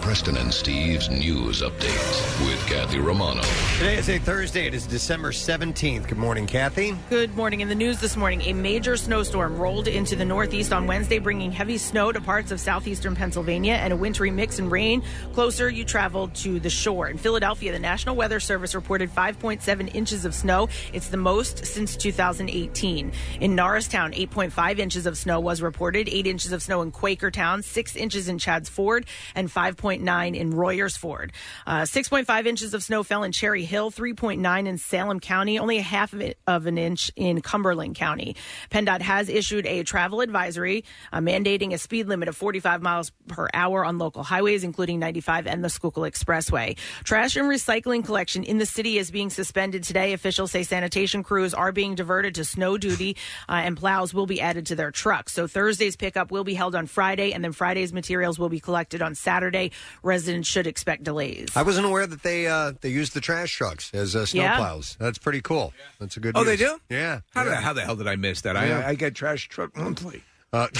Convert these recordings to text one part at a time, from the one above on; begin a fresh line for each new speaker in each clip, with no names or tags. Preston and Steve's news update with Kathy Romano.
Today is a Thursday. It is December 17th. Good morning, Kathy.
Good morning. In the news this morning, a major snowstorm rolled into the Northeast on Wednesday, bringing heavy snow to parts of southeastern Pennsylvania and a wintry mix and rain closer you traveled to the shore. In Philadelphia, the National Weather Service reported 5.7 inches of snow. It's the most since 2018. In Norristown, 8.5 inches of snow was reported, 8 inches of snow in Quakertown, 6 inches in Chadds Ford, and 5.9 in Royersford. Uh, 6.5 inches of snow fell in Cherry Hill, 3.9 in Salem County, only a half of, it, of an inch in Cumberland County. PennDOT has issued a travel advisory uh, mandating a speed limit of 45 miles per hour on local highways, including 95 and the Schuylkill Expressway. Trash and recycling collection in the city is being suspended today. Officials say sanitation crews are being diverted to snow duty uh, and plows will be added to their trucks. So Thursday's pickup will be held on Friday, and then Friday's materials will be collected on Saturday. Residents should expect delays.
I wasn't aware that they uh, they use the trash trucks as uh, snow
Yeah.
plows. That's pretty cool. That's a good.
Oh, they
use.
do?
Yeah.
How,
yeah.
The, how the hell did I miss that?
Yeah.
I, I get trash truck monthly.
Uh,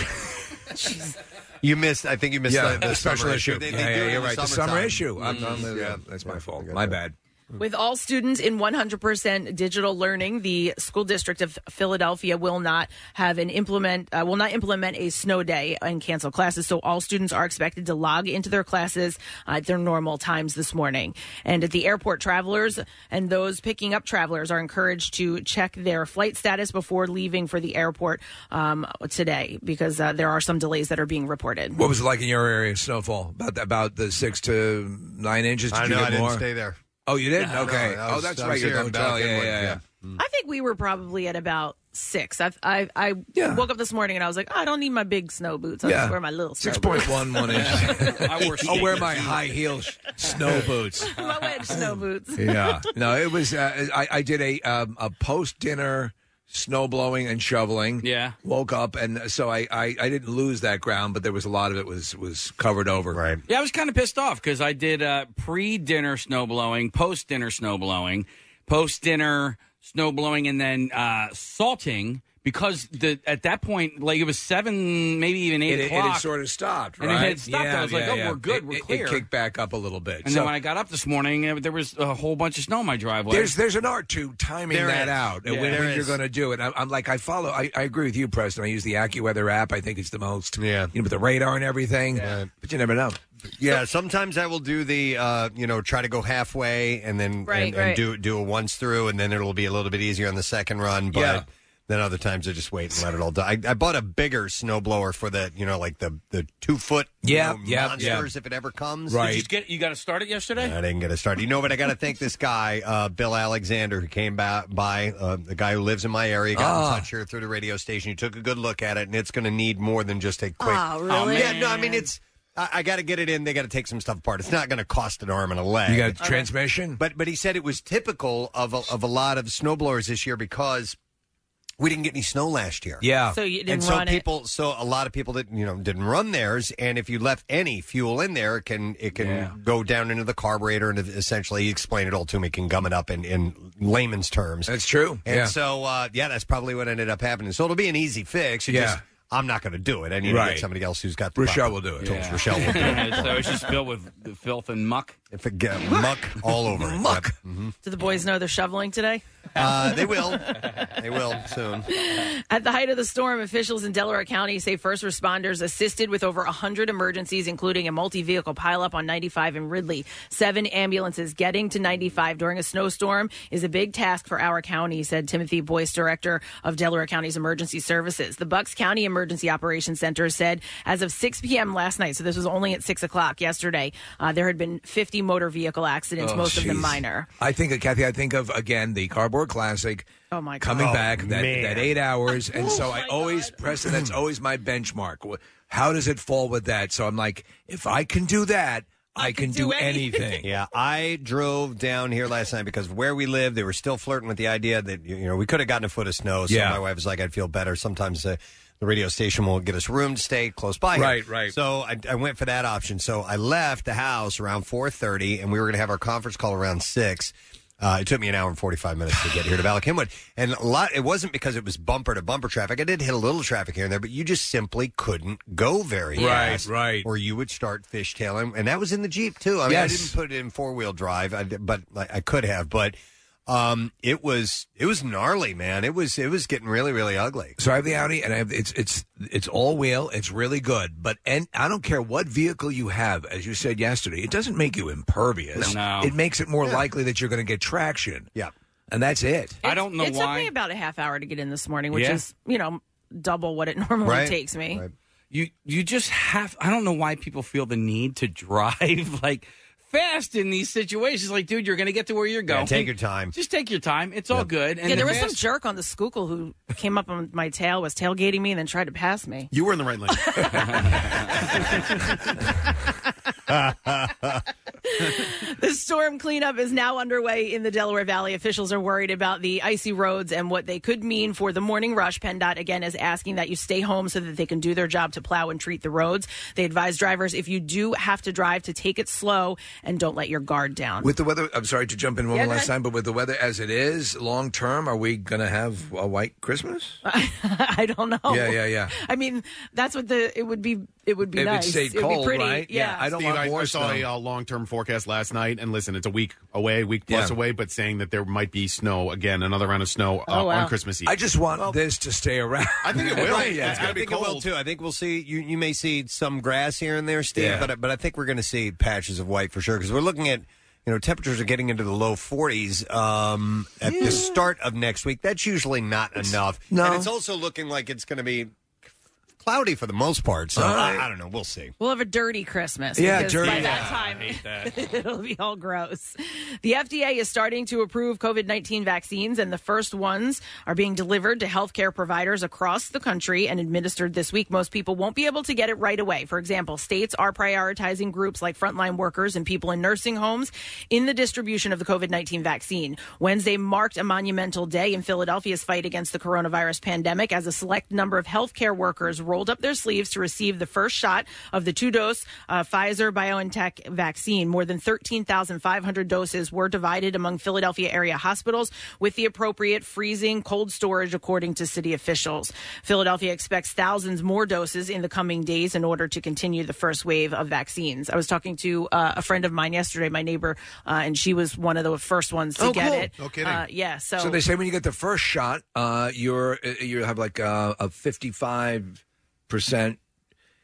you missed. I think you missed the, the
special
summer
issue.
They, they
yeah,
do
yeah,
it in
you're right. The summer
summertime.
issue. I'm-
Mhm.
I'm- yeah, that's my fault. My bad.
With all students in 100% digital learning, the school district of Philadelphia will not have an implement uh, will not implement a snow day and cancel classes. So all students are expected to log into their classes uh, at their normal times this morning. And at the airport, travelers and those picking up travelers are encouraged to check their flight status before leaving for the airport um, today because uh, there are some delays that are being reported.
What was it like in your area of snowfall? About about the six to nine inches? Did
I
you
know.
get
I didn't
more?
stay there.
Oh, you didn't?
No, no,
okay.
I was-
oh, that's
I was
right. You're
here in
in the hotel. Yeah,
Belgium,
yeah,
like,
yeah.
yeah.
I think we were probably at about six. I I, I
Yeah.
woke up this morning and I was like, "Oh, I don't need my big snow boots. I'll
Yeah.
just wear my little snow
Six point one one inch.
I wore
I'll wear my high heel sh- snow boots.
boots. my wedge snow boots.
Yeah. No, it was. Uh, I, I did a um, a post dinner snow blowing and shoveling.
Yeah.
Woke up and uh, so I, I I didn't lose that ground, but there was a lot of it was was covered over.
Right.
Yeah, I was kind of pissed off because I did uh, pre-dinner snow blowing, post-dinner snow blowing, post-dinner snow blowing, and then uh, salting because the at that point, like it was seven, maybe even eight
it, it
o'clock.
had sort of stopped, right?
And it had stopped. I was like, oh, we're good,
It-
we're
it-
clear.
It kicked back up a little bit.
and
so
then when I got up this morning, uh, there was a whole bunch of snow in my driveway.
there's there's an art to timing
There
that
is.
out and
Yeah.
when,
There
when you're
is.
going to do it. I'm, I'm like, I follow. I, I agree with you, Preston. I use the AccuWeather app. I think it's the most.
Yeah.
You know, with the radar and everything. But you never know.
Yeah, sometimes I will do the uh, you know try to go halfway and then
Right,
and, and
right.
do do a once through and then it'll be a little bit easier on the second run. But
Yeah.
then other times I just wait and let it all die. I, I bought a bigger snowblower for the you know like the the two foot
Yeah,
you know,
yeah, yeah.
monsters if it ever comes.
Right.
Did you get you got to start it yesterday?
I didn't get it started. You know, but I got to thank this guy, uh, Bill Alexander, who came by, by uh, the guy who lives in my area, got in
Ah.
touch here through the radio station. He took a good look at it, and it's going to need more than just a quick.
Oh, really?
yeah, no, I mean, it's. I, I got to get it in. They got to take some stuff apart. It's not going to cost an arm and a leg.
You got a transmission.
But but he said it was typical of a, of a lot of snowblowers this year because we didn't get any snow last year.
Yeah.
So you didn't
And so
run it.
people, so a lot of people that you know didn't run theirs, and if you left any fuel in there, it can it can
Yeah.
go down into the carburetor, and essentially he explained it all to me, can gum it up in, in layman's terms.
That's true.
And
yeah.
so, uh, yeah, that's probably what ended up happening. So it'll be an easy fix. You
Yeah.
just, I'm not going to do it. I need to get
Right.
somebody else who's got the
Rochelle
proper
will do it.
Tools.
Yeah.
Rochelle will do it.
so it's just filled with the filth and muck.
If it get muck all over it.
Muck.
Yep.
Do the boys know they're shoveling today?
Uh, they will. They will soon.
At the height of the storm, officials in Delaware County say first responders assisted with over 100 emergencies, including a multi vehicle pileup on 95 in Ridley. Seven ambulances getting to 95 during a snowstorm is a big task for our county, said Timothy Boyce, director of Delaware County's Emergency Services. The Bucks County Emergency Operations Center said as of 6 p.m. last night, so this was only at 6 o'clock yesterday, uh, there had been 50 motor vehicle accidents, most of them
Oh, Jeez.
minor.
I think, of, Kathy, I think of, again, the Cardboard Classic.
Oh, my God. Oh,
Coming
Oh,
back, that,
man.
that eight hours. And so I always, press, and that's always my benchmark. Wh- How does it fall with that? So I'm like, if I can do that, I, can, do,
do anything.
anything.
Yeah, I drove down here last night because of where we live, they were still flirting with the idea that you know we could have gotten a foot of snow. So
Yeah.
my wife was like, "I'd feel better." Sometimes uh, the radio station will get us a room to stay close by. here.
Right, right.
So I, I went for that option. So I left the house around 4:30, and we were going to have our conference call around six. Uh, it took me an hour and 45 minutes to get here to Valley Kenwood. And a lot, it wasn't because it was bumper to bumper traffic. I did hit a little traffic here and there, but you just simply couldn't go very
Right,
fast. Right, Or you would start fishtailing. And that was in the Jeep, too. I mean, I
Yes.
didn't put it in four wheel drive, I, did- but like, I could have. But um, it was, it was gnarly, man. It was, it was getting really, really ugly.
So I have the Audi, and I have it's it's it's all wheel. It's really good, but and I don't care what vehicle you have, as you said yesterday, it doesn't make you impervious.
No.
It makes it more
Yeah.
likely that you're going to get traction.
Yeah,
and that's it.
I don't know
it
why.
took me about a half hour to get in this morning, which
Yeah.
is you know double what it normally
Right.
takes me.
You you just have. I don't know why people feel the need to drive like fast in these situations. Like, dude, you're going to get to where you're going.
Yeah, take your time.
Just take your time. It's all good. And
yeah, there
the
was some
fast-
jerk on the Schuylkill who came up on my tail, was tailgating me, and then tried to pass me.
You were in the right lane.
The storm cleanup is now underway in the Delaware Valley. Officials are worried about the icy roads and what they could mean for the morning rush. PennDOT again is asking that you stay home so that they can do their job to plow and treat the roads. They advise drivers if you do have to drive to take it slow and don't let your guard down.
With the weather, I'm sorry to jump in one
Yeah,
more
go
last
ahead.
time, but with the weather as it is, long term, are we going to have a white Christmas?
I don't know.
Yeah, yeah, yeah.
I mean, that's what the it would be. It would be
If it
nice.
stayed
It would be
cold,
pretty,
right?
Yeah.
I don't
Steve,
want
I,
more
I saw a
snow.
uh, long-term forecast last night, and listen, it's a week away, week plus
Yeah.
away, but saying that there might be snow again, another round of snow
Oh,
uh, on Christmas Eve.
I just want this to stay around.
I think it will.
Right,
It's
I
gonna be
think it will
cold.
too. I think we'll see. You you may see some grass here and there, Steve,
Yeah.
but but I think we're going to see patches of white for sure because we're looking at you know temperatures are getting into the low 40s um, at the start of next week. That's usually not enough.
no.
and it's also looking like it's going to be cloudy for the most part. So
All
I,
right.
I don't know. We'll see.
We'll have a dirty Christmas.
Yeah,
because
dirty.
By that
Yeah,
time, it'll be all gross. The FDA is starting to approve COVID 19 vaccines, and the first ones are being delivered to healthcare providers across the country and administered this week. Most people won't be able to get it right away. For example, states are prioritizing groups like frontline workers and people in nursing homes in the distribution of the COVID 19 vaccine. Wednesday marked a monumental day in Philadelphia's fight against the coronavirus pandemic as a select number of healthcare workers rolled up their sleeves to receive the first shot of the two dose uh, Pfizer BioNTech vaccine. More than 13,500 doses were divided among Philadelphia area hospitals with the appropriate freezing cold storage, according to city officials. Philadelphia expects thousands more doses in the coming days in order to continue the first wave of vaccines. I was talking to uh, a friend of mine yesterday, my neighbor, uh, and she was one of the first ones to
Oh,
get
cool.
it.
No kidding.
Uh, yeah. So,
So they say when you get the first shot, uh, you're uh, you have like uh, a 55 percent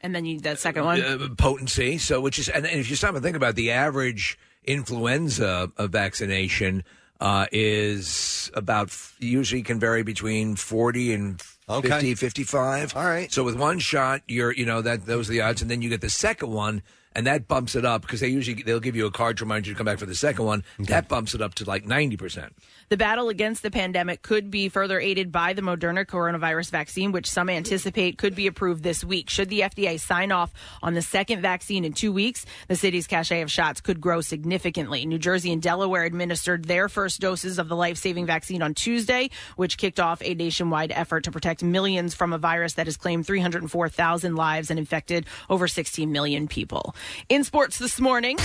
and then you that second one.
uh, potency. So, which is, and, and if you stop and think about it, the average influenza uh, vaccination uh, is about f- usually can vary between 40 and 50, 55. All right. So with one shot, you're, you know, that those are the odds. And then you get the second one. And that bumps it up because they usually they'll give you a card to remind you to come back for the second one. That bumps it up to like ninety percent.
The battle against the pandemic could be further aided by the Moderna coronavirus vaccine, which some anticipate could be approved this week. Should the FDA sign off on the second vaccine in two weeks, the city's cachet of shots could grow significantly. New Jersey and Delaware administered their first doses of the life saving vaccine on Tuesday, which kicked off a nationwide effort to protect millions from a virus that has claimed 304,000 lives and infected over 16 million people. In sports this morning.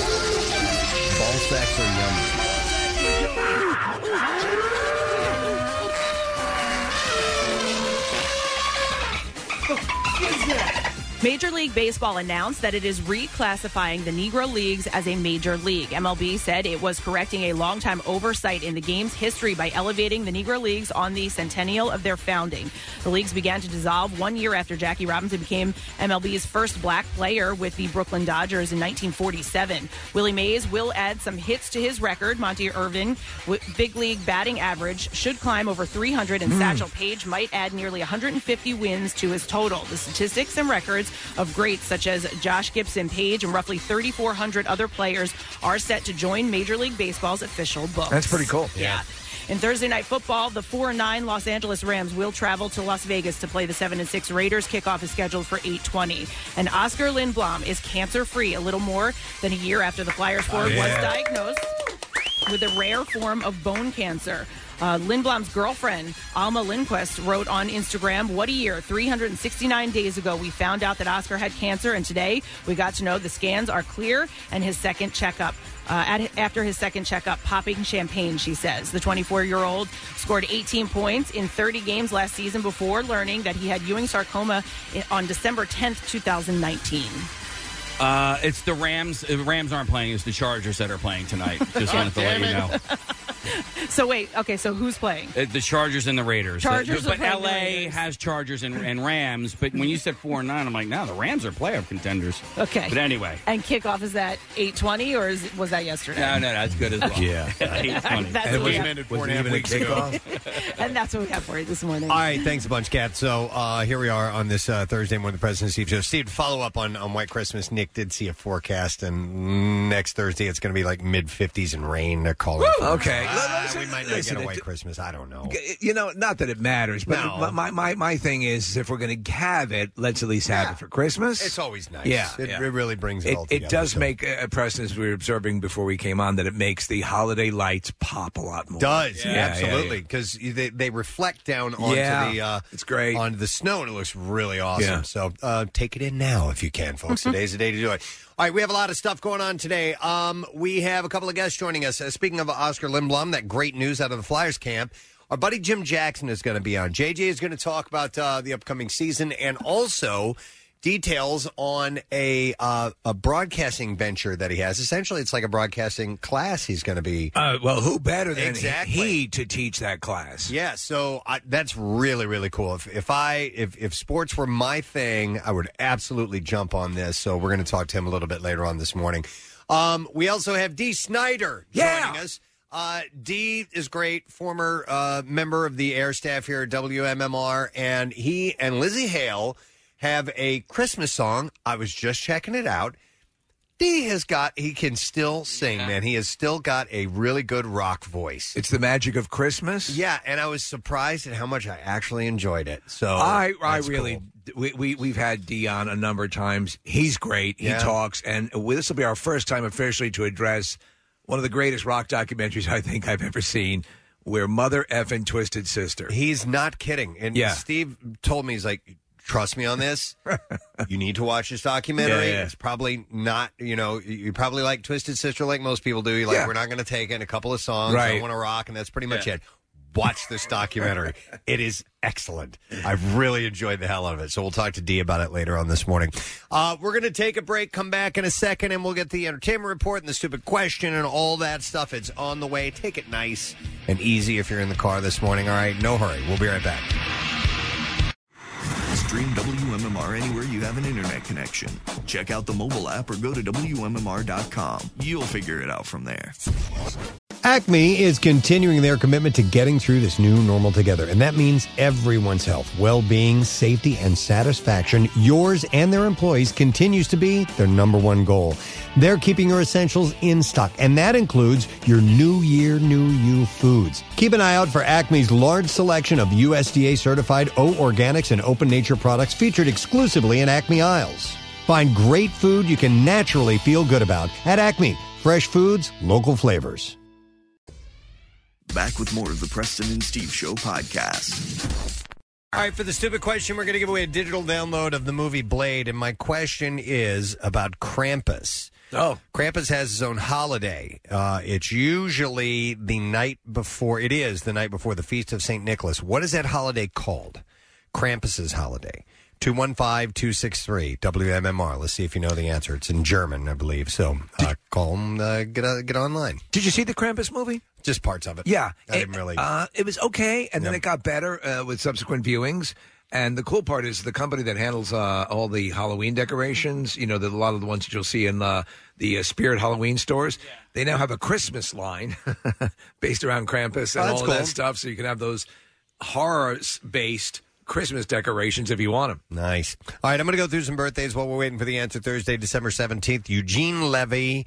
Ball sacks are yummy.
Major League Baseball announced that it is reclassifying the Negro Leagues as a major league. MLB said it was correcting a longtime oversight in the game's history by elevating the Negro Leagues on the centennial of their founding. The leagues began to dissolve one year after Jackie Robinson became MLB's first black player with the Brooklyn Dodgers in 1947. Willie Mays will add some hits to his record. Monty Irvin, with big league batting average, should climb over 300, and
Mm.
Satchel Page might add nearly 150 wins to his total. The statistics and records of greats such as Josh Gibson Page and roughly 3,400 other players are set to join Major League Baseball's official book.
That's pretty cool.
Yeah. In Thursday night football, the 4 9 Los Angeles Rams will travel to Las Vegas to play the 7 6 Raiders. Kickoff is scheduled for 820. And
Oh,
Oscar Lindblom is cancer free a little more than a year after the Flyers forward was
yeah.
diagnosed with a rare form of bone cancer. Uh, Lindblom's girlfriend, Alma Lindquist, wrote on Instagram, What a year. 369 days ago, we found out that Oscar had cancer, and today we got to know the scans are clear and his second checkup. Uh, at, after his second checkup, popping champagne, she says. The 24 year old scored 18 points in 30 games last season before learning that he had Ewing sarcoma i- on December 10th, 2019.
Uh, it's the Rams. The Rams aren't playing. It's the Chargers that are playing tonight. Just wanted to let you know.
So, wait, okay, so who's playing?
Uh, The Chargers and the Raiders.
Chargers are
but
playing the
LA
Raiders.
has Chargers and, and Rams. But when you said four and nine, I'm like, no, the Rams are playoff contenders.
Okay.
But anyway,
And kickoff is that 820 or is, was that yesterday?
no, no, that's good as well. yeah,
That's
And
what
was
we
it-
have,
ended
was
four and
it
a half
even a
weeks ago.
kickoff?
and that's what we have for you this morning.
All right, thanks a bunch, Kat. So uh, here we are on this uh, Thursday morning, with the President Steve Show. Steve, to follow up on, on White Christmas. Nick did see a forecast, and next Thursday it's going to be like mid 50s and rain. They're calling.
Woo!
for.
Okay.
Ah,
Listen,
we might not
listen,
get a
it-
White Christmas. I don't know.
G- You know, not that it matters, but
No.
my, my my thing is, if we're going to have it, let's at least have it for Christmas.
It's always nice.
Yeah,
it,
yeah.
it really brings it,
It,
all together.
it does
so.
make a a precedence we were observing before we came on that it makes the holiday lights pop a lot more.
does
Yeah, yeah,
absolutely because they, they reflect down onto
Yeah.
the uh,
It's great.
onto the snow and it looks really awesome.
Yeah.
So uh, take it in now if you can, folks. Today's the day to do it. All right, we have a lot of stuff going on today. Um, we have a couple of guests joining us. Uh, speaking of Oscar Lindblom, that great news out of the Flyers camp. Our buddy Jim Jackson is going to be on. JJ is going to talk about uh, the upcoming season and also details on a uh, a broadcasting venture that he has. Essentially, it's like a broadcasting class he's going to be
Uh, well, who better than
Exactly.
he to teach that class?
yeah, so I, that's really really cool. If, if I if if sports were my thing, I would absolutely jump on this. So we're going to talk to him a little bit later on this morning. Um, we also have D. Snyder
Yeah.
joining us. Uh, D is great, former uh, member of the air staff here at WMMR, and he and Lizzie Hale have a Christmas song. I was just checking it out. D has got he can still sing, man. He has still got a really good rock voice.
It's the magic of Christmas.
Yeah, and I was surprised at how much I actually enjoyed it. So
I I
that's
really
cool.
we, we we've had Dion a number of times. He's great. He
Yeah.
talks, and we- this will be our first time officially to address one of the greatest rock documentaries I think I've ever seen, where Mother effing Twisted Sister.
he's not kidding. And
Yeah.
Steve told me he's like, trust me on this. you need to watch this documentary.
Yeah, yeah.
It's probably not, you know, you- you probably like Twisted Sister like most people do. You're like,
Yeah.
we're not going to take in a couple of songs. I
Right.
want to rock, and that's pretty much it. Watch this documentary. it is excellent. I really enjoyed the hell out of it. So we'll talk to Dee about it later on this morning. Uh, we're going to take a break, come back in a second, and we'll get the entertainment report and the stupid question and all that stuff. It's on the way. Take it nice and easy if you're in the car this morning. All right, no hurry. We'll be right back.
Stream WMMR anywhere you have an internet connection. Check out the mobile app or go to WMMR.com. You'll figure it out from there.
Acme is continuing their commitment to getting through this new normal together, and that means everyone's health, well being, safety, and satisfaction, yours and their employees, continues to be their number one goal. They're keeping your essentials in stock, and that includes your New Year, New You foods. Keep an eye out for Acme's large selection of USDA certified O organics and open nature products featured exclusively in Acme aisles. Find great food you can naturally feel good about at Acme. Fresh foods, local flavors.
Back with more of the Preston and Steve Show podcast.
All right, for the stupid question, we're going to give away a digital download of the movie Blade. And my question is about Krampus.
Oh,
Krampus has his own holiday. Uh, it's usually the night before, it is the night before the Feast of St. Nicholas. What is that holiday called? Krampus's holiday. 215 263 WMMR. Let's see if you know the answer. It's in German, I believe. So uh, call 'em, uh, get, uh, get online.
did you see the Krampus movie?
Just parts of it.
Yeah,
I didn't
It-
really.
Uh, it was okay, and then it got better uh, with subsequent viewings. And the cool part is the company that handles uh, all the Halloween decorations. You know, the, a lot of the ones that you'll see in uh, the uh, Spirit Halloween stores. They now have a Christmas line based around Krampus and
Oh, that's
all of
cool.
that stuff, so you can have those horror-based Christmas decorations if you want them.
Nice. All right, I'm going to go through some birthdays while we're waiting for the answer. Thursday, December 17th, Eugene Levy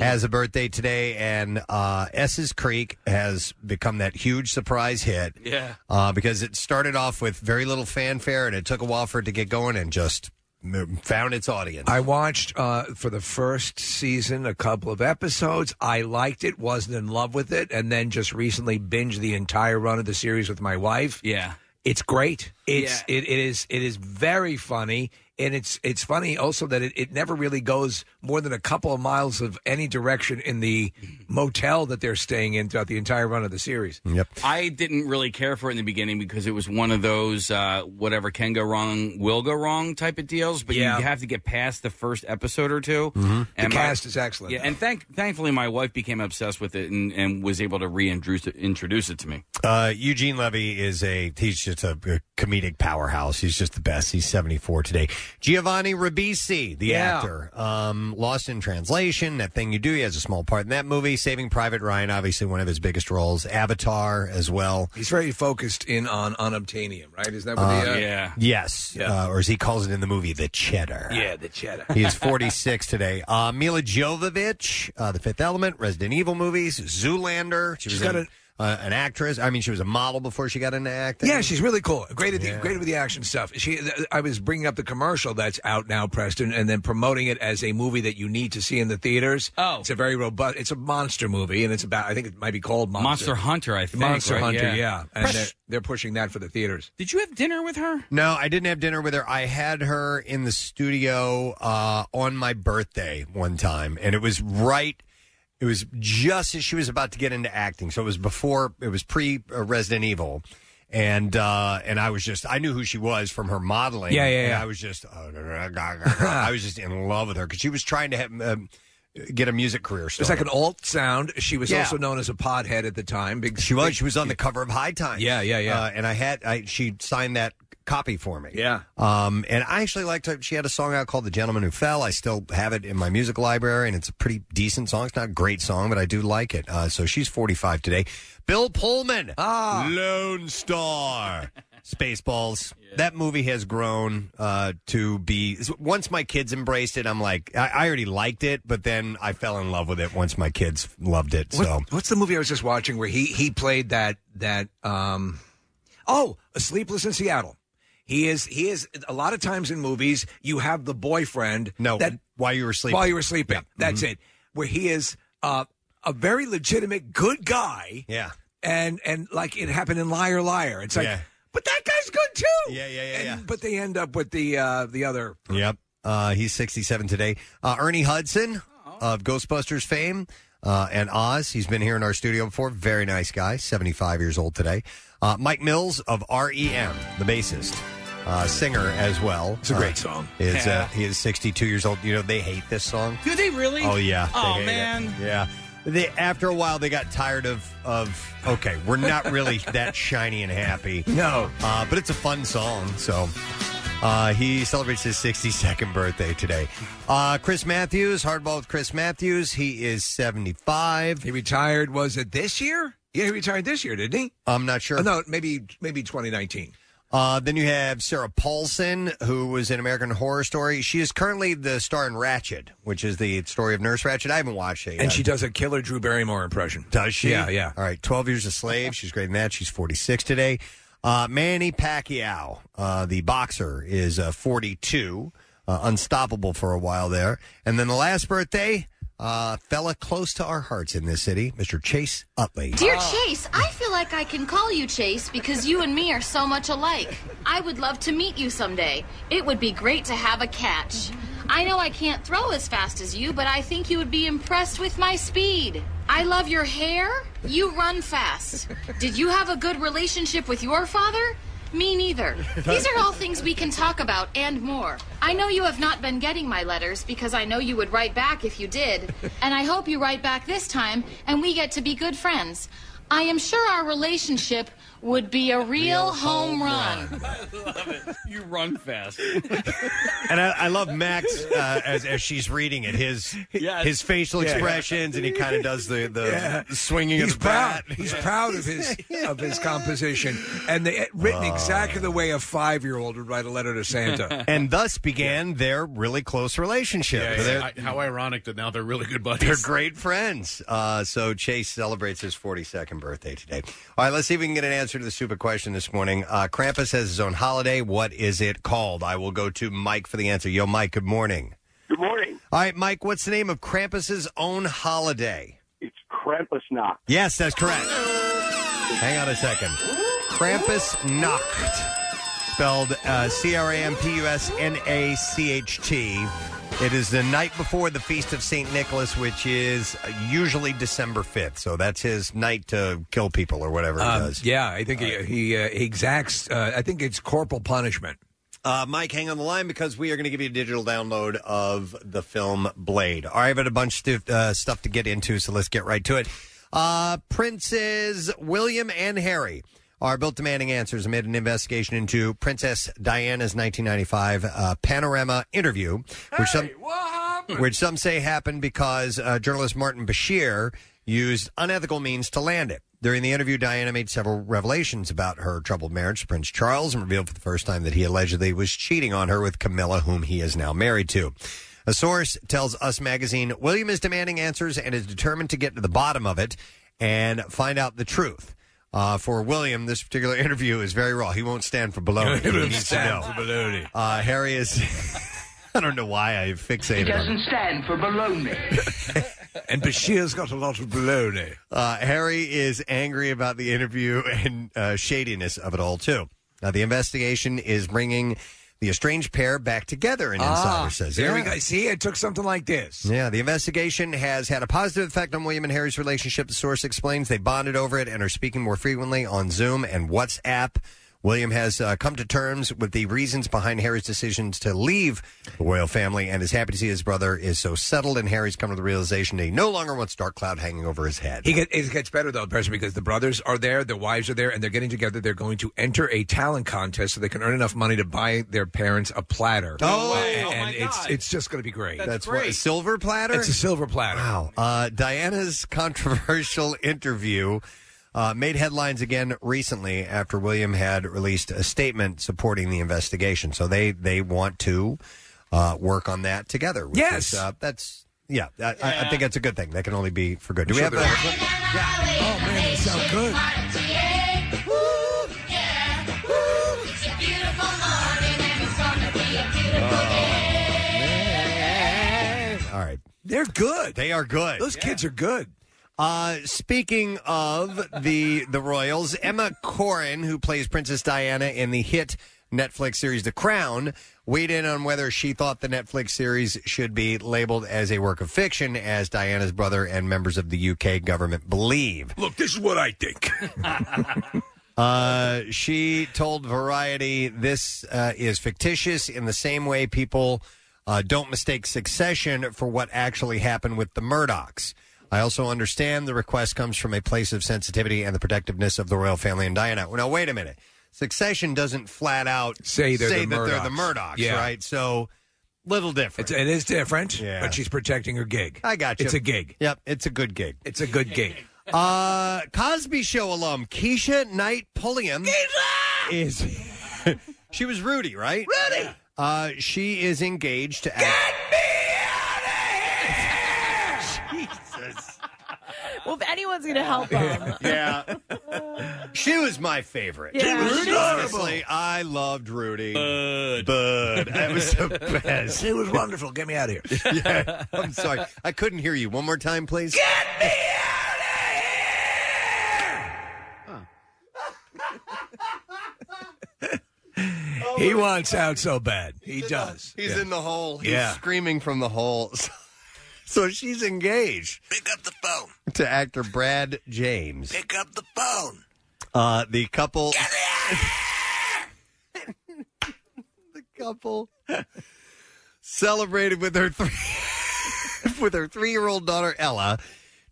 has a birthday today, and uh, S's Creek has become that huge surprise hit.
Yeah.
Uh, because it started off with very little fanfare, and it took a while for it to get going, and just m- found its audience.
I watched uh, for the first season a couple of episodes. I liked it, wasn't in love with it, and then just recently binged the entire run of the series with my wife.
Yeah,
it's great. It's it, it is it is very funny, and it's it's funny also that it, it never really goes more than a couple of miles of any direction in the motel that they're staying in throughout the entire run of the series.
Yep.
I didn't really care for it in the beginning because it was one of those uh, whatever can go wrong will go wrong type of deals. But
Yeah.
you have to get past the first episode or 2
Mm-hmm.
Mhm. The
my-
cast is excellent,
Yeah, and thank thankfully my wife became obsessed with it and, and was able to reintroduce it, introduce it to me.
Uh, Eugene Levy is a he's just a, a comedic powerhouse. He's just the best. He's 74 today. Giovanni Ribisi, the
Yeah.
actor, um, Lost in Translation, that thing you do. He has a small part in that movie. Saving Private Ryan, obviously one of his biggest roles. Avatar as well.
He's very focused in on unobtainium, right? Isn't that what
Uh,
the uh,
Yes,
Yeah.
Uh, or as he calls it in the movie, the cheddar.
yeah the cheddar.
He is 46 today. Uh, Mila Jovovich, uh, The Fifth Element, Resident Evil movies, Zoolander. She was
She's got
in- uh, an actress. I mean, she was a model before she got into acting.
Yeah, she's really cool. Great at the great with the action stuff. She, th- I was bringing up the commercial that's out now, Preston, and then promoting it as a movie that you need to see in the theaters. Oh, it's a very robust. It's a monster movie, and it's about. I think it might be called Monster,
Monster Hunter, I think,
Monster
right?
Hunter.
Yeah.
Yeah, and
Pres-
they're, they're pushing that for the theaters.
Did you have dinner with her?
No, I didn't have dinner with her. I had her in the studio uh, on my birthday one time, and it was right. It was just as she was about to get into acting, so it was before. It was pre uh, Resident Evil, and uh, and I was just I knew who she was from her modeling.
Yeah, yeah,
and
yeah.
I was just uh, I was just in love with her because she was trying to have, um, get a music career.
It's like an alt sound. She was
Yeah.
also known as a podhead at the time. Big,
She was. She was on the cover of High Times.
Yeah, yeah, yeah.
Uh, and I had I, she signed that copy for me.
Yeah.
Um, and I actually liked her. She had a song out called "The Gentleman Who Fell." I still have it in my music library, and it's a pretty decent song. It's not a great song, but I do like it. Uh, so she's 45 today. Bill Pullman, ah. Lone Star, Spaceballs. That movie has grown uh, to be. Once my kids embraced it, I'm like, I, I already liked it, but then I fell in love with it once my kids loved it.
What-
so
what's the movie I was just watching where he he played that that um oh a sleepless in Seattle. He is he is a lot of times in movies you have the boyfriend
no
that
while you were sleeping
while you were sleeping. That's
Mhm.
it. Where he is uh, a very legitimate good guy.
Yeah.
And and like it happened in Liar Liar. It's like
Yeah.
but that guy's good too.
Yeah, yeah, yeah,
And-
yeah.
But they end up with the uh the other
Yep. Uh, he's 67 today. Uh, Ernie Hudson of Ghostbusters fame uh, and Oz. He's been here in our studio before. Very nice guy, 75 years old today. Uh, Mike Mills of REM, the bassist. Uh, singer as well.
It's a great song.
Is
Yeah.
uh, he is 62 years old. You know they hate this song.
Do they really?
Oh yeah. They
Oh
hate it.
man.
Yeah. They after a while they got tired of of okay we're not really that shiny and happy.
No.
Uh, but it's a fun song. So uh, he celebrates his 62nd birthday today. Uh, Chris Matthews, Hardball with Chris Matthews. He is 75.
He retired. Was it this year? Yeah, he retired this year, didn't he?
I'm not sure.
Oh, no, maybe maybe 2019.
Uh, then you have Sarah Paulson, who was in American Horror Story. She is currently the star in Ratchet, which is the story of Nurse Ratchet. I haven't watched it yet.
And she does a killer Drew Barrymore impression.
Does she?
Yeah, yeah.
All right. 12 years a slave. She's great in that. She's 46 today. Uh, Manny Pacquiao, uh, the boxer, is uh, 42. Uh, unstoppable for a while there. And then the last birthday, uh, fella close to our hearts in this city, Mr. Chase Utley.
Dear Chase, I feel like I can call you Chase because you and me are so much alike. I would love to meet you someday. It would be great to have a catch. I know I can't throw as fast as you, but I think you would be impressed with my speed. I love your hair. You run fast. Did you have a good relationship with your father? Me neither. These are all things we can talk about and more. I know you have not been getting my letters because I know you would write back if you did, and I hope you write back this time and we get to be good friends. I am sure our relationship would be a real, home run.
You run fast.
And I, I love Max uh, as, as she's reading it. His
Yes.
his facial
Yeah.
expressions, and he kind of does the, the
Yeah.
Uh, swinging
He's
of the
proud.
bat.
He's proud of his of his composition, and they written
Uh.
exactly the way a five year old would write a letter to Santa.
and thus began their really close relationship.
Yeah, yeah.
They're-
I- how ironic that now they're really good buddies.
They're great friends. Uh, so Chase celebrates his 42nd birthday today. All right, let's see if we can get an answer to the stupid question this morning. Uh, Krampus has his own holiday. What is it called? I will go to Mike for the answer. Yo, Mike, good morning.
Good morning.
All right, Mike, what's the name of Krampus's own holiday?
Krampus knock.
Yes, that's correct. Hang on a second. Krampus Nacht, spelled uh, C R A M P U S N A C H T. It is the night before the Feast of St. Nicholas, which is uh, usually December 5th. So that's his night to kill people or whatever he
Um,
does.
yeah, I think he, he uh, exacts. Uh, I think it's corporal punishment.
Uh, Mike, hang on the line because we are going to give you a digital download of the film Blade. All right, I've had a bunch of uh, stuff to get into, so let's get right to it. Uh, Princes William and Harry are both demanding answers amid an investigation into Princess Diana's 1995 uh, panorama interview, which some which some say happened because uh, journalist Martin Bashir used unethical means to land it. During the interview, Diana made several revelations about her troubled marriage to Prince Charles and revealed for the first time that he allegedly was cheating on her with Camilla, whom he is now married to. A source tells Us Magazine William is demanding answers and is determined to get to the bottom of it and find out the truth. Uh, for William, this particular interview is very raw. He won't stand for baloney. Oh, he needs to know. Uh, Harry is. I don't know why I fixated on
stand for baloney.
and Bashir's got a lot of baloney. Uh, Harry is angry about the interview and uh, shadiness of it all, too. Now, the investigation is bringing the estranged pair back together, an
Ah,
insider says.
There we
Yeah.
go. See, it took something like this.
Yeah, the investigation has had a positive effect on William and Harry's relationship. The source explains they bonded over it and are speaking more frequently on Zoom and WhatsApp. William has uh, come to terms with the reasons behind Harry's decisions to leave the royal family and is happy to see his brother is so settled. And Harry's come to the realization that he no longer wants dark cloud hanging over his head.
He get, it gets better though, person, because the brothers are there, their wives are there, and they're getting together. They're going to enter a talent contest so they can earn enough money to buy their parents a platter. Uh,
Oh,
and,
oh my
and it's it's just going to be great.
That's, what a silver platter.
It's a silver platter.
Wow. Uh, Diana's controversial interview uh, made headlines again recently after William had released a statement supporting the investigation. So they they want to uh, work on that together. which
Yes.
is, uh, that's yeah. I, I- I think that's a good thing. That can only be for good. Do we have uh, a,
Oh man, it sounds good.
Oh, All right.
They're good.
They are good.
Those kids are good.
Uh, speaking of the the royals, Emma Corrin, who plays Princess Diana in the hit Netflix series The Crown, weighed in on whether she thought the Netflix series should be labeled as a work of fiction, as Diana's brother and members of the UK government believe.
Look, this is what I think.
Uh, she told Variety, "This uh, is fictitious in the same way people uh, don't mistake Succession for what actually happened with the Murdochs." I also understand the request comes from a place of sensitivity and the protectiveness of the royal family and Diana. Now, wait a minute. Succession doesn't flat out
Say they're the
that they're the Murdochs,
Murdochs. Yeah.
right? So, little different.
It's, it is different,
Yeah.
but she's protecting her gig.
I got you.
It's a gig.
Yep, it's a good gig.
It's a good gig.
Uh, Cosby Show alum Keisha Knight Pulliam is. she was Rudy, right? Rudy. Uh, she is engaged to. Get
Jesus.
Well, if anyone's going to help um, him.
Yeah. she was my favorite.
Yeah. She was
Honestly, I loved Rudy. Bud. That was the best.
It was wonderful. Get me out of here.
yeah. I'm sorry. I couldn't hear you. One more time, please. Get me
he wants out so bad. He does.
Oh, He's
Yeah.
in the hole. He's
Yeah.
screaming from the hole. So she's engaged.
Pick up the phone.
to actor Brad James.
Pick up the phone.
Uh, the couple. the couple celebrated with her three with her three year old daughter Ella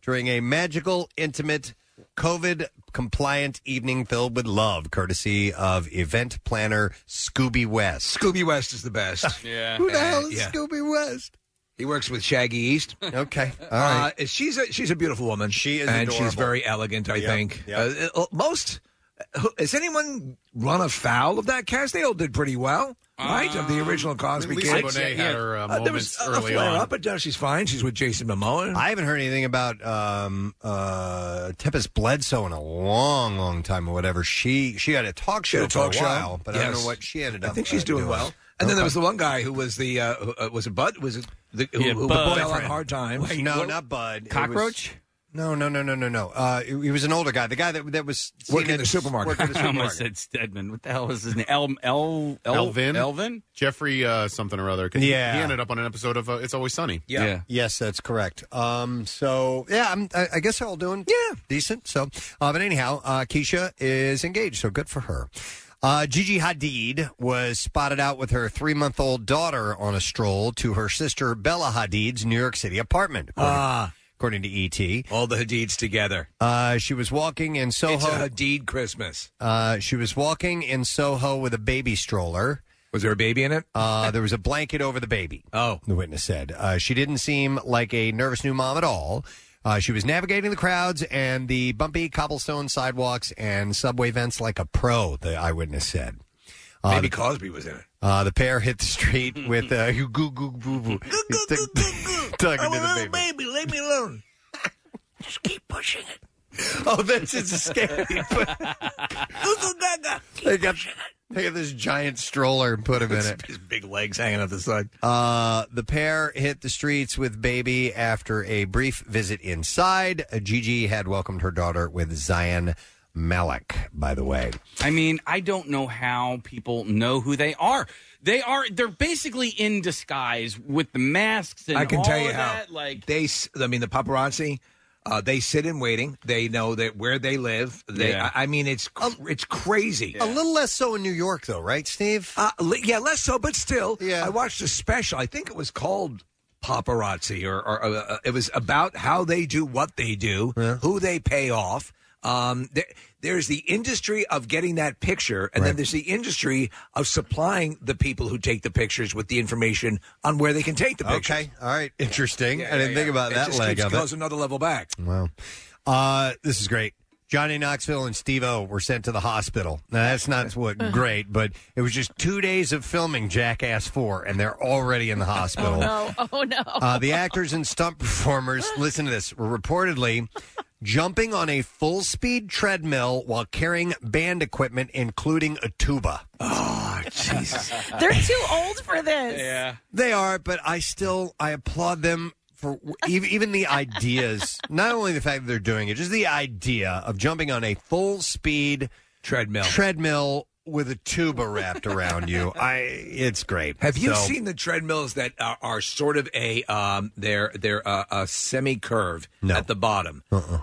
during a magical, intimate, COVID compliant evening filled with love, courtesy of event planner Scooby West.
Scooby West is the best.
yeah.
Who the hell is
Yeah.
Scooby West?
He works with Shaggy E. East.
Okay, all right.
Uh, she's a she's a beautiful woman. She
is
and she's
adorable.
very elegant. I
Yep,
think
yep.
Uh, uh, most. who- Has anyone run afoul of that cast? They all did pretty well. right? Of the original Cosby
Um, Lisa
Kids.
Bonet had her, uh,
there was
moments
a
early
flare
on.
up, but now she's fine. She's with Jason Momoa.
I haven't heard anything about um, uh, Tempest Bledsoe in a long, long time or whatever. She she had a talk
She
show
had a
for
talk
a
show.
while, but I don't
Yes.
know what she ended up.
I think she's
uh,
doing well. And then there was the one guy who was the uh, who, uh, was it Bud? Was it the, who, who fell on hard times?
no, not Bud. It was-
Cockroach?
no, no, no, no, no, no. Uh, he he was an older guy. The guy that that was seen
Working
at-
in the supermarket.
working in the
I almost
supermarket.
said Stedman. What the hell is his name? El, El, El
Elvin?
Elvin?
Jeffrey uh, something or other. 'cause
Yeah.
He, he ended up on an episode of uh, It's Always Sunny.
Yeah.
Yes, that's correct. Um, so yeah, I'm, I, I guess they're all doing yeah decent. So, uh, but anyhow, uh, Keisha is engaged, so good for her. Uh, Gigi Hadid was spotted out with her three-month-old daughter on a stroll to her sister Bella Hadid's New York City apartment. according-
Ah.
according to ET,
all the Hadids together.
Uh, she was walking in Soho.
It's a Hadid Christmas.
Uh, she was walking in Soho with a baby stroller.
Was there a baby in it?
Uh, there was a blanket over the baby.
Oh,
the witness said uh, she didn't seem like a nervous new mom at all. Uh, she was navigating the crowds and the bumpy cobblestone sidewalks and subway vents like a pro. The eyewitness said. Uh,
Maybe Cosby was in it.
uh, the pair hit the street with uh, goo goo goo boo boo, tugging to
Oh,
the baby.
baby, leave me alone. Just keep pushing it.
Oh, that's it's scary. they got they got this giant stroller and put him in it.
His big legs hanging out the side.
Uh, the pair hit the streets with baby after a brief visit inside. Uh, Gigi had welcomed her daughter with Zion Malik, by the way.
I mean, I don't know how people know who they are. They are they're basically in disguise with the masks and
I can
all
tell you
of
how.
that. Like
they, s- I mean, the paparazzi, uh, they sit in waiting. They know that where they live. They,
Yeah.
I, I mean, it's cr- it's crazy.
A little less so in New York, though, right, Steve?
Uh, li- yeah, less so, but still. Yeah. I watched a special. I think it was called Paparazzi, or, or uh, uh, it was about how they do what they do, who they pay off. Um, there, there's the industry of getting that picture, and then there's the industry of supplying the people who take the pictures with the information on where they can take the pictures.
Okay, all right, interesting. I didn't think about
It
that
just
leg
keeps-
of it.
goes another level back.
Wow. Uh, this is great. Johnny Knoxville and Steve O were sent to the hospital. Now, that's not what great, but it was just two days of filming Jackass 4, and they're already in the hospital.
no. Oh, no.
Uh, the actors and stunt performers, listen to this, were reportedly jumping on a full speed treadmill while carrying band equipment, including a tuba. Oh,
ah,
Jesus.
They're too old for this.
Yeah.
They are, but I still I applaud them for even, even the ideas. Not only the fact that they're doing it, just the idea of jumping on a full speed
treadmill
treadmill with a tuba wrapped around you. I it's great.
Have you
So-
seen the treadmills that are, are sort of a um, they're they're uh, a semi curve at the bottom,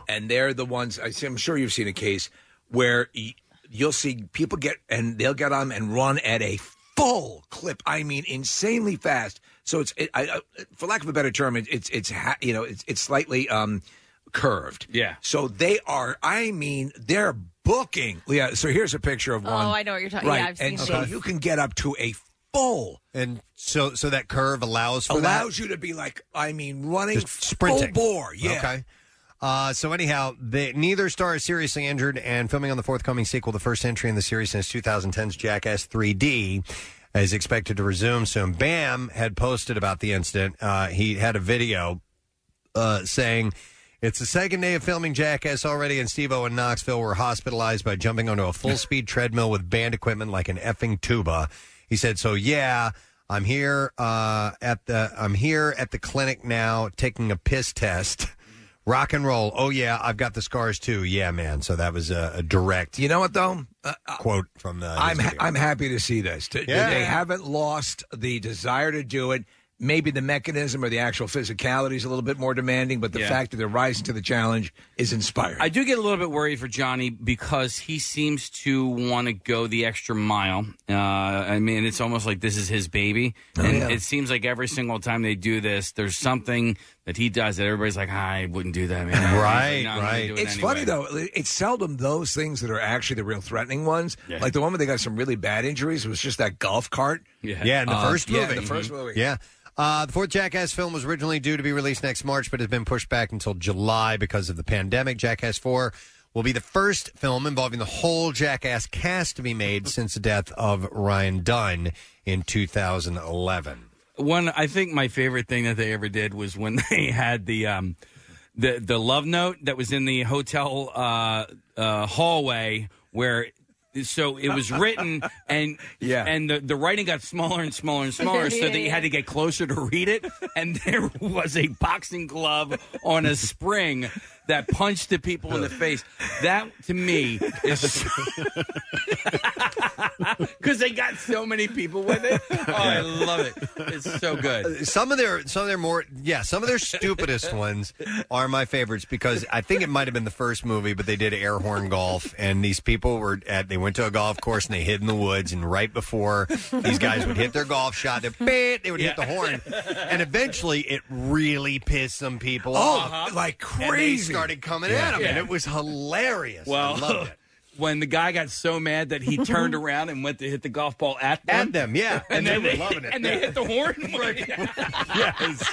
and they're the ones I see, I'm sure you've seen a case where y- you'll see people get and they'll get on and run at a full clip. I mean, insanely fast. So it's it, I, I, for lack of a better term, it, it's it's ha- you know it's it's slightly um, curved. Yeah. So they are. I mean, they're booking. Yeah. So here's a picture of
Oh,
one.
I know what you're talking- yeah,
Right.
I've
and
seen
so
these.
you can get up to a full
and so so that curve allows for that?
allows you to be like I mean running
Just sprinting.
full bore Oh, yeah
Okay. Uh, so anyhow, they, neither star is seriously injured, and filming on the forthcoming sequel, the first entry in the series since 2010's Jackass 3D, is expected to resume soon. Bam had posted about the incident. Uh, he had a video uh, saying. It's the second day of filming Jackass already, and Steve O and Knoxville were hospitalized by jumping onto a full speed treadmill with band equipment like an effing tuba. He said, So, yeah, I'm here uh, at the I'm here at the clinic now taking a piss test. Rock and roll. Oh yeah, I've got the scars too. Yeah, man. So that was a, a direct.
You know what though? Uh,
quote from the.
I'm ha- I'm happy to see this T-
Yeah.
they haven't lost the desire to do it maybe the mechanism or the actual physicality is a little bit more demanding but the
Yeah.
fact that they're rising to the challenge is inspiring
I do get a little bit worried for Johnny because he seems to want to go the extra mile. Uh, I mean, it's almost like this is his baby,
Oh,
and it seems like every single time they do this, there's something that he does that everybody's like, "Ah, "I wouldn't do that, man." He's like, "No, I'm gonna do it
It's
anyway."
funny though. It's seldom those things that are actually the real threatening ones.
Yeah.
Like the one where they got some really bad injuries was just that golf cart.
Yeah, in the
Uh,
first
yeah,
movie. Mm-hmm.
in the first movie.
Yeah. Uh, the fourth Jackass film was originally due to be released next March, but has been pushed back until July because of the pandemic. Jackass 4 will be the first film involving the whole Jackass cast to be made since the death of Ryan Dunn in 2011.
One, I think my favorite thing that they ever did was when they had the um, the the love note that was in the hotel uh, uh, hallway where. So it was written, and yeah, and the, the writing got smaller and smaller and smaller, so that you had to get closer to read it. And there was a boxing glove on a spring that punched the people in the face. That to me is because they got so many people with it. Oh, I love it. It's so Oh, good.
Uh, Some of their some of their more yeah, some of their stupidest ones are my favorites because I think it might have been the first movie, but they did air horn golf and these people were at they went to a golf course and they hid in the woods and right before these guys would hit their golf shot, they they would hit the horn. And eventually it really pissed some people
Oh,
off.
like
And they
crazy.
started coming
Yeah.
at him and
Yeah.
it was hilarious.
Well,
I loved it. Mm-hmm.
when the guy got so mad that he turned around and went to hit the golf ball at them,
At them, yeah.
and,
And
then
they
they,
were loving it.
and they hit the horn.
yes.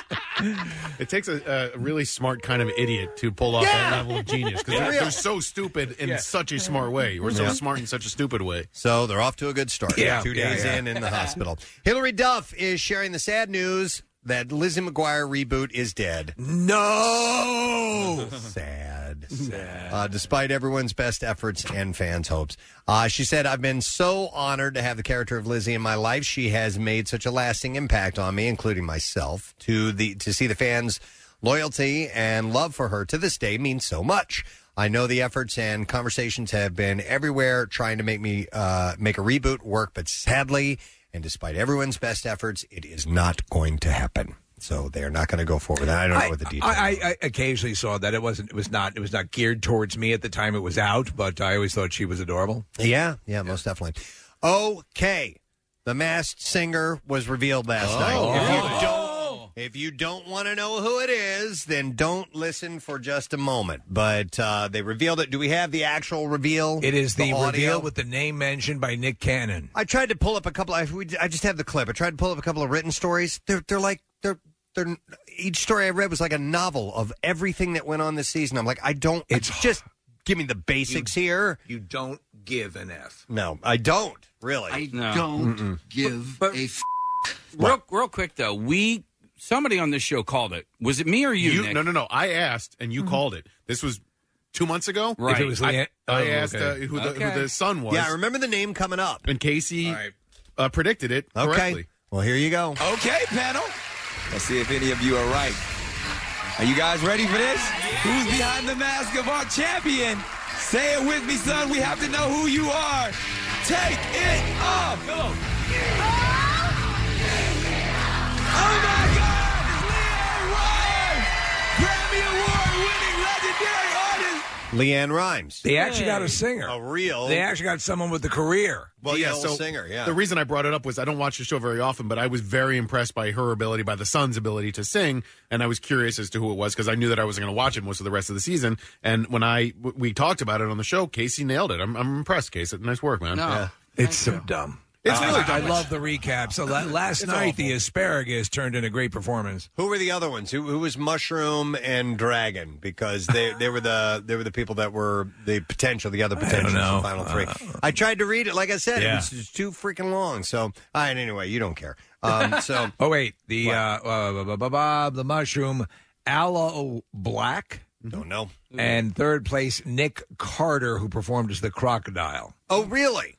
It takes a, a really smart kind of idiot to pull off that
Yeah.
level of genius because
Yeah.
they're,
Yeah.
they're so stupid in
Yeah.
such a smart way, or so
Yeah.
smart in such a stupid way.
So they're off to a good start.
Yeah,
two
yeah,
days
yeah.
in in the hospital. Hillary Duff is sharing the sad news that Lizzie McGuire reboot is dead.
No.
Sad. Sad. Uh, despite everyone's best efforts and fans' hopes, uh, she said, "I've been so honored to have the character of Lizzie in my life. She has made such a lasting impact on me, including myself. To the to see the fans." Loyalty and love for her to this day means so much. I know the efforts and conversations have been everywhere trying to make me uh, make a reboot work, but sadly, and despite everyone's best efforts, it is not going to happen. So they are not going to go forward. I don't know what the details.
I, I, I occasionally saw that it wasn't. It was not. It was not geared towards me at the time it was out. But I always thought she was adorable.
Yeah, yeah, most definitely. Okay, the Masked Singer was revealed last
Oh.
night. If you
Oh.
don't, if you don't want to know who it is, then don't listen for just a moment. But uh, they revealed it. Do we have the actual reveal?
It is the,
audio?
reveal with the name mentioned by Nick Cannon.
I tried to pull up a couple. I, we, I just have the clip. I tried to pull up a couple of written stories. They're they're like they're they're each story I read was like a novel of everything that went on this season. I'm like, I don't. It's just give me the basics here.
You don't give an F.
No, I don't really. I
don't
give
a. F- real, real quick though, we somebody on this show called it. Was it me or you? Nick?
No, no, no. I asked, and you
Mm-hmm.
called it. This was two months ago.
Right. If it
was
I,
Leanne-
I
oh,
asked uh,
okay.
who, the,
Okay.
who the son was.
Yeah, I remember the name coming up.
And Casey uh, predicted it
Okay.
correctly.
Well, here you go.
Okay, panel. Let's see if any of you are right. Are you guys ready for this? Who's behind the mask of our champion? Say it with me, son. We have to know who you are. Take it off. Oh my God! It's Leanne Ryan, Grammy Award-winning legendary artist.
Leanne Rhimes.
They actually got a singer. A
real.
They actually got someone with a career.
The reason I brought it up was I don't watch the show very often, but I was very impressed by her ability, by the son's ability to sing, and I was curious as to who it was because I knew that I wasn't going to watch it most of the rest of the season. And when I w- we talked about it on the show, Casey nailed it. I'm, I'm impressed, Casey. Nice work, man.
No. Yeah. It's so dumb.
It's
Uh,
really dumb.
I love the recap. So la- last
It's
night, the asparagus turned in a great performance.
Who were the other ones? Who, who was Mushroom and Dragon? Because they, they were the they were the people that were the potential, the other potential
know.
final three. I tried to read it, like I said,
Yeah.
it was just too freaking long. So, all right, anyway, you don't care. Um, so,
oh wait, the uh, uh, bu- bu- bu- the mushroom aloe black.
Don't know.
And third place, Nick Carter, who performed as the crocodile.
oh really?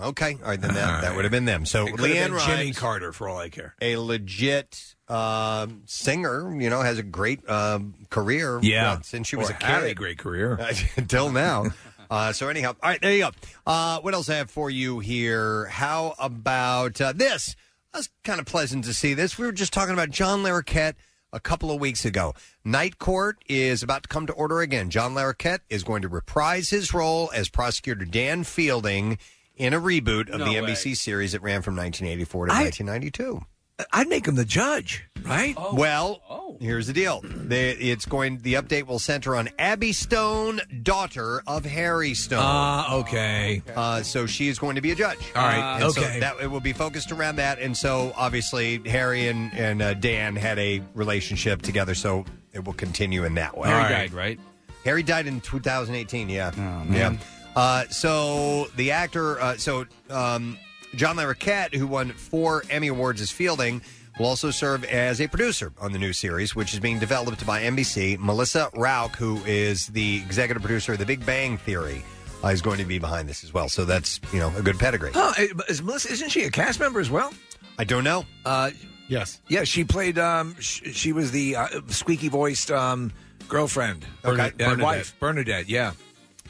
Okay, all right, then that, that would have been them. So
It could have
Leanne
been Jimmy
Rhimes,
Carter, for all I care.
a legit um singer, you know, has a great um career.
Yeah.
uh, since she was
Or
a kid,
had a great career.
until now. Uh, so anyhow, all right, there you go. Uh, what else I have for you here? How about uh, this? That was kind of pleasant to see this. We were just talking about John Larroquette a couple of weeks ago. Night Court is about to come to order again. John Larroquette is going to reprise his role as prosecutor Dan Fielding in a reboot of
No
the
way.
NBC series that ran from 1984 to 1992.
I'd make him the judge, right?
Oh.
Well, here's the deal. They, it's going. The update will center on Abby Stone, daughter of Harry Stone.
Ah, okay.
Uh, so she is going to be a judge.
All right,
And so
okay.
that it will be focused around that, and so obviously Harry and and uh, Dan had a relationship together, so it will continue in that way.
Harry died, right? Oh,
Harry died in 2018. Yeah.
man.
Yeah. Uh, so the actor, uh, so um, John Larroquette, who won four Emmy awards as Fielding, will also serve as a producer on the new series, which is being developed by NBC. Melissa Rauch, who is the executive producer of The Big Bang Theory, uh, is going to be behind this as well. So that's you know a good pedigree.
Huh, eh, is Melissa, isn't she a cast member as well?
I don't know.
Uh,
yes.
Yeah, she played, um, she, she was the uh, squeaky voiced um, girlfriend.
Bernadette.
Yeah,
Bernadette.
wife. Bernadette, yeah.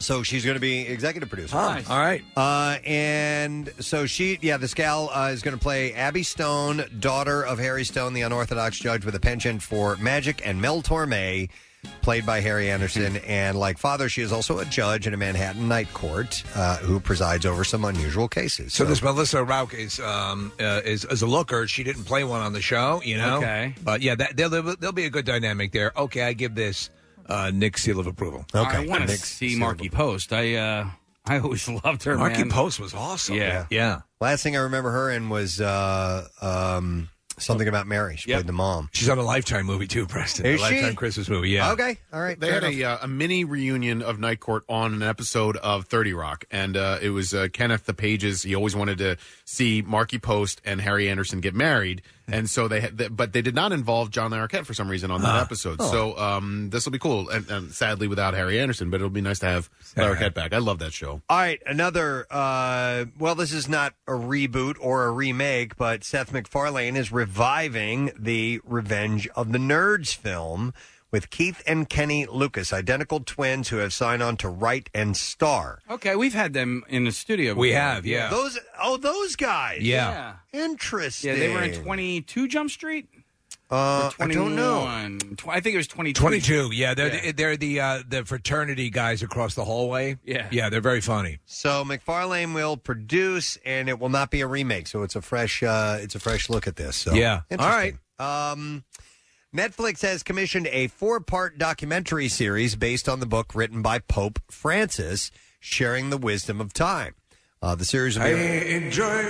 So she's going to be executive producer.
Huh, Nice. all right.
Uh, and so she, yeah, this gal uh, is going to play Abby Stone, daughter of Harry Stone, the unorthodox judge with a penchant for magic, and Mel Torme, played by Harry Anderson. and like father, she is also a judge in a Manhattan night court uh, who presides over some unusual cases.
So, this Melissa Rauch is um uh, is, is a looker. She didn't play one on the show, you know.
Okay.
But yeah, that, there'll, there'll be a good dynamic there. Okay, I give this uh, Nick's seal of approval.
I want to see Marky Post. I uh, I always loved her.
Marky
man.
Post was awesome.
Yeah.
yeah.
Last thing I remember her in was uh, um, something about Mary. She played the mom.
She's on a Lifetime movie too, Preston.
Is
a Lifetime
she?
Christmas movie. Yeah.
Okay. All right.
They
Fair
had a, uh, a mini reunion of Night Court on an episode of 30 Rock, and uh, it was uh, Kenneth the Pages. He always wanted to see Marky Post and Harry Anderson get married, and so they had, th- but they did not involve John Larroquette for some reason on that
Huh.
episode.
Oh.
So um, this will be cool, and, and sadly without Harry Anderson, but it'll be nice to have Larroquette back. I love that show.
All right, another. Uh, well, this is not a reboot or a remake, but Seth MacFarlane is reviving the Revenge of the Nerds film with Keith and Kenny Lucas, identical twins who have signed on to write and star.
Okay, we've had them in the studio.
We
before.
have, yeah. Those- oh, those guys.
Yeah.
Interesting.
Yeah, they were in 22 Jump Street.
Uh,
I
don't know.
I think it was 22.
22. Yeah, they're
Yeah.
The, they're the uh, the fraternity guys across the hallway.
Yeah.
yeah, they're very funny.
So McFarlane will produce, and it will not be a remake. So it's a fresh, uh, it's a fresh look at this. So
Yeah.
All right. Um, Netflix has commissioned a four-part documentary series based on the book written by Pope Francis, sharing the wisdom of time. Uh, the series will be,
enjoy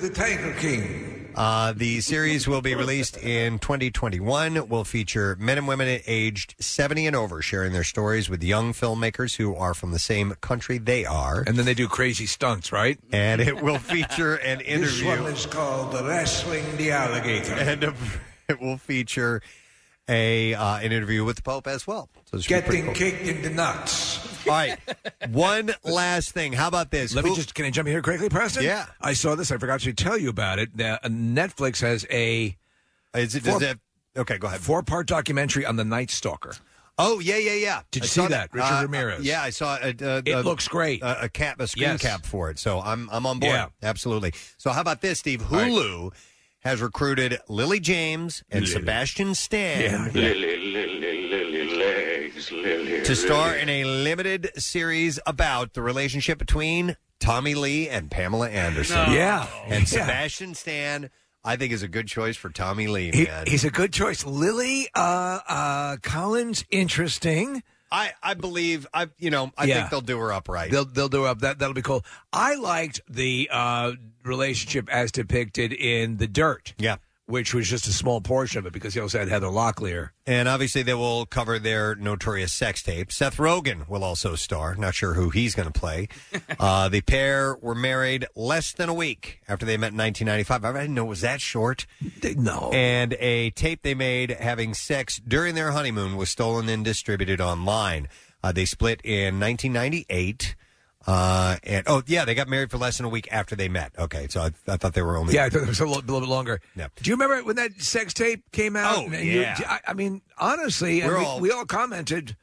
the Tiger King.
uh, the series will be released in 2021. Will feature men and women aged 70 and over sharing their stories with young filmmakers who are from the same country they are.
And then they do crazy stunts, right?
And it will feature an interview.
This one is called the wrestling the alligator.
And a- it will feature a uh, an interview with the Pope as well. So it should be pretty
Getting
cool.
kicked in the nuts.
All right. One last thing. How about this?
Let me just can I jump in here quickly, Preston?
Yeah.
I saw this. I forgot to tell you about it. Now, uh, Netflix has a
Uh, is it,
four,
does it have- okay? Go ahead.
Four part documentary on the Night Stalker.
Oh yeah, yeah, yeah.
Did
I
you see
saw
that? Richard
Uh,
Ramirez.
Yeah, I saw. A, a,
It looks great.
A, a cap, a screen
Yes.
cap for it. So I'm I'm on board.
Yeah.
Absolutely. So how about this, Steve? Hulu has recruited Lily James and Sebastian Stan
Lily, lily, lily legs, lily.
to star
lily.
in a limited series about the relationship between Tommy Lee and Pamela Anderson.
No. Yeah.
And
Yeah.
Sebastian Stan, I think, is a good choice for Tommy Lee,
He-
man.
he's a good choice. Lily uh, uh, Collins, interesting.
I, I believe I you know I
Yeah.
think they'll do her upright.
They'll they'll do up that that'll be cool. I liked the uh, relationship as depicted in The Dirt.
Yeah.
Which was just a small portion of it because he also had Heather Locklear.
and obviously they will cover their notorious sex tape. Seth Rogen will also star. Not sure who he's going to play. uh, the pair were married less than a week after they met in 1995. I didn't know it was that short.
No.
And a tape they made having sex during their honeymoon was stolen and distributed online. Uh, they split in 1998. Uh, and oh yeah, they got married for less than a week after they met. Okay, so I, I thought they were only
Yeah, I thought it was a little, little bit longer. Do you remember when that sex tape came out?
Oh,
And you-
yeah.
I, I mean, honestly, and
We're
we,
all-
we all commented,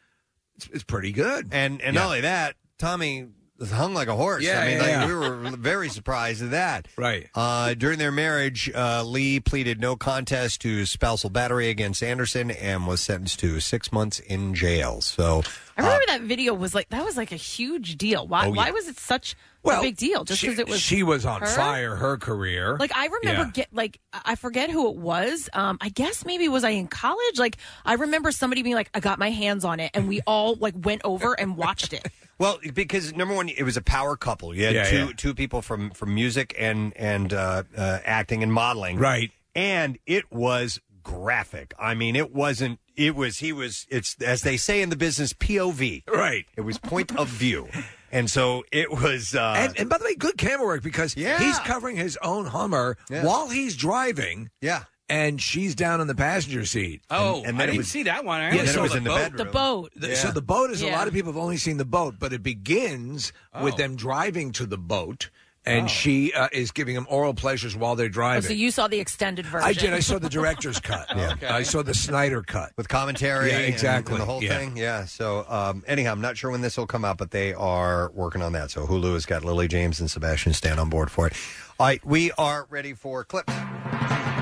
it's, it's pretty good.
And and not only that, Tommy hung like a horse.
Yeah,
I mean,
yeah,
like,
yeah.
we were very surprised at that.
Right.
Uh, during their marriage, uh, Lee pleaded no contest to spousal battery against Anderson and was sentenced to six months in jail. So
I remember that video was like that was like a huge deal. Why?
Uh, Oh, yeah.
Why was it such a big deal? Just because
she,
it was
she was on
her?
fire, her career.
Like I remember
Yeah.
get like I forget who it was. Um, I guess maybe was I in college? Like I remember somebody being like, I got my hands on it, and we all like went over and watched it.
Well, because number one, it was a power couple. You had
Yeah,
two
yeah.
two people from from music and and uh, uh, acting and modeling,
Right.
And it was graphic. I mean, it wasn't It was he was it's as they say in the business POV.
Right.
It was point of view. And so it was uh
and, and by the way, good camera work because he's covering his own Hummer while he's driving.
Yeah.
And she's down in the passenger seat.
Oh,
and,
I didn't see that one. I
Yeah,
only
so
saw the boat. The boat.
The-
Yeah.
So the boat is a
Yeah.
lot of people have only seen the boat, but it begins
Oh.
with them driving to the boat, and
Oh.
she uh, is giving them oral pleasures while they're
Oh,
driving.
so you saw the extended version.
I did. I saw the director's cut.
Oh,
I saw the Snyder cut
with commentary.
Yeah,
and-
exactly.
and the whole
Yeah.
thing. Yeah. So um anyhow, I'm not sure when this will come out, but they are working on that. So Hulu has got Lily James and Sebastian Stan on board for it. All right, we are ready for clips.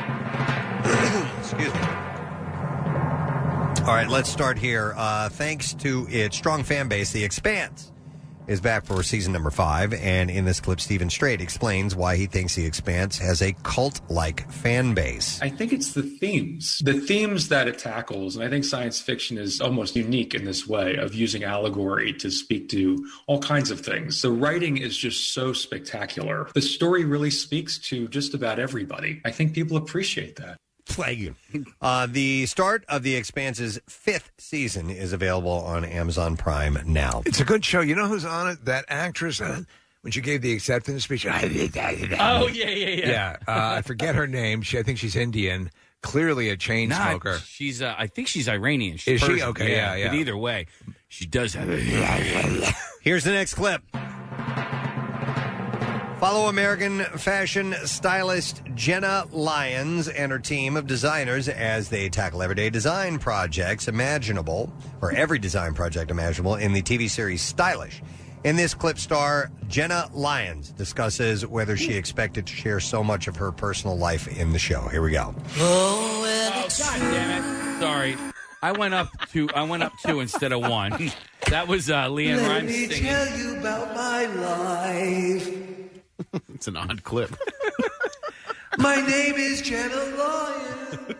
Excuse me. All right, let's start here. Uh, thanks to its strong fan base, The Expanse is back for season number five. And in this clip, Stephen Strait explains why he thinks The Expanse has a cult like fan base.
I think it's the themes, the themes that it tackles. And I think science fiction is almost unique in this way of using allegory to speak to all kinds of things. The writing is just so spectacular. The story really speaks to just about everybody. I think people appreciate that.
plague. Uh, the start of The Expanse's fifth season is available on Amazon Prime now.
It's a good show. You know who's on it? That actress uh, when she gave the acceptance speech. oh yeah,
Oh, yeah, yeah, yeah.
Yeah, uh, I forget her name. She, I think she's Indian. Clearly a chain
Not-
smoker.
She's, uh, I think she's Iranian. She's
Is she?
Persian.
Okay, yeah, yeah.
But either way, she does have. a
Here's the next clip. Follow American fashion stylist Jenna Lyons and her team of designers as they tackle everyday design projects imaginable, or every design project imaginable, in the TV series Stylish. In this clip, star Jenna Lyons discusses whether she expected to share so much of her personal life in the show. Here we go.
Oh, God damn it! Sorry, I went up two. I went up two instead of one. That was uh, Leanne
Let
Rhymes
me
singing.
tell you about my life.
It's an odd clip.
My name is Jenna Lyon.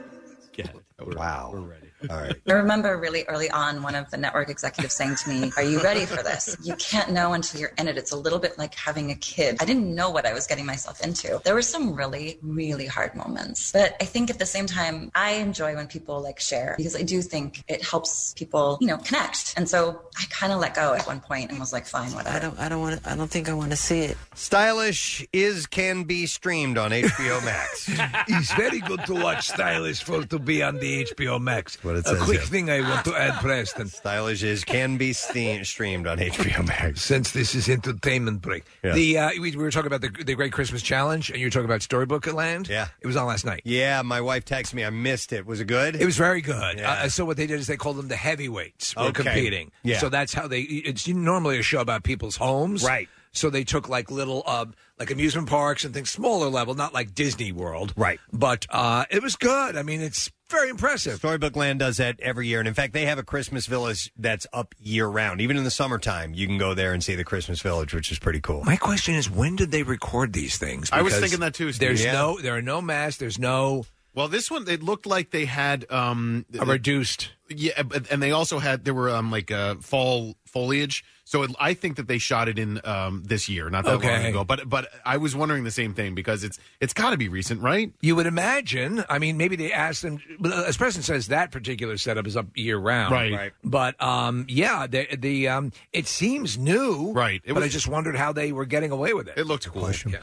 Wow. We're
ready.
All right.
I remember really early on one of the network executives saying to me, Are you ready for this? You can't know until you're in it. It's a little bit like having a kid. I didn't know what I was getting myself into. There were some really, really hard moments. But I think at the same time, I enjoy when people like share because I do think it helps people, you know, connect. And so I kind of let go at one point and was like, Fine, whatever. I don't, I don't want to, I don't think I want to see it.
Stylish is can be streamed on HBO Max.
it's very good to watch Stylish for to be on the HBO Max.
What it
a
says
quick
here.
thing I want to add, Preston.
Stylish is can be ste- streamed on HBO Max.
Since this is entertainment break,
Yeah.
the uh, we, we were talking about the, the Great Christmas Challenge, and you were talking about Storybook Land. Yeah, it was on last night.
Yeah, my wife texted me. I missed it. Was it good?
It was very good.
Yeah.
Uh, so what they did is they called them the heavyweights were
Okay.
competing.
Yeah.
So that's how they. It's normally a show about people's homes, right? So they took like little, uh, like amusement parks and things, smaller level, not like Disney World, right? But uh, it was good. I mean, it's very impressive.
Storybook Land does that every year, and in fact, they have a Christmas village that's up year round. Even in the summertime, you can go there and see the Christmas village, which is pretty cool.
My question is, when did they record these things?
I was
Because
thinking that too. Steve.
There's no, there are no masks. There's no.
Well, this one it looked like they had um
A reduced.
Yeah, uh, but- and they also had there were um like uh, fall foliage. So it, I think that they shot it in um this year, not that long
Okay.
ago. But but I was wondering the same thing because it's it's got to be recent, right?
You would imagine. I mean, maybe they asked them. well, As Preston says, that particular setup is up year round,
Right. Right.
But um, yeah, the, the um, it seems new, right?
It
but I
was-
just wondered how they were getting away with it. It
looked cool.
Yeah.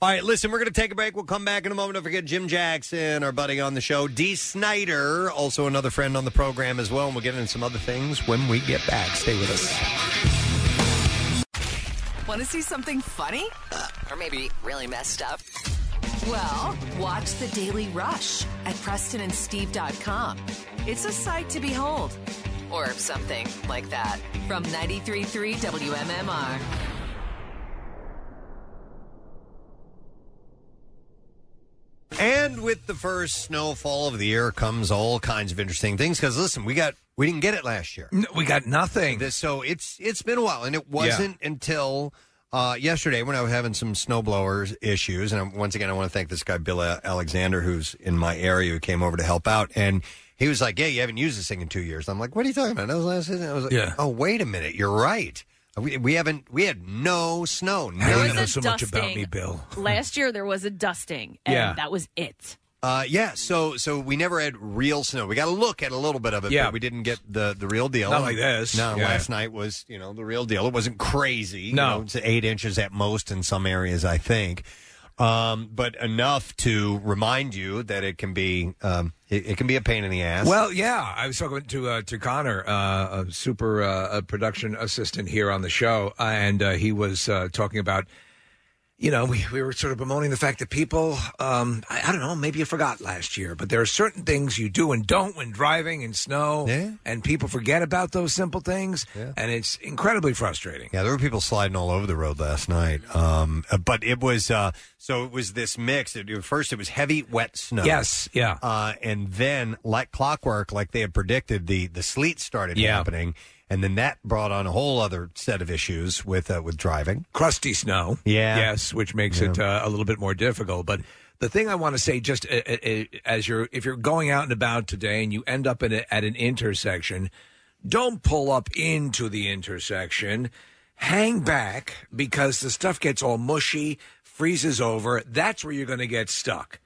All right, listen, we're going to take a break. We'll come back in a moment. Don't forget Jim Jackson, our buddy on the show, D. Snyder, also another friend on the program as well, and we'll get into some other things when we get back. Stay with us.
Want to see something funny? Uh, or maybe really messed up? Well, watch The Daily Rush at PrestonandSteve.com. It's a sight to behold, or something like that, from 93.3 WMMR.
And with the first snowfall of the year comes all kinds of interesting things. Because listen, we got we didn't get it last year.
No, we got nothing.
This, so it's it's been a while, and it wasn't until uh, yesterday when I was having some snowblower issues. And I, once again, I want to thank this guy Bill A- Alexander, who's in my area, who came over to help out, and. He was like, "Yeah, you haven't used this thing in two years." I'm like, "What are you talking about?" That was last season. I was like,
Yeah.
"Oh, wait a minute, you're right. We, we haven't. We had no
How
snow.
do
none
you
of
know
it."
so much about me, Bill?
Last year there was a dusting, and
Yeah.
that was it.
Uh, yeah, so so we never had real snow. We got a look at a little bit of it,
Yeah.
but we didn't get the the real deal.
Not like this.
No,
Yeah.
last night was you know the real deal. It wasn't crazy.
No.
you know, it's eight inches at most in some areas, I think. Um, but enough to remind you that it can be um, it, it can be a pain in the ass.
Well, yeah, I was talking to uh, to Connor, uh, a super uh, a production assistant here on the show, uh, and uh, he was uh, talking about. You know, we, we were sort of bemoaning the fact that people, um, I, I don't know, maybe you forgot last year, but there are certain things you do and don't when driving in snow, and people forget about those simple things, and it's incredibly frustrating.
Yeah, there were people sliding all over the road last night. Um, uh, but it was uh, so it was this mix. It, at first, it was heavy, wet snow.
Yes, yeah.
Uh, and then, like clockwork, like they had predicted, the the sleet started
Yeah.
happening, and then that brought on a whole other set of issues with uh, with driving.
crusty snow.
Yeah.
Yes, which makes it uh, a little bit more difficult. But the thing I want to say, just uh, uh, uh, as you're, if you're going out and about today and you end up in a, at an intersection, don't pull up into the intersection. Hang back because the stuff gets all mushy, freezes over. That's where you're going to get stuck.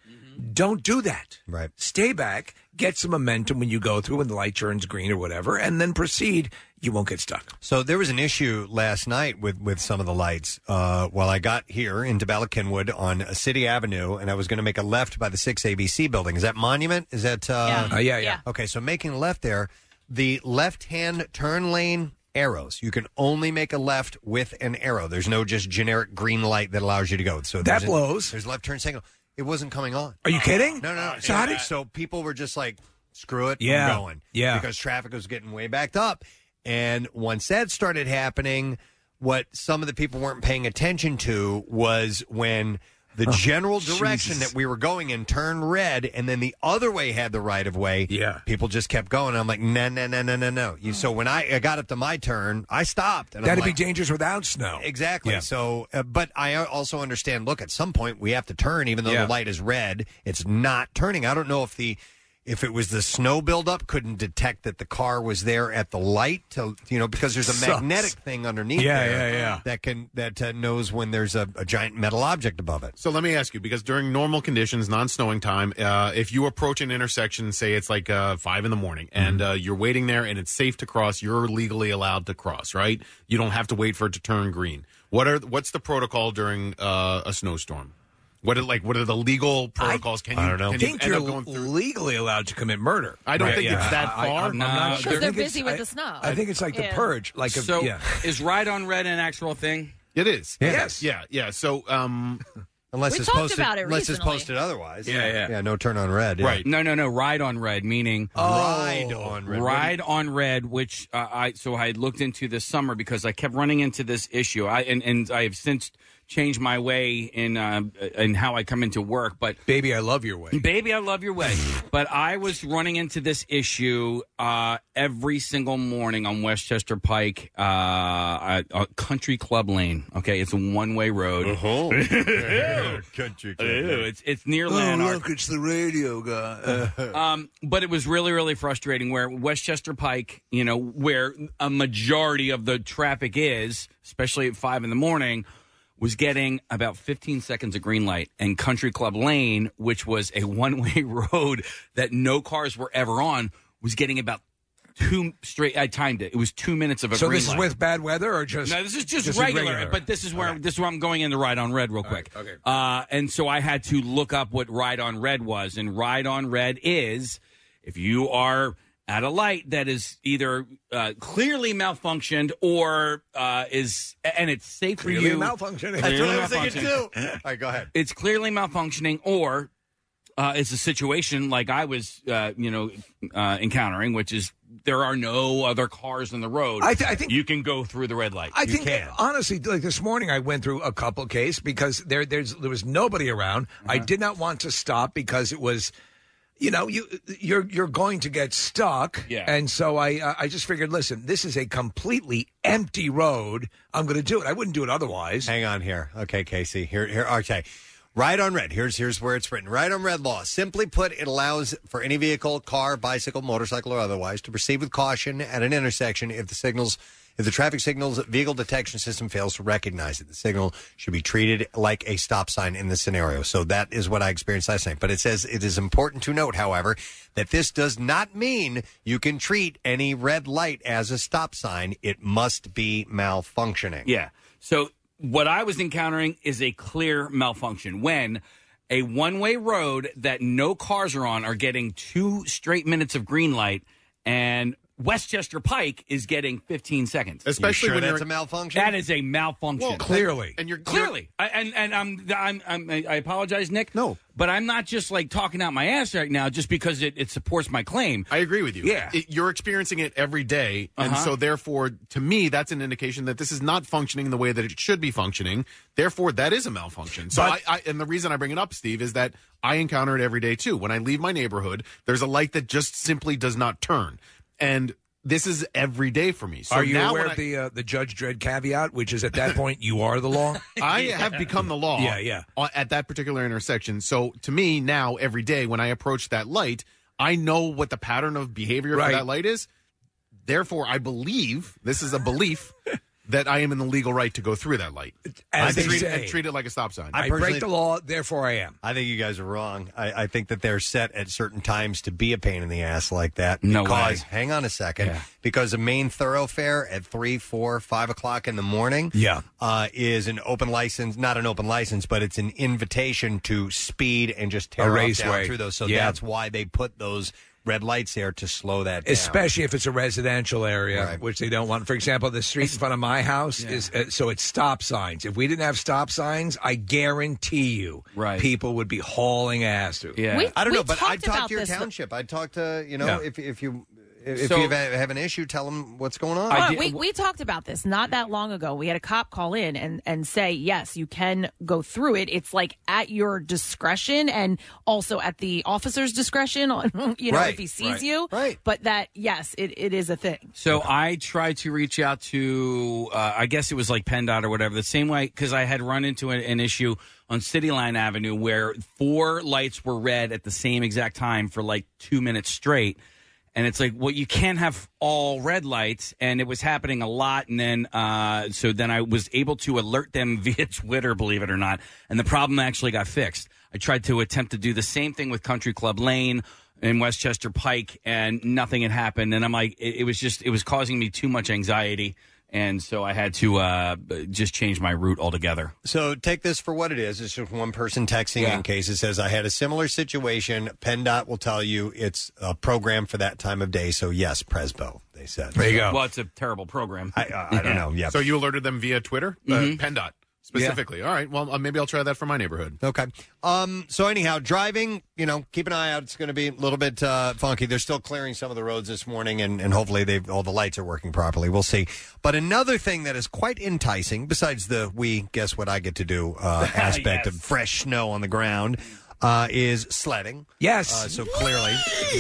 Don't do that. Right. Stay back, get some momentum when you go through when the light turns green or whatever, and then proceed. You won't get stuck.
So there was an issue last night with, with some of the lights. Uh, while I got here into Ballackinwood on uh, City Avenue, and I was going to make a left by the six ABC building. Is that Monument? Is that uh,
Yeah. Uh, yeah, yeah.
Okay, so making a left there, the left hand turn lane arrows. You can only make a left with an arrow. There's no just generic green light that allows you to go. So
That
there's a-
blows.
there's left turn signal. It wasn't coming on.
Are you kidding?
No, no. no.
So how did-
so people were just like, screw it,
Yeah.
I'm going.
Yeah.
Because traffic was getting way backed up. And once that started happening, what some of the people weren't paying attention to was when the general
Oh,
direction
Jesus.
that we were going in turned red and then the other way had the right of way. Yeah. People just kept going. I'm like, no, no, no, no, no, no. You so when I, I got up to my turn, I stopped. And I'm
That'd
like,
be dangerous without snow.
Exactly.
Yeah.
So, uh, but I also understand. Look, at some point we have to turn, even though
Yeah.
the light is red. It's not turning. I don't know if the if it was the snow buildup couldn't detect that the car was there at the light to you know because there's a
Sucks.
magnetic thing underneath.
Yeah,
there
yeah, yeah.
That can that uh, knows when there's a, a giant metal object above it.
So let me ask you, because during normal conditions, non-snowing time, uh, if you approach an intersection, say it's like uh, five in the morning,
Mm-hmm.
and uh, you're waiting there, and it's safe to cross, you're legally allowed to cross, right? You don't have to wait for it to turn green. What are what's the protocol during uh, a snowstorm? What are, like what are the legal protocols? can you? Can you
think
end
you're
up going
legally allowed to commit murder.
I don't think it's that
I- I-
far.
I'm not
No,
sure.
Because
I think
they're
it's-
busy with
I-
the snow.
I think it's like the
Yeah.
purge. Like a,
so
yeah.
is ride on red an actual thing?
It is.
Yeah. Yes.
Yeah. Yeah. So, um,
unless
We it's talked posted- about it unless it's recently. posted
otherwise.
Yeah, yeah.
Yeah, no turn on red. yeah.
No, no, no. Ride on red, meaning
Oh.
Ride on red.
Ride on red, which uh, I so I had looked into this summer because I kept running into this issue. I and, and I have since changed my way in uh, in how I come into work. But
baby, I love your way.
Baby, I love your way. but I was running into this issue uh, every single morning on Westchester Pike, uh, uh, uh, Country Club Lane. Okay, it's a one way road.
Country
Ew, it's it's near
Oh,
Lanark.
look, it's the radio guy.
Um, but it was really, really frustrating where Westchester Pike, you know, where a majority of the traffic is, especially at five in the morning, was getting about 15 seconds of green light. And Country Club Lane, which was a one way road that no cars were ever on, was getting about two straight. I timed it. It was two minutes of a
so
green
this
light.
is with bad weather or just
No, this is just, regular, But this is where this is where I'm going in the ride on red real quick. okay. Uh, and so I had to look up what ride on red was, and ride on red is if you are at a light that is either uh, clearly malfunctioned or uh, is and it's safe for
Clearly
you Clearly
malfunctioning. That's what I was thinking,
malfunctioning.
too. All
right, go ahead.
It's clearly malfunctioning or. Uh, it's a situation like I was, uh, you know, uh, encountering, which is there are no other cars on the road.
I thi- I think-
you can go through the red light.
I
you
think
can.
honestly, like this morning, I went through a couple case because there there's there was nobody around. I did not want to stop because it was, you know, you you're you're going to get stuck.
Yeah.
And so I uh, I just figured, listen, this is a completely empty road. I'm going to do it. I wouldn't do it otherwise.
Hang on here. Okay, Casey. Here, here. Okay. Right on red. Here's here's where it's written. Right on red law. Simply put, it allows for any vehicle, car, bicycle, motorcycle, or otherwise to proceed with caution at an intersection if the signals if the traffic signal's vehicle detection system fails to recognize it. The signal should be treated like a stop sign in this scenario. So that is what I experienced last night. But it says it is important to note, however, that this does not mean you can treat any red light as a stop sign. It must be malfunctioning.
Yeah. So what I was encountering is a clear malfunction when a one-way road that no cars are on are getting two straight minutes of green light, and Westchester Pike is getting 15 seconds.
Especially You sure when you're- that's a malfunction?
That is a malfunction.
Well, Clearly.
and you're clearly. I, and and I'm, I'm I'm I apologize, Nick. No, but I'm not just like talking out my ass right now just because it, it supports my claim.
I agree with you.
Yeah.
It- you're experiencing it every day, and
Uh-huh.
so therefore, to me, that's an indication that this is not functioning the way that it should be functioning. Therefore, that is a malfunction. So,
But-
I, I and the reason I bring it up, Steve, is that I encounter it every day too. When I leave my neighborhood, there's a light that just simply does not turn, and this is every day for me. So
are you
now
aware
when
of
I,
the uh, the Judge Dredd caveat, which is at that point you are the law?
I have become the law.
Yeah, yeah.
on- At that particular intersection. So to me now, every day when I approach that light, I know what the pattern of behavior
Right.
for that light is. Therefore, I believe this is a belief that I am in the legal right to go through that light.
As
I
they
treat,
say.
and treat it like a stop sign.
I I break personally- the
law, therefore I am.
I think you guys are wrong. I, I think that they're set at certain times to be a pain in the ass like that.
No
because,
way.
Hang on a second. Because a main thoroughfare at three, four, five o'clock in the morning,
Yeah.
uh, is an open license, not an open license, but it's an invitation to speed and just tear
A
off down
raceway.
through those. So
Yeah.
that's why they put those red lights there to slow that down.
Especially if it's a residential area, which they don't want. For example, the street in front of my house is uh, so it's stop signs. If we didn't have stop signs, I guarantee you, right. people would be hauling ass through.
Yeah. We- I don't we know, but talked I'd talk
about
to your
this-
township. I'd talk to you know
Yeah.
if if you if
So-
you have, have an issue, tell them what's going on.
Well, we, we talked about this not that long ago. We had a cop call in and, and say, yes, you can go through it. It's like at your discretion and also at the officer's discretion, on you know,
Right,
if he sees
right.
you. Right. But that, yes, it, it is a thing.
So I tried to reach out to, uh, I guess it was like PennDOT or whatever, the same way, because I had run into an, an issue on City Line Avenue where four lights were red at the same exact time for like two minutes straight. And it's like, well, you can't have all red lights. And it was happening a lot. And then, uh, so then I was able to alert them via Twitter, believe it or not. And the problem actually got fixed. I tried to attempt to do the same thing with Country Club Lane in Westchester Pike, and nothing had happened. And I'm like, it, it was just, it was causing me too much anxiety, and so I had to uh, b- just change my route altogether.
So take this for what it is. It's just one person texting
Yeah.
in case it says, I had a similar situation. PennDOT will tell you it's a program for that time of day. So, yes, Presbo, they said.
Well, it's a terrible program.
I, uh, I don't know. Yeah.
So you alerted them via Twitter,
Mhm.
uh, PennDOT specifically. All right. Well, uh, maybe I'll try that for my neighborhood.
Okay. Um, so anyhow, driving, you know, keep an eye out. It's going to be a little bit uh, funky. They're still clearing some of the roads this morning, and, and hopefully they all the lights are working properly. We'll see. But another thing that is quite enticing, besides the we guess what I get to do uh, aspect of fresh snow on the ground, uh, is sledding.
Yes.
Uh, so clearly.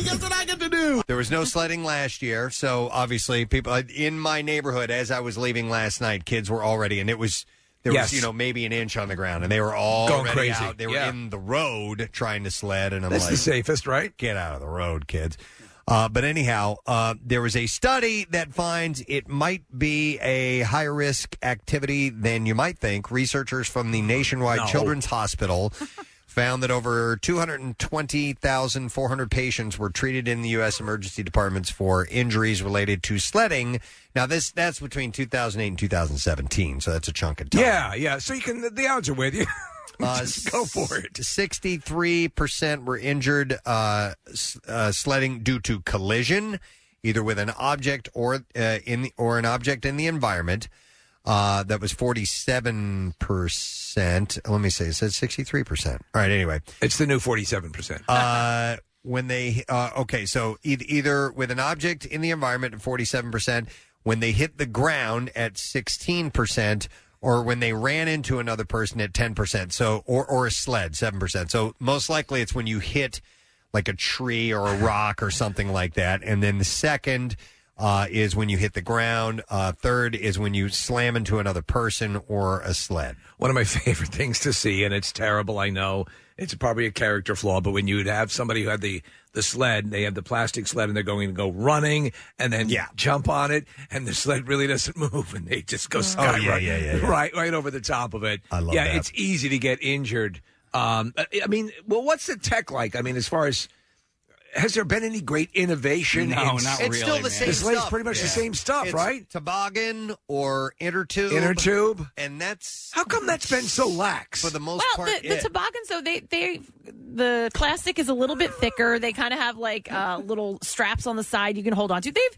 Guess what I get to do?
There was no sledding last year, so obviously people uh, in my neighborhood as I was leaving last night, kids were already and it was there
Yes.
was you know maybe an inch on the ground and they were all
Going
already
crazy.
out. They were
Yeah.
in the road trying to sled and I'm
That's
like
the safest, right?
Get out of the road, kids. Uh, but anyhow, uh, there was a study that finds it might be a higher risk activity than you might think. Researchers from the Nationwide
No.
Children's Hospital found that over 220,400 patients were treated in the U.S. emergency departments for injuries related to sledding. Now, this that's between 2008 and 2017, so that's a chunk of time.
Yeah, yeah. So you can the, the odds are with you. Just go for it.
Sixty-three percent were injured uh, s- uh, sledding due to collision, either with an object or uh, in the, or an object in the environment. Uh, that was forty-seven percent. Let me say, it said sixty-three percent. All right. Anyway,
It's the new forty-seven percent.
uh, when they uh, okay, so e- either with an object in the environment at forty-seven percent, when they hit the ground at sixteen percent, or when they ran into another person at ten percent. So or or a sled seven percent. So most likely it's when you hit like a tree or a rock or something like that, and then the second. uh, is when you hit the ground. Uh, third is when you slam into another person or a sled.
One of my favorite things to see, and it's terrible, I know. It's probably a character flaw, but when you'd have somebody who had the, the sled, they have the plastic sled, and they're going to go running and then jump on it, and the sled really doesn't move, and they just go
Oh,
skyrocketing
yeah, yeah, yeah, yeah.
right right over the top of it. I
love
yeah,
that.
it's easy to get injured. Um, I I mean, well, what's the tech like? I mean, as far as has there been any great innovation?
No,
in-
not It's still really, the man. same
This lady's
stuff.
pretty much the
Yeah.
same stuff,
It's
right?
Toboggan or inner tube.
Inner tube.
And that's
how come that's been so lax
for the most
Well,
part.
the, the
it-
toboggans though they they the plastic is a little bit thicker. They kind of have like uh, little straps on the side you can hold on to. They've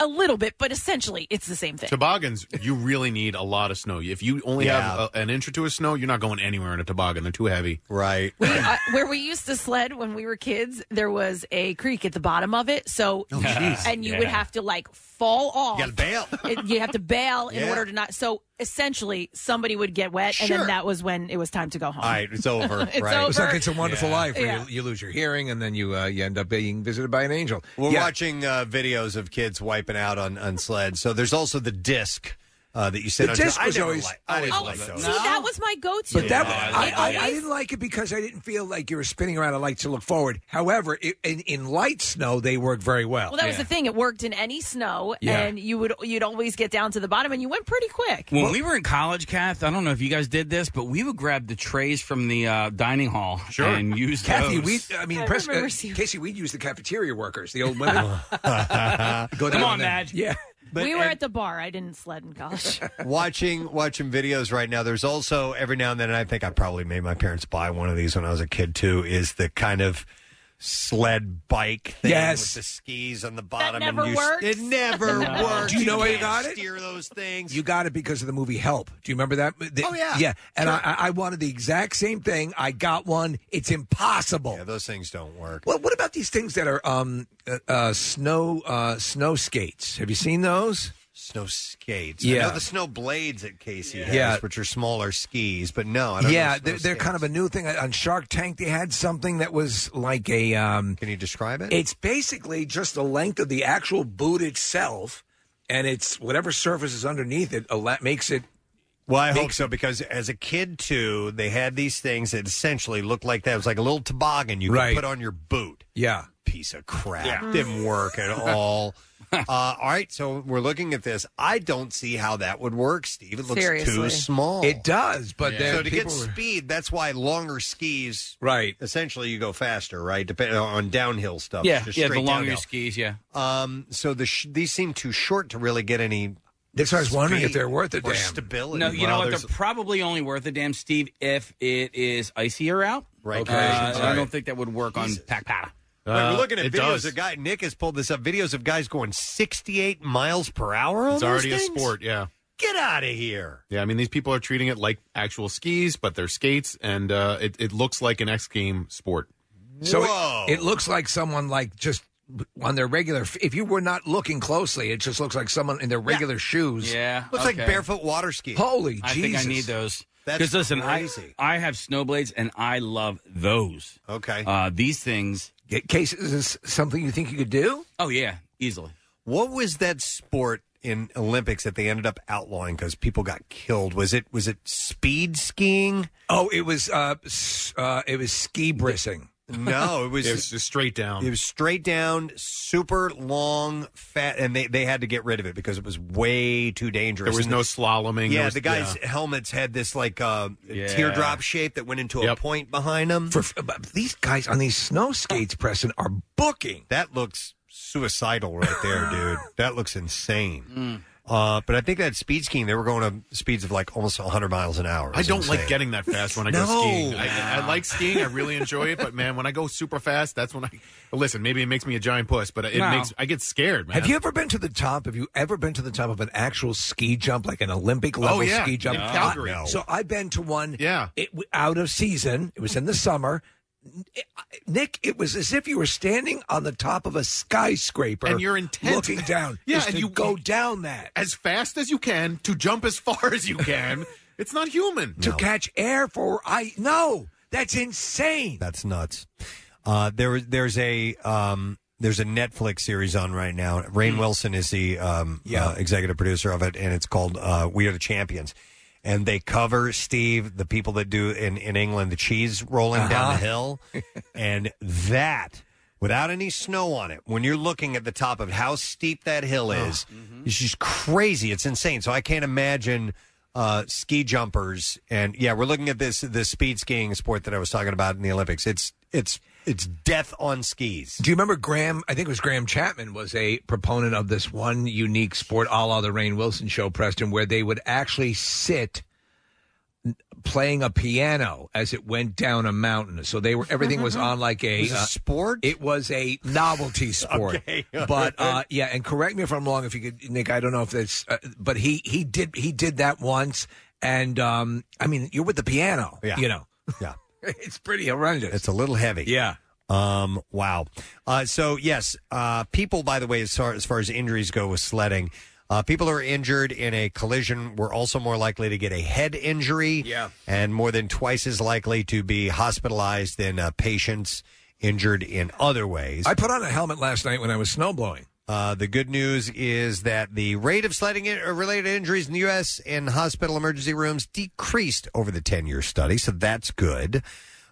a little bit, but essentially it's the same thing.
Toboggans, you really need a lot of snow. If you only have a, an inch or two of snow, you're not going anywhere in a toboggan. They're too heavy.
Right.
Uh, where we used to sled when we were kids, there was a creek at the bottom of it. So,
Oh, jeez.
and you
Yeah.
would have to like fall off.
You gotta bail.
It- you have to bail in
Yeah.
order to not. So, essentially, somebody would get wet, and
Sure.
then that was when it was time to go home.
All right, it's over.
It's
right.
It's like it's a wonderful
Yeah.
life where
Yeah.
you, you lose your hearing and then you uh, you end up being visited by an angel.
We're
Yeah.
watching uh, videos of kids wiping out on, on sleds. So there's also the disc uh, that you sit
The
on.
disc
I
was
never
always-
liked- I didn't
Oh,
like those.
see, that was my go-to.
But that I,
It
I, I
always-
didn't like it because I didn't feel like you were spinning around. I like to look forward. However, i in, in light snow, they work very well.
Well, that was the thing. It worked in any snow,
Oh, Yeah.
and you would you'd always get down to the bottom, and you went pretty quick.
When we were in college, Kath, I don't know if you guys did this, but we would grab the trays from the uh, dining hall and use
Kathy, we,
those.
I mean,
I
Pres-
remember
uh, Casey, we'd use the cafeteria workers, the old women. Go down
Come on,
there.
Madge.
Yeah.
we were at the bar. I didn't sled in college.
watching watching videos right now. There's also every now and then, and I think I probably made my parents buy one of these when I was a kid too. Is the kind of sled bike thing
Yes.
with the skis on the bottom?
never
and you,
works.
It never
No.
works.
Do you know why you
can't
got it?
Steer those things.
You got it because of the movie Help. Do you remember that? The-
Oh, yeah.
yeah. And
Sure.
I, I wanted the exact same thing. I got one. It's impossible. Yeah,
those things don't work.
Well, what about these things that are um, uh, uh, snow uh, snow skates? Have you seen those?
Snow skates. I
Yeah.
know the snow blades at Casey has,
Yeah.
which are smaller skis, but no, I don't. know
yeah,
snow
they're, they're
skates.
kind of a new thing. On Shark Tank, they had something that was like a. Um,
Can you describe it?
It's basically just the length of the actual boot itself, and it's whatever surface is underneath it ala- makes it.
Well, I hope so because as a kid too, they had these things that essentially looked like that. It was like a little toboggan you
Right.
could put on your boot.
Yeah.
Piece of crap.
Yeah.
Didn't work at all. uh, all right, so we're looking at this. I don't see how that would work, Steve. It looks too
Seriously.
small.
It does, but Yeah. then
so to get
people were-
speed, that's why longer skis.
Right.
Essentially, you go faster, right? Depending on downhill stuff.
yeah,
just
yeah, the
straight
longer your
downhill.
skis, yeah.
Um, so the sh- these seem too short to really get any.
That's what I was wondering if
speed
they're worth it.
or
damn.
stability.
No, you know what? They're probably only worth a damn Steve if it is icier out.
Right.
Uh,
Okay.
I
Right.
don't think that would work on pack pack.
Uh,
Wait, we're looking at videos of guy Nick has pulled this up. Videos of guys going 68 miles per hour. On
It's
those
already a
things?
sport, yeah.
Get out of here.
Yeah, I mean, these people are treating it like actual skis, but they're skates, and uh, it, it looks like an X game sport.
So It, it looks like someone like just on their regular. If you were not looking closely, it just looks like someone in their regular shoes.
Yeah,
Looks like barefoot water ski.
Holy
I think I
Jesus.
need those.
That's
Because listen, I,
crazy.
I have snowblades and I love those.
Okay.
Uh, these things.
Case, is this something you think you could do?
Oh yeah, easily.
What was that sport in Olympics that they ended up outlawing because people got killed? Was it was it speed skiing?
Oh, it was uh, s- uh it was ski brissing.
No, it was
It was
just straight
Um.
down.
It was straight down, super long, fat, and they, they had to get rid of it because it was way too dangerous.
There was
And
no
the-
slaloming.
Yeah,
There was-
the guys' helmets had this like uh, teardrop shape that went into a point behind them.
For, but these guys on these snow skates, Preston, are booking.
That looks suicidal right there, dude. That looks insane.
Mm.
Uh, but I think that speed skiing, they were going to speeds of like almost 100 miles an hour.
I
It's
don't like
insane.
getting that fast when I go
No.
skiing. I,
Yeah.
I like skiing. I really enjoy it, but man, when I go super fast, that's when I listen. Maybe it makes me a giant puss, but it
No.
makes I get scared. Man.
Have you ever been to the top? Have you ever been to the top of an actual ski jump, like an Olympic level
Oh, yeah.
ski jump? Uh,
In Calgary. No.
So I've been to one.
Yeah.
It, w- out of season. It was in the summer. N- it- I- Nick, it was as if you were standing on the top of a skyscraper,
And your intent-
looking down.
Yeah,
is
and
to
you-
go down that
as fast as you can to jump as far as you can. It's not human
to catch air for. I no, that's insane.
That's nuts. Uh, there was there's a um, There's a Netflix series on right now. Rain
Hmm.
Wilson is the um, uh, executive producer of it, and it's called uh, "We Are the Champions." And they cover Steve, the people that do in in England the cheese rolling down the
Uh-huh.
hill, and that without any snow on it. When you're looking at the top of how steep that hill is, it's just crazy. It's insane. So I can't imagine uh, ski jumpers. And yeah, we're looking at this this speed skiing sport that I was talking about in the Olympics. It's it's it's death on skis.
Do you remember Graham? I think it was Graham Chapman was a proponent of this one unique sport, a la the Rain Wilson show, Preston, where they would actually sit playing a piano as it went down a mountain. So they were everything was on like a, uh,
Was it sport.
It was a novelty sport.
Okay.
but uh, yeah, and correct me if I'm wrong. If you could, Nick, I don't know if that's, uh, but he he did he did that once, and um, I mean you're with the piano,
Yeah.
you know,
yeah.
it's pretty horrendous.
It's a little heavy.
Yeah.
Um. Wow. Uh, so yes, uh, people. By the way, as far as, far as injuries go with sledding, uh, people who are injured in a collision were also more likely to get a head injury.
Yeah.
And more than twice as likely to be hospitalized than uh, patients injured in other ways.
I put on a helmet last night when I was snowblowing.
Uh, the good news is that the rate of sledding in- uh, related injuries in the U.S. in hospital emergency rooms decreased over the 10 year study, so that's good.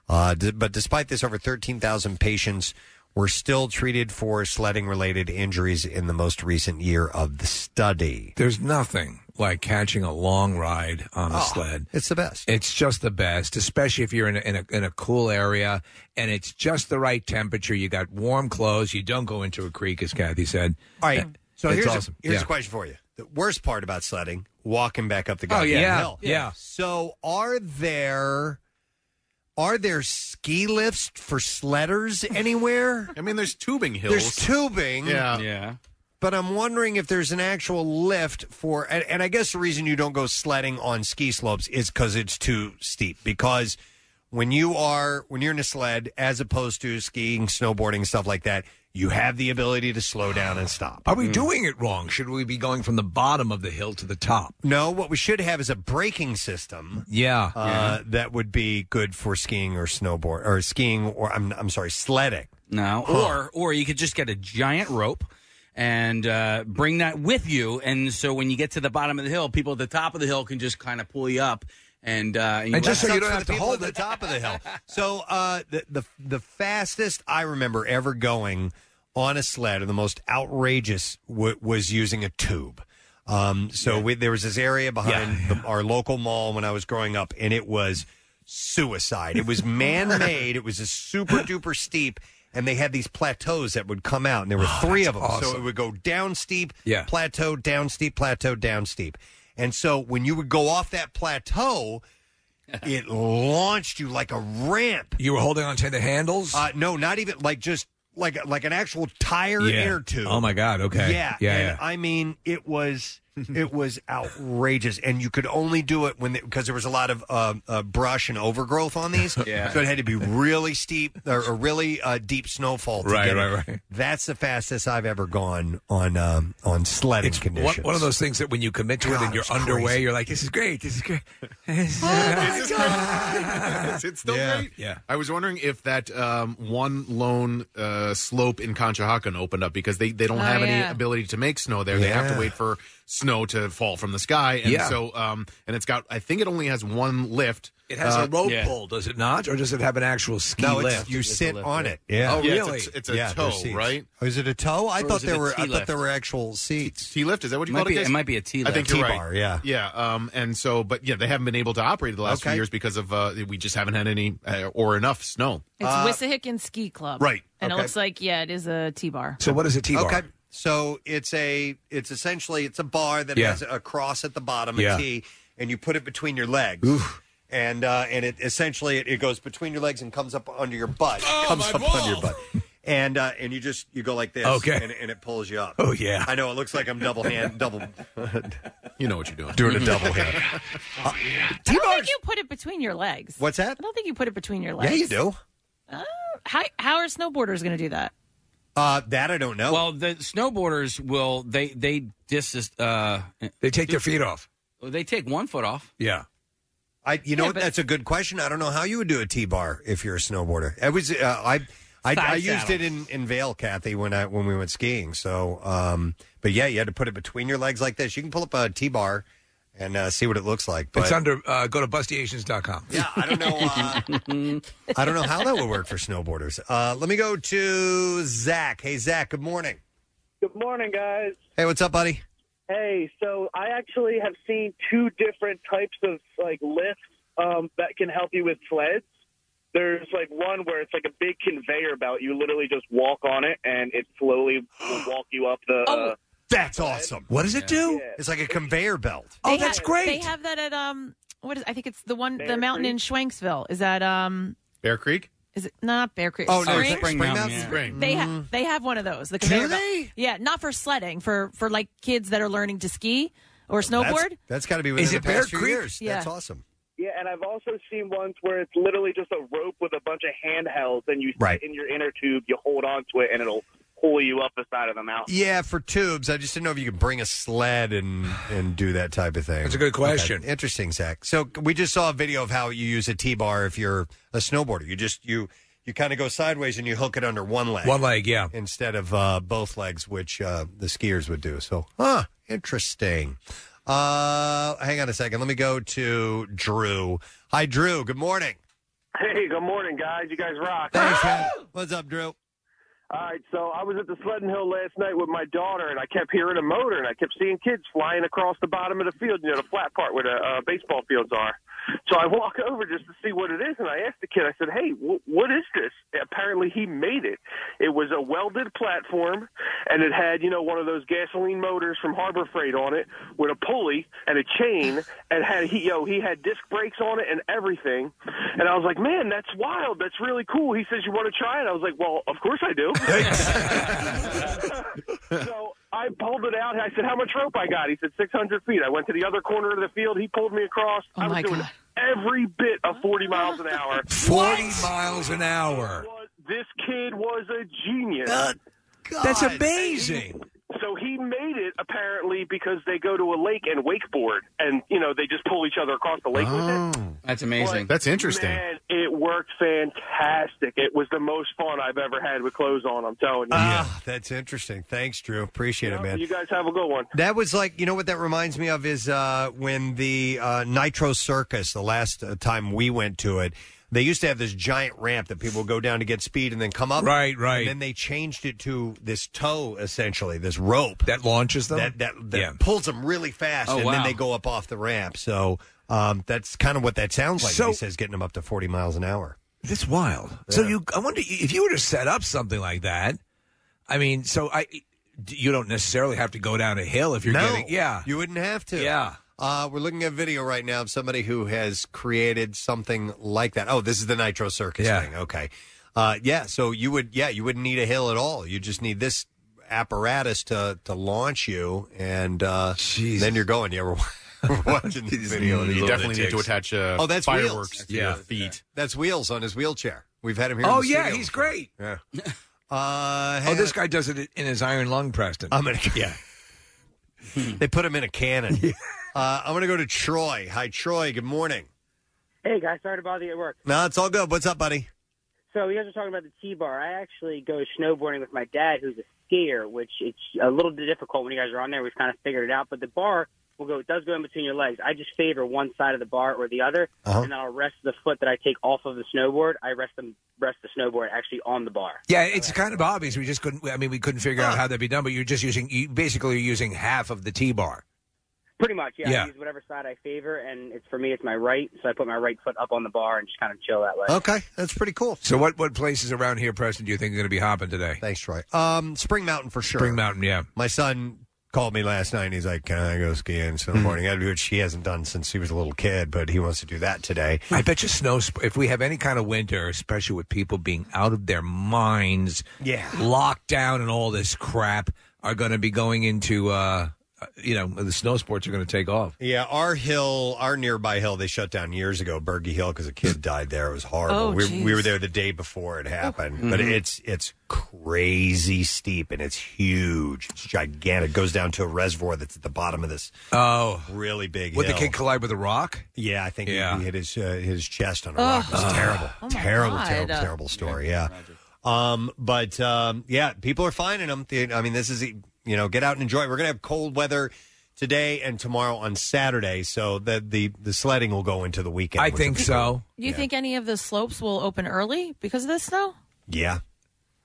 Uh, d- but despite this, over 13,000 patients were still treated for sledding related injuries in the most recent year of the study.
There's nothing like catching a long ride on a sled.
Ah, It's the best.
It's just the best, especially if you're in a, in a in a cool area and it's just the right temperature. You got warm clothes. You don't go into a creek, as Kathy said.
All right. So
It's
here's,
awesome.
a, here's
Yeah.
a question for you. The worst part about sledding, walking back up the
Oh,
goddamn
yeah. Yeah.
hill.
Yeah.
So are there are there ski lifts for sledders anywhere?
I mean, there's tubing hills.
There's tubing.
Yeah.
Yeah.
But I'm wondering if there's an actual lift for, and, and I guess the reason you don't go sledding on ski slopes is because it's too steep. Because when you are when you're in a sled, as opposed to skiing, snowboarding, stuff like that, you have the ability to slow down and stop. Mm.
Are we doing it wrong? Should we be going from the bottom of the hill to the top?
No, what we should have is a braking system.
Yeah.
Uh, That would be good for skiing or snowboard or skiing or I'm I'm sorry, sledding.
No,
Huh.
or or you could just get a giant rope and uh, bring that with you, and so when you get to the bottom of the hill, people at the top of the hill can just kind of pull you up, and uh,
And just so you don't have to hold
the
it. top of the hill. So uh, the, the the fastest I remember ever going on a sled, or the most outrageous w- was using a tube. Um, so we, there was this area behind The, our local mall when I was growing up, and it was suicide. It was man made. it was a super duper steep. And they had these plateaus that would come out, and there were
Oh,
three of them.
that's
So
awesome.
it would go down steep,
Yeah.
plateau, down steep, plateau, down steep. And so when you would go off that plateau, it launched you like a ramp.
You were holding onto the handles?
Uh, no, not even like just like like an actual tire
Yeah.
inner tube.
Oh, my God, okay.
Yeah,
Yeah,
And
yeah.
I mean, it was it was outrageous, and you could only do it when because there was a lot of uh, uh, brush and overgrowth on these.
Yeah.
so it had to be really steep or, or really uh, deep snowfall. To
Right,
get it.
right, right.
That's the fastest I've ever gone on um, on sledding
One,
conditions.
one of those things that when you commit to it and you're underway, you're like, this is great. This is great.
Oh
This is great. It's- it's still
Yeah.
great.
Yeah.
I was wondering if that um, one lone uh, slope in Conshohocken opened up because they, they don't
Oh,
have any
yeah.
ability to make snow there. They have to
Yeah.
wait for snow to fall from the sky. And
Yeah.
so um, and it's got I think it only has one lift.
It has
Uh,
a rope pull, does it not? Or does it have an actual ski
No, it's-
lift?
you It's a sit lift, on yeah. it.
Yeah.
Oh,
Yeah, it's a-
really?
it's a Yeah, toe, there's seats. right?
Oh, is it a toe?
Or
I thought
was it
there
a
were. I
T-lift?
thought there were actual seats.
T lift is that what you
Might
call
be-
it? guys?
it might be a T
I think
lift.
you're
T-bar,
right.
yeah.
yeah. Um, and so, but yeah, they haven't been able to operate the last few
Okay.
years because of uh, we just haven't had any uh, or enough snow.
It's Wissahickon Ski Club.
Uh, right.
And it
Okay.
looks like, yeah, it is a T bar.
So what is a T-bar?
Okay. So it's a it's essentially it's a bar that
Yeah.
has a cross at the bottom,
Yeah.
a T, and you put it between your legs. And uh, and it essentially it, it goes between your legs and comes up under your butt.
Oh,
comes up under your butt. And uh, and you just you go like this
Okay.
and, and it pulls you up.
Oh, yeah.
I know it looks like I'm double hand double
You know what you're doing.
doing a double hand.
I don't think you put it between your legs.
What's that?
I don't think you put it between your legs. Uh,
Yeah, you do.
How, how are snowboarders going to do that?
Uh, that I don't know.
Well, the snowboarders will they they dis uh,
they take their feet off.
They take one foot off.
Yeah.
I you know what that's a good question. I don't know how you would do a T bar if you're a snowboarder. I was uh, I I,
Side
I used
saddle.
it in, in Vail, Kathy, when I when we went skiing. So, um, but yeah, you had to put it between your legs like this. You can pull up a T bar and uh, see what it looks like. But
it's under. Uh, go to bustiations.com.
Yeah, I don't know. Uh, I don't know how that would work for snowboarders. Uh, let me go to Zach. Hey, Zach. Good morning.
Good morning, guys.
Hey, what's up, buddy?
Hey, so I actually have seen two different types of like lifts um, that can help you with sleds. There's like one where it's like a big conveyor belt. You literally just walk on it, and it slowly will walk you up the. Uh,
That's awesome. What does it do? It's like a conveyor belt.
They ha- They have that at um, what is? I think it's the one, the
Bear
mountain in Schwanksville. Is that um,
Bear Creek?
is it not Bear Creek?
Oh, no,
Spring?
Spring Spring Mountain, Mountain. yeah. Spring.
They
Mm-hmm.
have they have one of those. The
Do
conveyor belt. Yeah, not for sledding, for for like kids that are learning to ski or snowboard.
That's, that's got to be within
Is it
the past
Bear
few
Creek?
years.
Yeah.
That's awesome.
yeah, and I've also seen ones where it's literally just a rope with a bunch of handhelds, and you
Right.
in your inner tube, you hold onto it, and it'll pull you up the side of the mountain.
Yeah, for tubes. I just didn't know if you could bring a sled and and do that type of thing.
That's a good question.
Okay. Interesting, Zach. So we just saw a video of how you use a T bar if you're a snowboarder. You just you you kind of go sideways and you hook it under one leg.
One leg, yeah.
Instead of uh, both legs, which uh, the skiers would do. So, huh, interesting. Uh, hang on a second. Let me go to Drew. Hi, Drew. Good morning.
Hey, good morning, guys. You guys rock.
Thanks, man. What's up, Drew?
All right, so I was at the sledding hill last night with my daughter, and I kept hearing a motor, and I kept seeing kids flying across the bottom of the field, you know, the flat part where the uh, baseball fields are. So I walk over just to see what it is, and I asked the kid, I said, hey, w- what is this? Apparently, he made it. It was a welded platform, and it had, you know, one of those gasoline motors from Harbor Freight on it with a pulley and a chain, and had he, yo, he had disc brakes on it and everything. And I was like, man, that's wild. That's really cool. He says, you want to try it? I was like, well, of course I do. so I pulled it out. and I said, "How much rope I got?" He said, 600 feet." I went to the other corner of the field. He pulled me across. I was doing every bit of 40 miles an hour.
40 miles an hour.
This kid was a genius.
That's amazing.
So he made it apparently because they go to a lake and wakeboard, and you know they just pull each other across the lake with it.
That's amazing.
Oh, That's interesting.
Man, it worked fantastic. It was the most fun I've ever had with clothes on. I'm telling you.
Ah, that's interesting. Thanks, Drew. Appreciate it, man.
You guys have a good one.
That was like, you know what that reminds me of is uh, when the uh, Nitro Circus, the last uh, time we went to it, they used to have this giant ramp that people would go down to get speed and then come up.
Right, right.
And then they changed it to this tow, essentially, this rope.
That launches them?
That, that, that
Yeah.
pulls them really fast,
Oh,
and then
wow.
they go up off the ramp. So um, that's kind of what that sounds like.
So-
when he says getting them up to 40 miles an hour.
That's wild. So you, I wonder if you were to set up something like that. I mean, so I, you don't necessarily have to go down a hill if you're
no,
getting. Yeah,
you wouldn't have to.
Yeah.
Uh, we're looking at a video right now of somebody who has created something like that. Oh, this is the Nitro Circus
Yeah.
thing. Okay. Uh, yeah. So you would, yeah, you wouldn't need a hill at all. You just need this apparatus to to launch you, and uh, then you're going. Yeah, we're watching this video. of the
You definitely need to
lunatics.
attach uh,
oh, that's
fireworks
Wheels.
to your feet.
That's wheels on his wheelchair. We've had him here. in
Oh
the
yeah,
studio
he's
before.
great.
Yeah. Uh,
oh, this guy does it in his iron lung, Preston.
I'm gonna yeah. they put him in a cannon. Uh, I'm going to go to Troy. Hi, Troy. Good morning.
Hey guys, sorry to bother you at work.
No, it's all good. What's up, buddy?
So you guys are talking about the T-bar. I actually go snowboarding with my dad, who's a skier, which it's a little bit difficult when you guys are on there. We've kind of figured it out, but the bar will go. It does go in between your legs. I just favor one side of the bar or the other,
Uh-huh.
and then I'll rest the foot that I take off of the snowboard. I rest them rest the snowboard actually on the bar.
Yeah, it's kind of obvious. We just couldn't. I mean, we couldn't figure out how that'd be done. But you're just using. You basically, you're using half of the T bar.
Pretty much, yeah.
Yeah.
I use whatever side I favor, and it's for me, it's my right. So I put my right foot up on the bar and just kind of chill that way.
Okay, that's pretty cool.
So, what what places around here, Preston, do you think are going to be hopping today?
Thanks, Troy. Um, Spring Mountain for sure.
Spring Mountain, yeah.
My son called me last night and he's like, Can I go skiing,
Hmm.
snowboarding? I do what she hasn't done since he was a little kid, but he wants to do that today.
I bet you snow. sp- If we have any kind of winter, especially with people being out of their minds,
Yeah.
locked down and all this crap, are going to be going into. uh You know, the snow sports are going to take off.
Yeah, our hill, our nearby hill, they shut down years ago, Bergy Hill, because a kid died there. It was horrible.
Oh,
we, we
jeez.
were there the day before it happened,
Oh.
but
Mhm.
it's it's crazy steep and it's huge. It's gigantic. It goes down to a reservoir that's at the bottom of this
Oh,
really big.
Would the
hill.
kid collide with a rock?
Yeah, I think he-
Yeah.
he hit his uh, his chest on a rock. It was
Ugh.
terrible,
Oh, my
terrible,
God.
terrible, terrible story. Yeah. Um, but um, yeah, people are finding them. I mean, this is you know, get out and enjoy. We're gonna have cold weather today and tomorrow on Saturday, so the the, the sledding will go into the weekend.
I think so.
You think any of the slopes will open early because of this snow?
Yeah.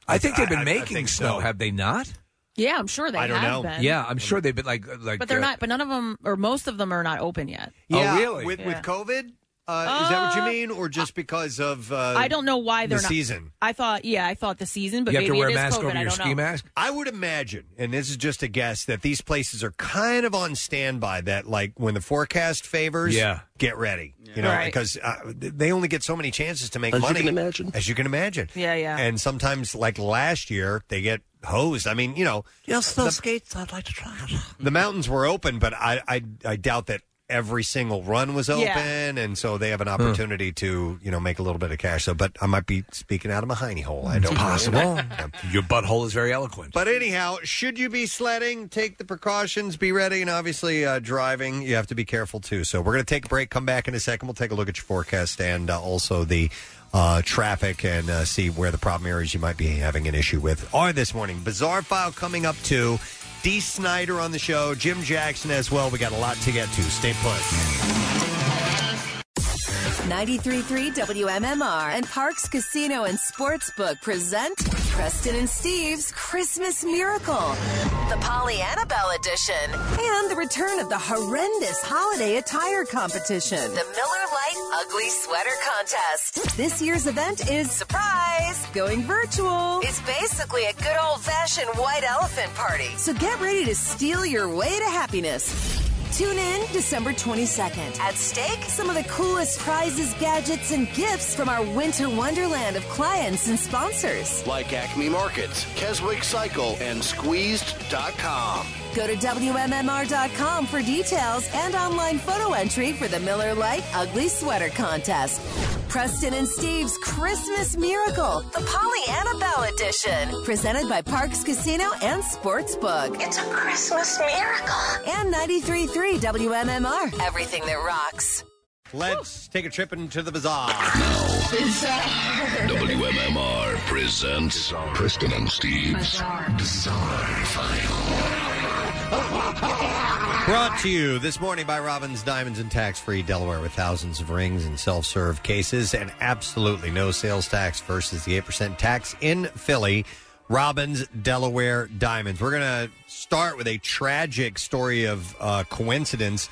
I think they've been
I- I
making
think
snow,
so.
have they not?
Yeah, I'm sure they have been.
Yeah, I'm sure they've been like like.
but they're
uh,
not. But none of them, or most of them, are not open yet.
Yeah, With with
Yeah.
COVID, uh, is that what you
Uh,
mean, or just because of? Uh,
Oh. I don't know why they're
the
not.
season.
I thought, yeah, I thought the season, but
You have
maybe
to wear
it
a
is
mask
COVID.
over
I
your
don't
ski
know.
mask? I would imagine, and this is just a guess, that these places are kind of on standby. That like when the forecast favors,
Yeah.
get ready. You know,
Right.
because uh, th- they only get so many chances to make
As you
money.
can imagine.
as you can imagine.
Yeah, yeah.
And sometimes, like last year, they get hosed. I mean, you know,
You'll still
the-
skates. I'd like to try it.
the mountains were open, but I I, I doubt that every single run was open,
Yeah.
and so they have an opportunity to you know make a little bit of cash. So, but I might be speaking out of my hiney hole. I don't
possible.
Know.
Your butthole is very eloquent.
But anyhow, should you be sledding, take the precautions, be ready, and obviously uh, driving, you have to be careful too. So we're going to take a break, come back in a second. We'll take a look at your forecast and uh, also the uh, traffic and uh, see where the problem areas you might be having an issue with are this morning. Bizarre file coming up too. D. Snyder on the show, Jim Jackson as well. We got a lot to get to. Stay put.
93.3 WMMR and Parks Casino and Sportsbook present Preston and Steve's Christmas Miracle, the Polly Annabelle edition, and the return of the horrendous holiday attire competition, the Miller Lite Ugly Sweater Contest. This year's event is surprise going virtual. It's basically a good old fashioned white elephant party. So get ready to steal your way to happiness. Tune in December 22nd. At stake, some of the coolest prizes, gadgets, and gifts from our winter wonderland of clients and sponsors.
Like Acme Markets, Keswick Cycle, and Squeezed.com.
Go to WMMR.com for details and online photo entry for the Miller Lite Ugly Sweater Contest. Preston and Steve's Christmas Miracle, the Polly Annabelle Edition, presented by Parks Casino and Sportsbook. It's a Christmas miracle. And 93.3 WMMR, everything that rocks.
Let's take a trip into the bazaar.
WMMR presents Preston and Steve's Bizarre, File.
Brought to you this morning by Robbins Diamonds and Tax Free Delaware with thousands of rings and self serve cases and absolutely no sales tax versus the 8% tax in Philly. Robbins Delaware Diamonds. We're going to start with a tragic story of uh, coincidence.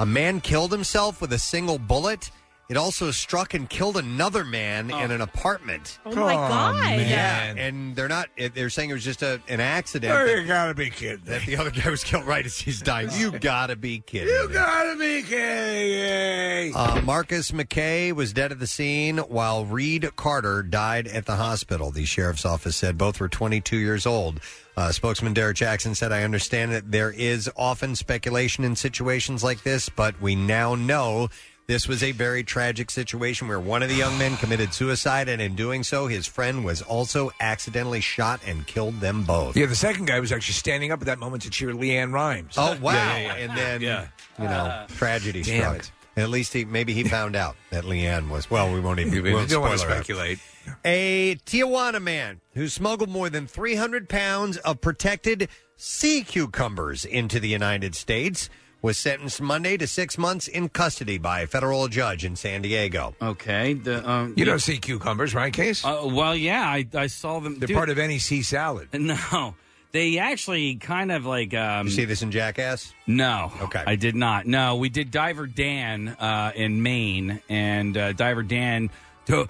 A man killed himself with a single bullet. It also struck and killed another man in an apartment.
Oh, my
Oh,
God.
Yeah, and they're not. They're saying it was just a, an accident.
Oh,
that-
you gotta be kidding.
That the other guy was killed right as he's dying. You gotta be kidding.
You
me.
gotta be kidding. me.
Uh, Marcus McKay was dead at the scene while Reed Carter died at the hospital. The sheriff's office said both were 22 years old. Uh, spokesman Derek Jackson said, I understand that there is often speculation in situations like this, but we now know this was a very tragic situation where one of the young men committed suicide, and in doing so, his friend was also accidentally shot and killed them both.
yeah, the second guy was actually standing up at that moment to cheer Leanne Rhymes.
Oh, wow.
Yeah, yeah, yeah.
And then,
Yeah.
you know, tragedy
damn
struck.
it.
Ah. At least he maybe he found out that Leanne was. Well, we won't even.
You
we won't
don't want to
spoil her.
speculate.
A Tijuana man who smuggled more than 300 pounds of protected sea cucumbers into the United States was sentenced Monday to six months in custody by a federal judge in San Diego.
Okay. The, um,
You don't
see cucumbers, right, Case?
Uh, well, yeah, I, I saw them.
They're part of any sea salad.
No, they actually kind of like. Um,
you see this in Jackass?
No.
Okay.
I did not. No, we did Diver Dan uh, in Maine, and uh, Diver Dan. To,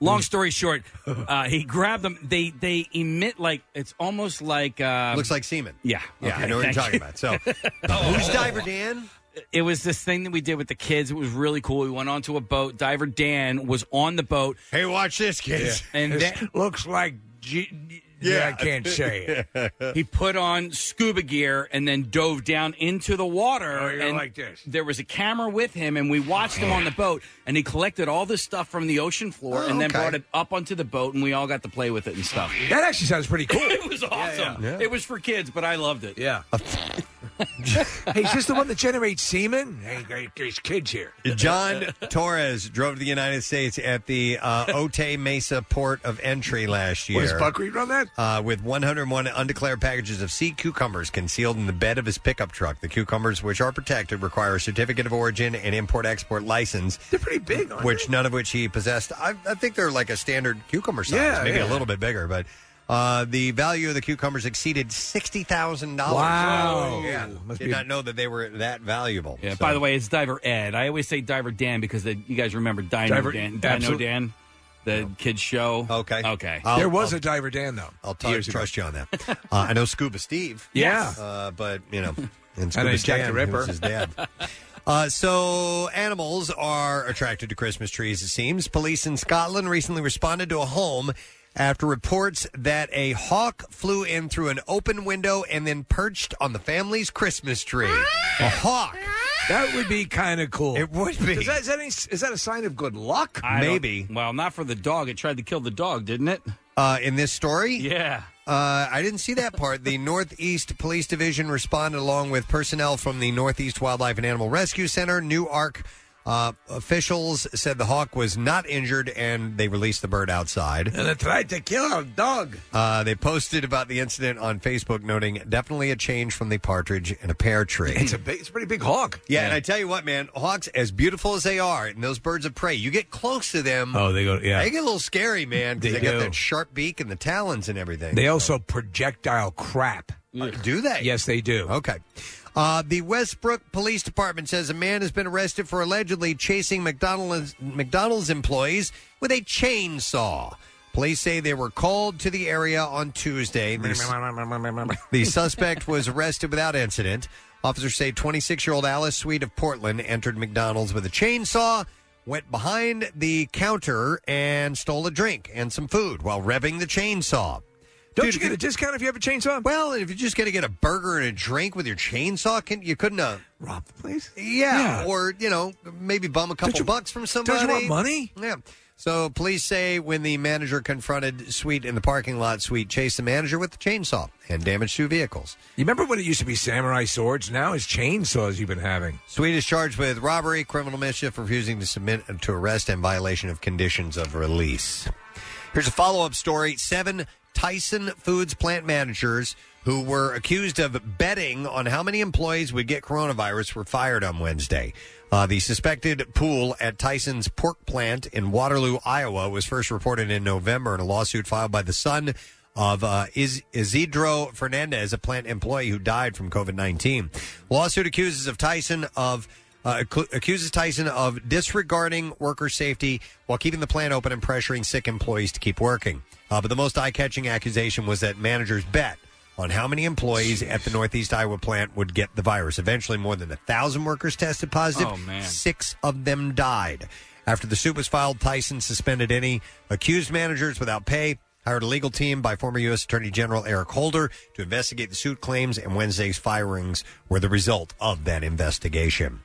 long story short, uh, he grabbed them. They they emit like it's almost like uh,
Looks like semen.
Yeah.
Yeah,
Okay,
I know what you're
thank
talking about. So, uh, who's Diver Dan?
it was this thing that we did with the kids. It was really cool. We went onto a boat. Diver Dan was on the boat.
Hey, watch this, kids!
And
This
then-
looks like. G- yeah, I can't say it.
he put on scuba gear and then dove down into the water.
Oh, you're
and
like this.
There was a camera with him, and we watched him on the boat. And he collected all this stuff from the ocean floor
Oh,
and then
okay.
brought it up onto the boat, and we all got to play with it and stuff.
That actually sounds pretty cool.
it was awesome.
yeah.
It was for kids, but I loved it.
Yeah. hey, is this the one that generates semen? Hey, there- there's kids here.
John Torres drove to the United States at the uh, Otay Mesa port of entry last year.
Was Buck Reed on that?
Uh, with 101 undeclared packages of sea cucumbers concealed in the bed of his pickup truck. The cucumbers, which are protected, require a certificate of origin and import export license. They're
pretty big,
which none of which he possessed. I, I think they're like a standard cucumber size,
Yeah,
maybe a
yeah.
little bit bigger, but. Uh, the value of the cucumbers exceeded sixty thousand dollars.
Wow.
Yeah.
Must
did
be a-
not know that they were that valuable.
Yeah.
So-
By the way, it's Diver Ed. I always say Diver Dan because they, you guys remember Dino
Diver-
Dan, Dino
absolute-
Dan, the kids show. Okay. Okay.
there was a diver Dan though.
I'll tell you, trust you on that. Uh, I know Scuba Steve.
Yeah.
Uh, but, you know, and
I know
Scuba
Jack the
Stan,
Ripper.
who's his dad. Uh, so, animals are attracted to Christmas trees, it seems. Police in Scotland recently responded to a home after reports that a hawk flew in through an open window and then perched on the family's Christmas tree. A hawk.
That would be kind of cool.
It would be.
Is that, is, that any, is that a sign of good luck?
I don't- Well, not for the dog. It tried to kill the dog, didn't it?
Uh, in this story?
Yeah.
Uh, I didn't see that part. The Northeast Police Division responded along with personnel from the Northeast Wildlife and Animal Rescue Center. Newark uh, officials said the hawk was not injured and they released the bird outside.
And they tried to kill our dog.
Uh, they posted about the incident on Facebook, noting definitely a change from the partridge and a pear tree.
It's a big, it's a pretty big hawk.
Yeah, and I tell you what, man, hawks, as beautiful as they are, and those birds of prey, you get close to them.
Oh, they go- yeah.
They get a little scary, man, because
They
they, got
do.
that sharp beak and the talons and everything.
They also projectile crap.
Uh, do they?
Yes, they do.
Okay. Uh, the Westbrook Police Department says a man has been arrested for allegedly chasing McDonald's, McDonald's employees with a chainsaw. Police say they were called to the area on Tuesday. The, the suspect was arrested without incident. Officers say 26 year old Alice Sweet of Portland entered McDonald's with a chainsaw, went behind the counter, and stole a drink and some food while revving the chainsaw.
Don't you get a discount if you have a chainsaw?
Well, if you're just going to get a burger and a drink with your chainsaw, can, you couldn't uh,
rob the place.
Yeah,
Yeah.
or you know, maybe bum a couple bucks from
don't you
somebody.
want money?
Yeah. So police say when the manager confronted Sweet in the parking lot, Sweet chased the manager with the chainsaw and damaged two vehicles.
You remember when it used to be samurai swords? Now it's chainsaws you've been having.
Sweet is charged with robbery, criminal mischief, refusing to submit to arrest, and violation of conditions of release. Here's a follow up story seven Tyson Foods plant managers who were accused of betting on how many employees would get coronavirus were fired on Wednesday. Uh, the suspected pool at Tyson's pork plant in Waterloo, Iowa, was first reported in November in a lawsuit filed by the son of uh, Iz- Isidro Fernandez, a plant employee who died from COVID 19. Lawsuit accuses of Tyson of uh, accu- accuses Tyson of disregarding worker safety while keeping the plant open and pressuring sick employees to keep working. Uh, but the most eye catching accusation was that managers bet on how many employees at the Northeast Iowa plant would get the virus. Eventually, more than a thousand workers tested positive.
Oh, man.
Six of them died. After the suit was filed, Tyson suspended any accused managers without pay, hired a legal team by former U.S. Attorney General Eric Holder to investigate the suit claims, and Wednesday's firings were the result of that investigation.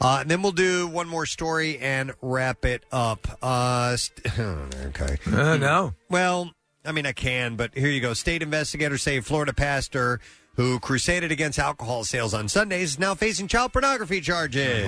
Uh, and then we'll do one more story and wrap it up. Uh, st- okay. Hmm.
Uh, no.
Well, I mean, I can, but here you go. State investigators say Florida pastor who crusaded against alcohol sales on Sundays is now facing child pornography charges.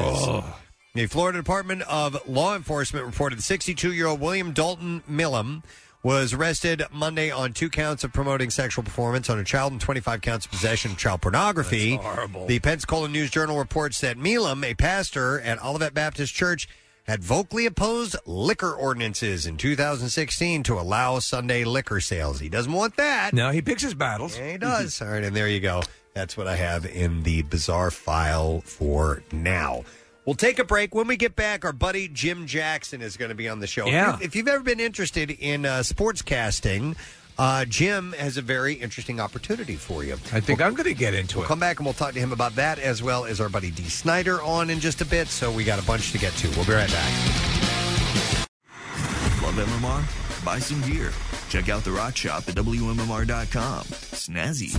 The Florida Department of Law Enforcement reported 62 year old William Dalton Millam was arrested Monday on two counts of promoting sexual performance on a child and 25 counts of possession of child pornography.
That's horrible.
The Pensacola News Journal reports that Milam, a pastor at Olivet Baptist Church, had vocally opposed liquor ordinances in 2016 to allow Sunday liquor sales. He doesn't want that.
No, he picks his battles.
Yeah, he does. All right, and there you go. That's what I have in the bizarre file for now. We'll take a break. When we get back, our buddy Jim Jackson is going to be on the show. If
Yeah.
you've- If, you've ever been interested in uh, sports casting, uh, Jim has a very interesting opportunity for you.
I think I'm going to get into
We'll
it.
come back and we'll talk to him about that as well as our buddy D. Snyder on in just a bit. So we got a bunch to get to. We'll be right back.
Love MMR? Buy some gear. Check out the rock shop at WMMR.com. Snazzy.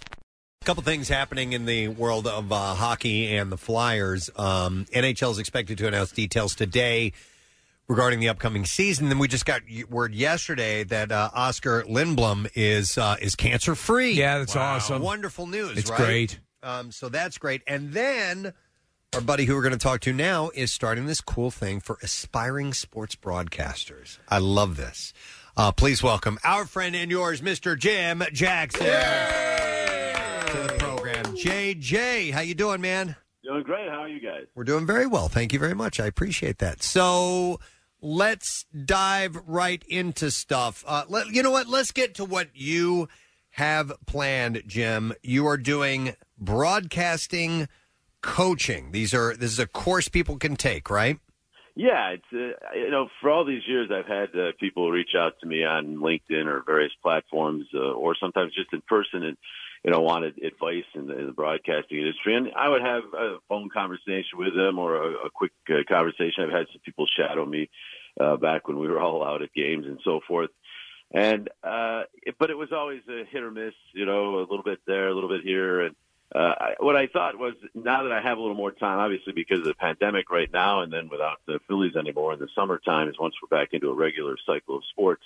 A couple things happening in the world of uh, hockey and the Flyers. Um, NHL is expected to announce details today regarding the upcoming season. Then we just got y- word yesterday that uh, Oscar Lindblom is uh, is cancer free.
Yeah, that's awesome.
Wonderful news.
It's
right?
great.
Um, so that's great. And then our buddy who we're going to talk to now is starting this cool thing for aspiring sports broadcasters. I love this. Uh, please welcome our friend and yours, Mr. Jim Jackson, to the program. JJ, how you doing, man?
Doing great. How are you guys?
We're doing very well. Thank you very much. I appreciate that. So let's dive right into stuff. Uh, let, you know what? Let's get to what you have planned, Jim. You are doing broadcasting coaching. These are this is a course people can take, right?
Yeah, it's uh, you know, for all these years, I've had uh, people reach out to me on LinkedIn or various platforms, uh, or sometimes just in person, and you know, wanted advice in the, in the broadcasting industry. And I would have a phone conversation with them or a, a quick uh, conversation. I've had some people shadow me uh, back when we were all out at games and so forth. And uh, it- but it was always a hit or miss, you know, a little bit there, a little bit here, and uh, I, what I thought was now that I have a little more time, obviously because of the pandemic right now, and then without the Phillies anymore in the summertime, is once we're back into a regular cycle of sports,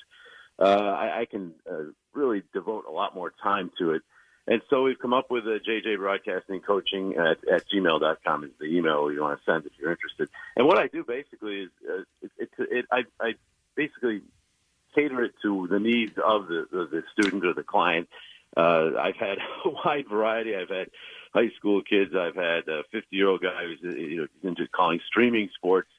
uh, I, I can uh, really devote a lot more time to it. And so we've come up with a JJ Broadcasting Coaching at, at gmail.com is the email you want to send if you're interested. And what I do basically is uh, it, it, it, I, I basically cater it to the needs of the, the, the student or the client. Uh, I've had a wide variety. I've had high school kids. I've had a 50 year old guy who's uh, you know, into calling streaming sports.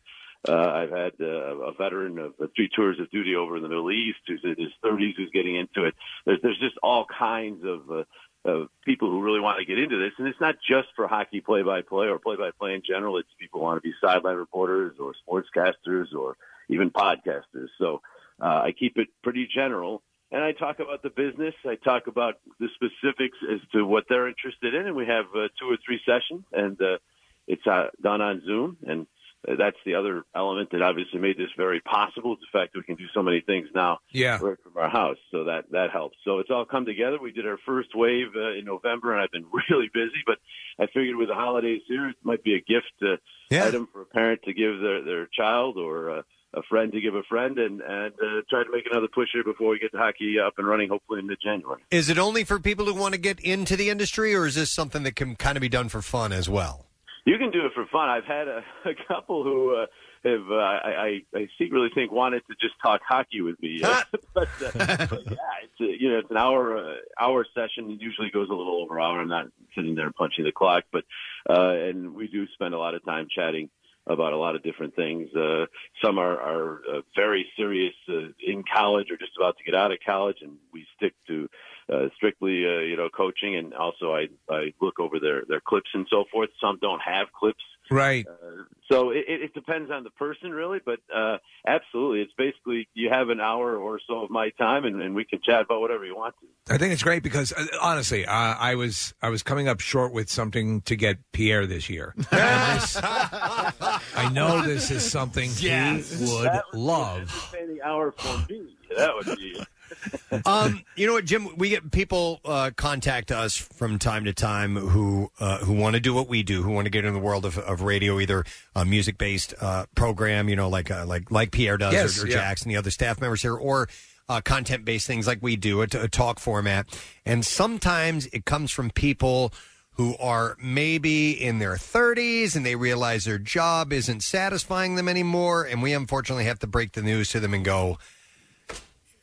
Uh, I've had uh, a veteran of uh, three tours of duty over in the Middle East who's in his 30s who's getting into it. There's, there's just all kinds of, uh, of people who really want to get into this. And it's not just for hockey play by play or play by play in general. It's people who want to be sideline reporters or sportscasters or even podcasters. So uh, I keep it pretty general. And I talk about the business. I talk about the specifics as to what they're interested in. And we have uh, two or three sessions, and uh, it's uh, done on Zoom. And uh, that's the other element that obviously made this very possible. It's the fact that we can do so many things now
Yeah.
right from our house. So that, that helps. So it's all come together. We did our first wave uh, in November, and I've been really busy, but I figured with the holidays here, it might be a gift uh, item for a parent to give their, their child or uh, a friend to give a friend and, and uh, try to make another push here before we get the hockey up and running, hopefully in January.
Is it only for people who want to get into the industry, or is this something that can kind of be done for fun as well?
You can do it for fun. I've had a, a couple who uh, have uh, I, I, I secretly think wanted to just talk hockey with me, uh, but, uh, but yeah, it's a, you know it's an hour uh, hour session. It usually goes a little over an hour. I'm not sitting there punching the clock, but uh, and we do spend a lot of time chatting about a lot of different things. Uh, some are, are uh, very serious uh, in college or just about to get out of college, and we stick to uh, strictly, uh, you know, coaching. And also, I, I look over their, their clips and so forth. Some don't have clips.
Right.
So it, it it depends on the person, really. But uh, absolutely, it's basically you have an hour or so of my time, and, and we can chat about whatever you want to.
I think it's great because uh, honestly, uh, I was I was coming up short with something to get Pierre this year. And this- I know this is something he would love.
Spending hour for me, that would be.
um, you know what, Jim? We get people uh, contact us from time to time who uh, who want to do what we do, who want to get into the world of, of radio, either a music based uh, program, you know, like uh, like like Pierre does,
Yes,
or, or
yeah.
Jackson, the other staff members here, or uh, content based things like we do, a, t- a talk format. And sometimes it comes from people who are maybe in their 30s and they realize their job isn't satisfying them anymore. And we unfortunately have to break the news to them and go,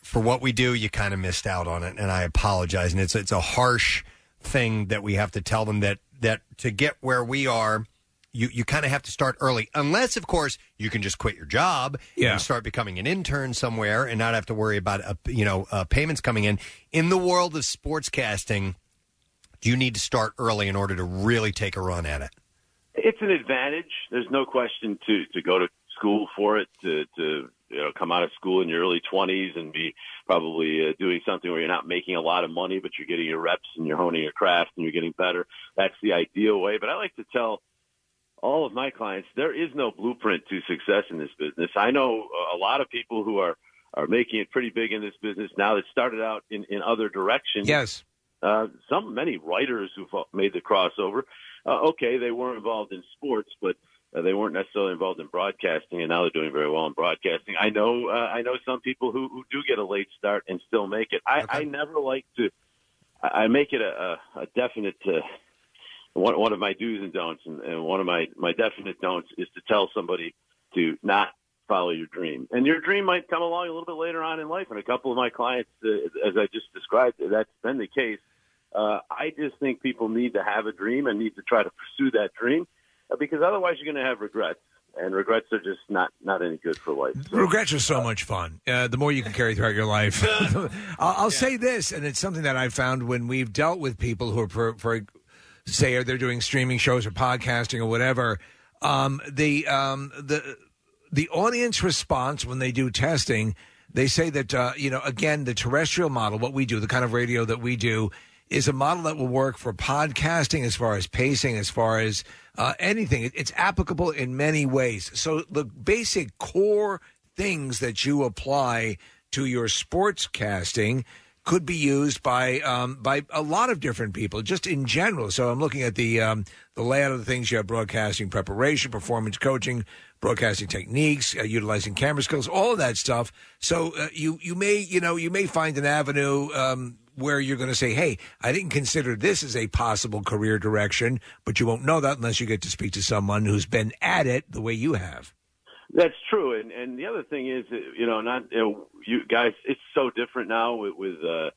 for what we do, you kind of missed out on it, and I apologize. And it's it's a harsh thing that we have to tell them that that to get where we are, you you kind of have to start early, unless of course you can just quit your job
Yeah.
and start becoming an intern somewhere and not have to worry about uh, you know uh, payments coming in. In the world of sportscasting, you need to start early in order to really take a run at it.
It's an advantage. There's no question to to go to school for it to to you know come out of school in your early 20s and be probably uh, doing something where you're not making a lot of money, but you're getting your reps and you're honing your craft and you're getting better. That's the ideal way. But I like to tell all of my clients there is no blueprint to success in this business. I know a lot of people who are are making it pretty big in this business now that started out in in other directions.
Yes.
Uh, some many writers who've made the crossover. Uh, okay, they were involved in sports, but uh, they weren't necessarily involved in broadcasting, and now they're doing very well in broadcasting. I know, uh, I know some people who, who do get a late start and still make it. I, I never like to. I I make it a, a, a definite uh, one, one of my do's and don'ts, and, and one of my my definite don'ts is to tell somebody to not follow your dream. And your dream might come along a little bit later on in life. And a couple of my clients, uh, as I just described, that's been the case. Uh, I just think people need to have a dream and need to try to pursue that dream uh, because otherwise you're going to have regrets, and regrets are just not not any good for life. So-
Regrets are so much fun. Uh, the more you can carry throughout your life. I'll, I'll say this, and it's something that I found when we've dealt with people who are, for, for say, they're doing streaming shows or podcasting or whatever. Um, the um, the the audience response when they do testing, they say that uh, you know again the terrestrial model, what we do, the kind of radio that we do, is a model that will work for podcasting as far as pacing, as far as uh, anything. It- It's applicable in many ways. So the basic core things that you apply to your sports casting could be used by um, by a lot of different people, just in general. So I'm looking at the um, the layout of the things you have: broadcasting preparation, performance coaching, broadcasting techniques, uh, utilizing camera skills, all of that stuff. So uh, you you may you know you may find an avenue. Um, where you're going to say, "Hey, I didn't consider this as a possible career direction," but you won't know that unless you get to speak to someone who's been at it the way you have.
That's true, and and the other thing is, uh, you know, not you, know, you guys. It's so different now with, with uh,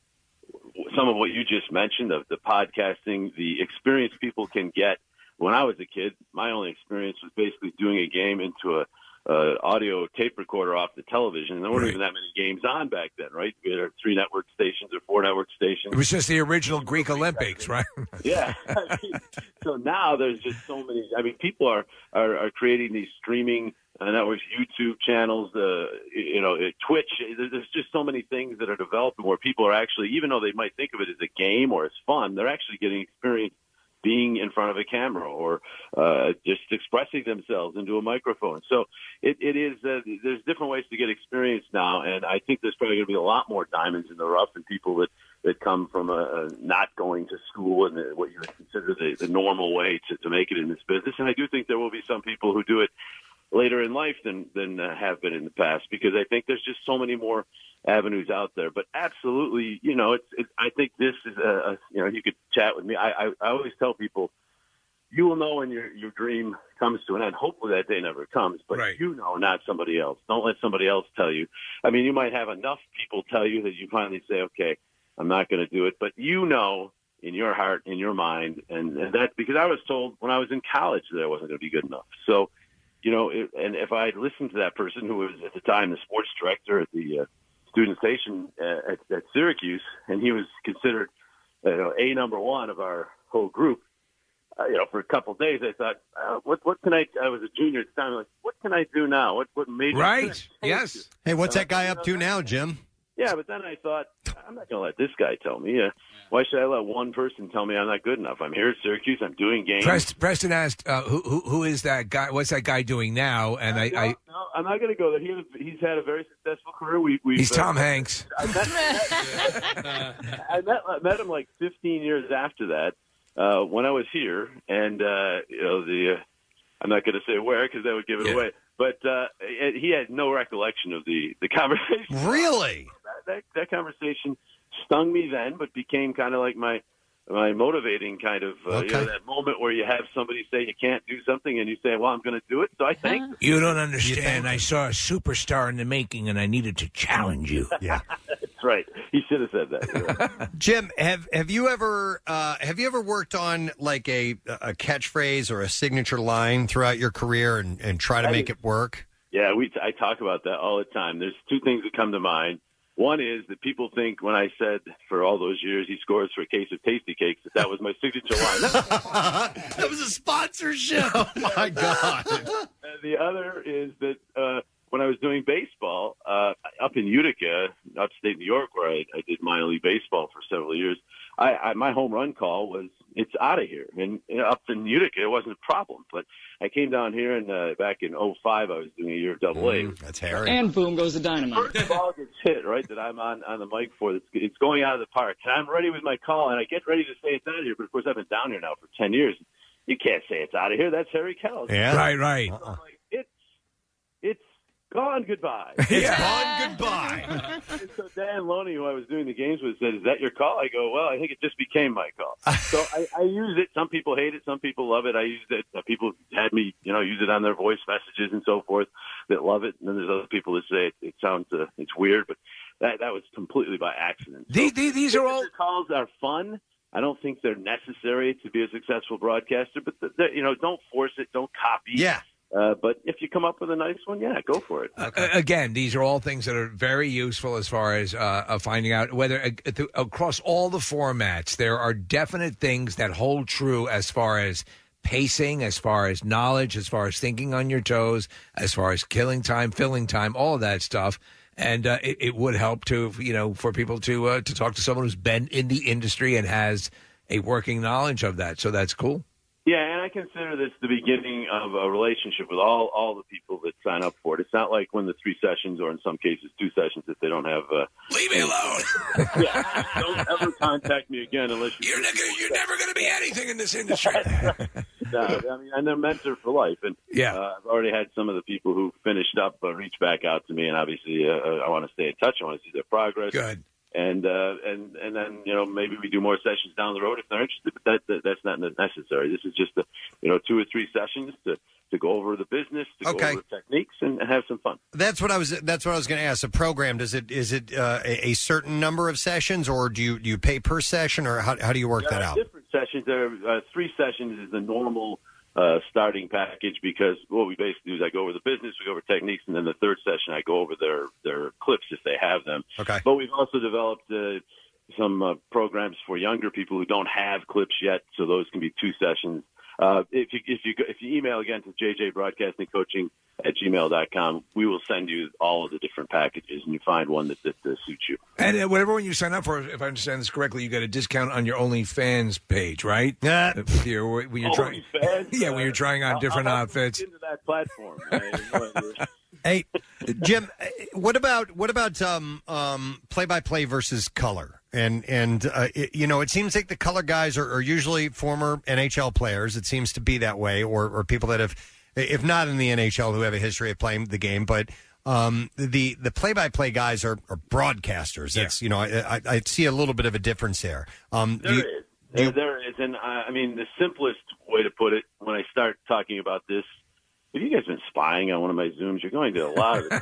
some of what you just mentioned of the podcasting, the experience people can get. When I was a kid, my only experience was basically doing a game into a uh, audio tape recorder off the television, and there weren't even that many games on back then, right? We had our three network stations or four network stations.
It was just the original Greek Olympics, right?
Yeah. I mean, so now there's just so many. I mean, people are are, are creating these streaming uh, networks, YouTube channels, uh, you know, uh, Twitch. There- There's just so many things that are developing where people are actually, even though they might think of it as a game or as fun, they're actually getting experience being in front of a camera or uh, just expressing themselves into a microphone. So it, it is, uh, there's different ways to get experience now. And I think there's probably going to be a lot more diamonds in the rough and people that, that come from uh not going to school and uh, what you would consider the, the normal way to, to make it in this business. And I do think there will be some people who do it later in life than than uh, have been in the past because I think there's just so many more avenues out there. But absolutely, you know, it's it, I think this is a, a you know you could chat with me. I, I I always tell people you will know when your your dream comes to an end. Hopefully that day never comes, but you know, not somebody else. Don't let somebody else tell you. I mean, you might have enough people tell you that you finally say, okay, I'm not going to do it, but you know. In your heart, in your mind, and, and that because I was told when I was in college that I wasn't going to be good enough. So you know, it, and if I had listened to that person who was at the time the sports director at the uh, student station uh, at, at Syracuse, and he was considered you know, a number one of our whole group. Uh, you know, for a couple of days, I thought, uh, what what can I? I was a junior at the time. Like, what can I do now? What what major?
Right.
Yes.
Hey, what's that guy up to now, Jim?
Yeah, but then I thought, I'm not going to let this guy tell me. Uh, why should I let one person tell me I'm not good enough? I'm here at Syracuse. I'm doing games.
Preston, Preston asked, uh, who, "Who who is that guy? What's that guy doing now?" And I, I
No, I'm not going to go there. He, he's had a very successful career. We, uh, we
he's Tom Hanks.
I uh, met, I met I met him like 15 years after that uh, when I was here, and uh, you know the uh, I'm not going to say where because that would give it away. But uh, he had no recollection of the the conversation.
Really?
that that conversation stung me then, but became kind of like my my motivating kind of uh, you know, that moment where you have somebody say you can't do something, and you say, "Well, I'm going to do it." So I think
Uh-huh. You don't understand. I saw a superstar in the making, and I needed to challenge you.
Yeah,
that's right. He should have said that. You're right.
Jim, have have you ever uh, have you ever worked on like a a catchphrase or a signature line throughout your career and, and try to
I-
make it work?
Yeah, we I talk about that all the time. There's two things that come to mind. One is that people think when I said for all those years he scores for a case of tasty cakes that that was my signature line.
that was a sponsorship.
oh my god! the other is that uh, when I was doing baseball uh, up in Utica, upstate New York, where I, I did minor league baseball for several years, I, I my home run call was "It's out of here." And you know, up in Utica, it wasn't a problem. But I came down here and uh, back in '05, I was doing a year of Double A.
That's
And boom goes the dynamite.
First ball gets hit, right? That I'm on on the mic for. It's, it's going out of the park, and I'm ready with my call, and I get ready to say it's out of here. But of course, I've been down here now for ten years. You can't say it's out of here. That's Harry Cowles.
Right, right.
Uh-uh.
It's gone. Goodbye.
gone. Goodbye.
And so Dan Loney, who I was doing the games with, said, "Is that your call?" I go, "Well, I think it just became my call." so I, I use it. Some people hate it. Some people love it. I used it. uh, People had me, you know, use it on their voice messages and so forth that love it. And then there's other people that say it, it sounds, uh, it's weird, but that that was completely by accident.
These, these, these are all
calls are fun. I don't think they're necessary to be a successful broadcaster, but th th you know, don't force it. Don't copy.
Yeah.
Uh, but if you come up with a nice one, yeah, go for it.
Uh, Again, these are all things that are very useful as far as uh, uh, finding out whether uh, th- across all the formats there are definite things that hold true as far as pacing, as far as knowledge, as far as thinking on your toes, as far as killing time, filling time, all of that stuff. And uh, it, it would help to you know for people to uh, to talk to someone who's been in the industry and has a working knowledge of that. So that's cool.
Yeah, and I consider this the beginning of a relationship with all all the people that sign up for it. It's not like when the three sessions, or in some cases, two sessions, if they don't have. Uh,
Leave me alone.
yeah, don't ever contact me again unless you.
You're never, you're never going to be anything in this industry.
no, I mean, and they're mentor for life. And
yeah,
uh, I've already had some of the people who finished up uh, reach back out to me, and obviously, uh, I want to stay in touch. I want to see their progress.
Good.
And uh, and and then you know maybe we do more sessions down the road if they're interested, but that, that that's not necessary. This is just a, you know two or three sessions to to go over the business, to
Okay.
go over the techniques, and have some fun.
That's what I was. That's what I was going to ask. The program does it? Is it uh, a, a certain number of sessions, or do you do you pay per session, or how, how do you work that
Yeah,
out?
Different sessions. There are uh, three sessions is the normal uh, starting package because what we basically do is I go over the business, we go over techniques, and then the third session I go over their their clips if they have them.
Okay.
But we've also developed uh, some uh, programs for younger people who don't have clips yet, so those can be two sessions. Uh, if you if you go- if you email again to JJ Broadcasting Coaching at gmail.com, we will send you all of the different packages, and you find one that, that, uh suits you.
And uh, whatever one you sign up for, if I understand this correctly, you get a discount on your OnlyFans page, right? Uh,
Yeah.
If you're, when you're trying, yeah, when you're trying on different
Uh-huh.
I'll have to look
outfits.
into that platform. I have no idea.
Hey, Jim, eh, what about what about um um play by play versus color? And and uh, it, you know, it seems like the color guys are, are usually former NHL players. It seems to be that way, or or people that have, if not in the NHL, who have a history of playing the game, but. Um, the the play by play guys are, are broadcasters. That's you know I, I I see a little bit of a difference there. Um, do
There
you-
is. There, there is. And I, I mean, the simplest way to put it when I start talking about this, if you guys been spying on one of my Zooms, you're going to a lot of the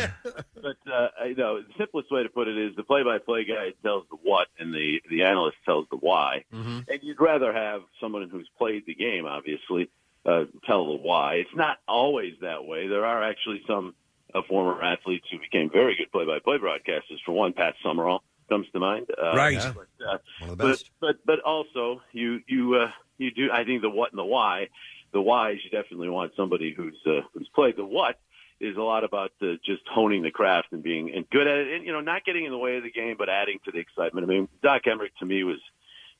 but, uh, I know, the simplest way to put it is the play by play guy tells the what and the, the analyst tells the why.
Mm-hmm.
And you'd rather have someone who's played the game, obviously, uh, tell the why. It's not always that way. There are actually some uh, former athletes who became very good play-by-play broadcasters. For one, Pat Summerall comes to mind. Uh,
Right.
But, uh,
One of the
but-
best.
But, but also you you uh, you do. I think the what and the why. The why is you definitely want somebody who's uh, who's played. The what is a lot about uh, just honing the craft and being and good at it, and you know not getting in the way of the game, but adding to the excitement. I mean, Doc Emmerich to me was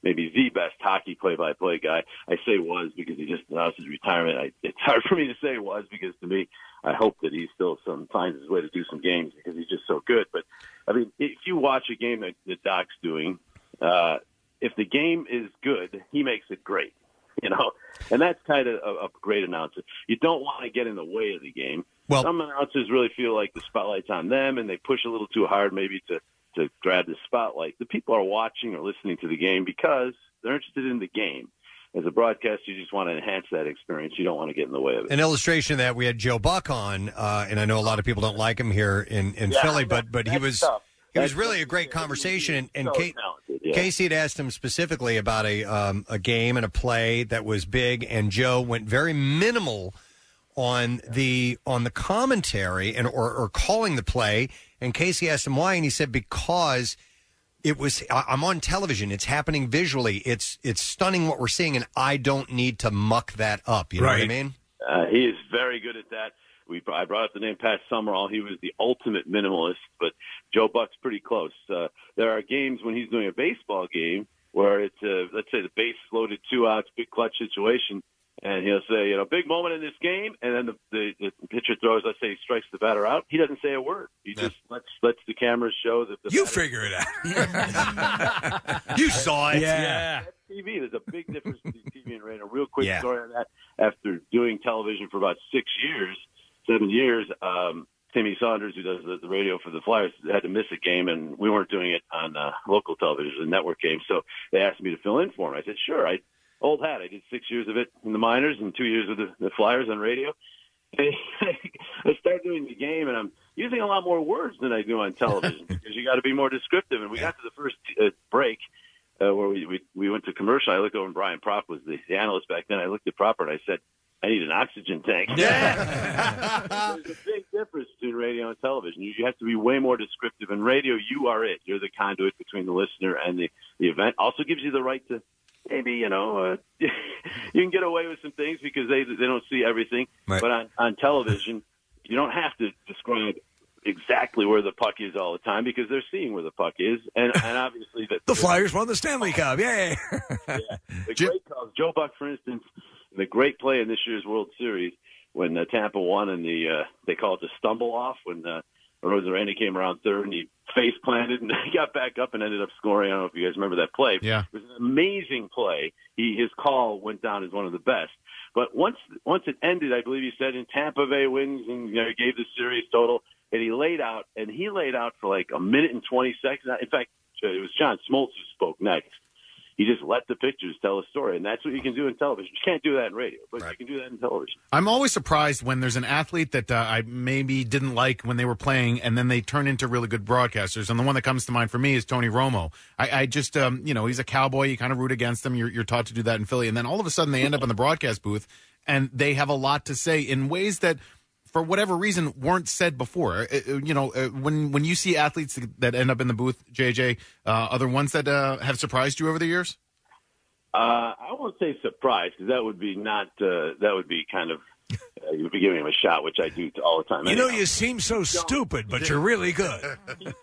maybe the best hockey play-by-play guy. I say was because he just announced his retirement. I, it's hard for me to say was because to me, I hope that he still some finds his way to do some games because he's just so good. But I mean, if you watch a game that, that Doc's doing, uh, if the game is good, he makes it great. You know, and that's kind of a, a great announcer. You don't want to get in the way of the game.
Well,
some announcers really feel like the spotlight's on them, and they push a little too hard, maybe to to grab the spotlight. The people are watching or listening to the game because they're interested in the game. As a broadcaster, you just want to enhance that experience. You don't want to get in the way of it.
An illustration of that we had Joe Buck on, uh, and I know a lot of people don't like him here in, in
Yeah,
Philly, but
that-
but he
that's
was
tough.
he was
That's
really a great conversation. And, and
So
Kate,
talented, yeah.
Casey had asked him specifically about a um, a game and a play that was big, and Joe went very minimal on the on the commentary and or, or calling the play. And Casey asked him why, and he said because it was I- I'm on television. It's happening visually. It's it's stunning what we're seeing, and I don't need to muck that up. You know what I
Right.
mean?
Uh, he is very good at that. We I brought up the name Pat Summerall. He was the ultimate minimalist, but Joe Buck's pretty close. Uh, there are games when he's doing a baseball game where it's uh, let's say the base loaded, two outs, big clutch situation, and he'll say, you know, big moment in this game, and then the, the, the pitcher throws. Let's say he strikes the batter out. He doesn't say a word. He just lets lets the cameras show that the
You
batter-
figure it out.
you saw
it.
Yeah.
TV. There's a big difference between TV and radio. Real quick
Yeah.
story on that. After doing television for about six years, seven years, um, Timmy Saunders, who does the, the radio for the Flyers, had to miss a game, and we weren't doing it on uh, local television, it was a network game. So they asked me to fill in for him. I said, sure. I old hat. I did six years of it in the minors and two years with the, the Flyers on radio. And I start doing the game, and I'm using a lot more words than I do on television because you got to be more descriptive. And we got to the first uh, break, uh, where we, we we went to commercial. I looked over and Brian Prop was the, the analyst back then. I looked at Proper and I said, "I need an oxygen tank."
Uh,
There's a big difference between radio and television. You you have to be way more descriptive. In radio, you are it. You're the conduit between the listener and the the event. Also gives you the right to maybe you know uh, you can get away with some things because they they don't see everything. But on on television, you don't have to describe. Exactly where the puck is all the time because they're seeing where the puck is, and and obviously that
The Flyers won the Stanley Cup. Yay.
the great calls. Joe Buck, for instance, the great play in this year's World Series when uh, Tampa won, and the uh, they call it the stumble off when uh, Rosarena came around third and he face planted and he got back up and ended up scoring. I don't know if you guys remember that play.
Yeah.
It was an amazing play. He his call went down as one of the best. But once once it ended, I believe he said, and Tampa Bay wins and you know, he gave the series total. And he laid out, and he laid out for like a minute and twenty seconds. In fact, it was John Smoltz who spoke next. He just let the pictures tell a story, and that's what you can do in television. You can't do that in radio, but you can do that in television.
I'm always surprised when there's an athlete that uh, I maybe didn't like when they were playing, and then they turn into really good broadcasters. And the one that comes to mind for me is Tony Romo. I, I just, um, you know, he's a cowboy. You kind of root against him. You're, you're taught to do that in Philly, and then all of a sudden they end up in the broadcast booth, and they have a lot to say in ways that. For whatever reason, weren't said before. Uh, uh, you know, uh, when when you see athletes that end up in the booth, JJ, uh, are there ones that uh, have surprised you over the years?
Uh, I won't say surprised because that would be not uh, that would be kind of uh, you'd be giving him a shot, which I do t- all the time.
You know,
Anyhow.
you seem so stupid, but you're really good.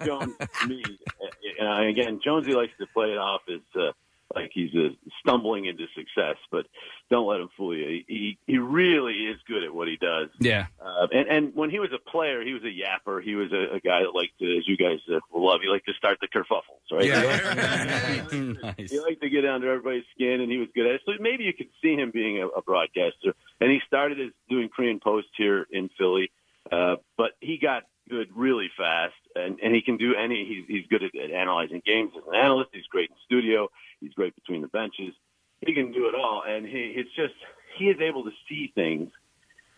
Jones, me, uh, and again, Jonesy likes to play it off as uh, like he's uh, stumbling into success, but don't let him fool you. He he really is good at what he does.
Yeah.
Uh, and and when he was a player, he was a yapper. He was a, a guy that liked to, as you guys uh, will love, he liked to start the kerfuffles, right?
nice.
He liked to get under everybody's skin, and he was good at it. So maybe you could see him being a, a broadcaster. And he started as doing pre and post here in Philly, uh, but he got good really fast, and, and he can do any. He's, he's good at, at analyzing games as an analyst. He's great in studio. He's great between the benches. He can do it all, and he it's just he is able to see things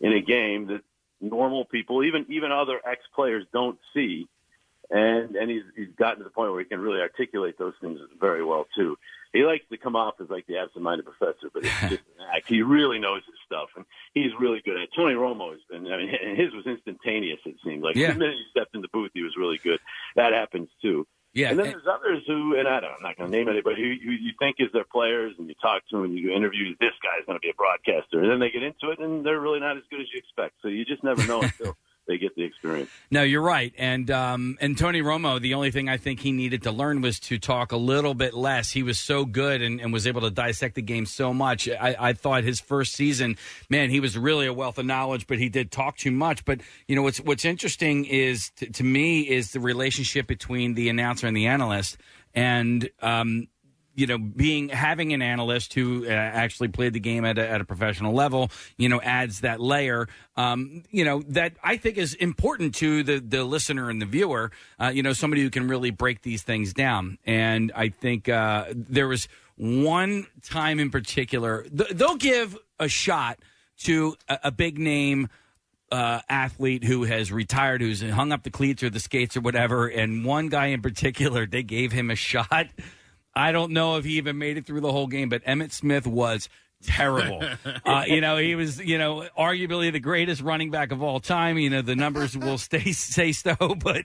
in a game that normal people, even even other ex players, don't see. And and he's he's gotten to the point where he can really articulate those things very well too. He likes to come off as like the absent-minded professor, but it's just an act. He really knows his stuff, and he's really good at. It. Tony Romo has been. I mean, and his was instantaneous. It seemed like
Yeah.
the minute he stepped in the booth, he was really good. That happens too.
Yeah,
And then
and-
there's others who, and I don't, I'm not going to name anybody who, who you think is their players, and you talk to them, and you interview. This guy's going to be a broadcaster, and then they get into it, and they're really not as good as you expect. So you just never know until they get the experience.
No, you're right. And um, and Tony Romo, the only thing I think he needed to learn was to talk a little bit less. He was so good and, and was able to dissect the game so much. I, I thought his first season, man, he was really a wealth of knowledge, but he did talk too much. But you know what's what's interesting is t- to me is the relationship between the announcer and the analyst, and um, you know, being having an analyst who uh, actually played the game at a, at a professional level, you know, adds that layer. Um, you know, that I think is important to the the listener and the viewer. Uh, you know, somebody who can really break these things down. And I think uh, there was one time in particular th- they'll give a shot to a, a big name uh, athlete who has retired, who's hung up the cleats or the skates or whatever. And one guy in particular, they gave him a shot. I don't know if he even made it through the whole game, but Emmett Smith was terrible. uh, you know, he was, you know, arguably the greatest running back of all time. You know, the numbers will stay say so, but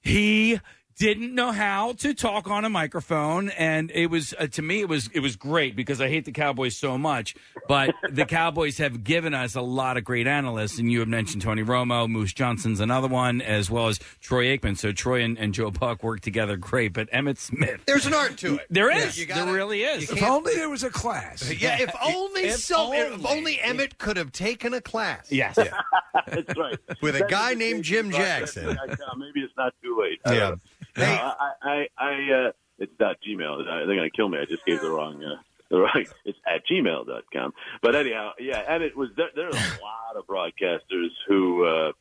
he didn't know how to talk on a microphone and it was uh, to me it was it was great because I hate the Cowboys so much but the Cowboys have given us a lot of great analysts and you have mentioned Tony Romo Moose Johnson's another one as well as Troy Aikman so Troy and, and Joe Buck work together great but Emmett Smith
There's an art to it.
there is
You
there
gotta-
really is
you can't-
there was a class
Yeah, if only
If
so, if
only.
only Emmett could have taken a class.
Yes.
That's right.
With a
That's
guy
the
named
case
Jim
with Rogers.
Jackson.
I- uh, Maybe it's not too late. I
Yeah.
don't know. No, I, I, I uh, it's not Gmail. Uh, They're going to kill me. I just gave the wrong. Uh, the right, it's at gmail.com. But anyhow, uh, yeah, and it was there, there are a lot of broadcasters who uh,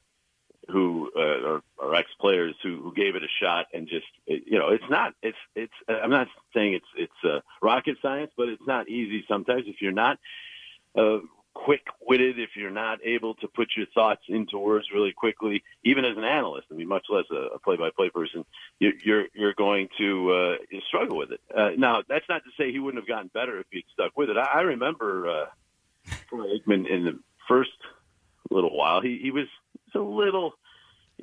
who uh, are, are ex players who, who gave it a shot and just it, you know it's not it's it's uh, I'm not saying it's it's uh, rocket science, but it's not easy sometimes if you're not uh, quick witted, if you're not able to put your thoughts into words really quickly, even as an analyst, I mean, much less a play by play person, you, you're you're going to uh, you struggle with it. Uh, now, that's not to say he wouldn't have gotten better if he'd stuck with it. I, I remember uh, Troy Aikman in the first little while, he, he was a little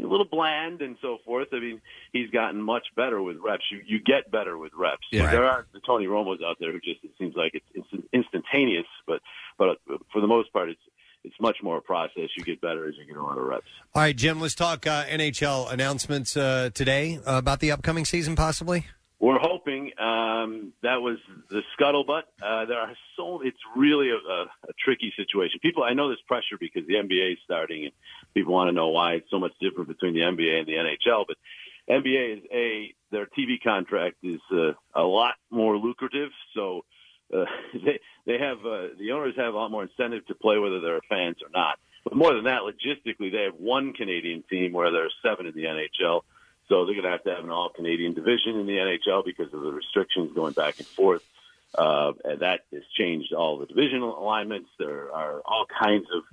a little bland and so forth. I mean, he's gotten much better with reps. You you get better with reps.
Yeah.
There are the Tony Romo's out there who just it seems like it's, it's instantaneous, but but for the most part, it's it's much more a process. You get better as you get a lot of reps.
All right, Jim, let's talk uh, NHL announcements uh, today uh, about the upcoming season, possibly.
We're hoping um, that was the scuttlebutt. Uh, there are so it's really a, a, a tricky situation. People, I know there's pressure because the NBA is starting, and people want to know why it's so much different between the NBA and the NHL. But NBA is a their TV contract is uh, a lot more lucrative, so uh, they they have uh, the owners have a lot more incentive to play whether they're fans or not. But more than that, logistically, they have one Canadian team where there are seven in the NHL. So they're going to have to have an all Canadian division in the NHL because of the restrictions going back and forth. Uh, and that has changed all the divisional alignments. There are all kinds of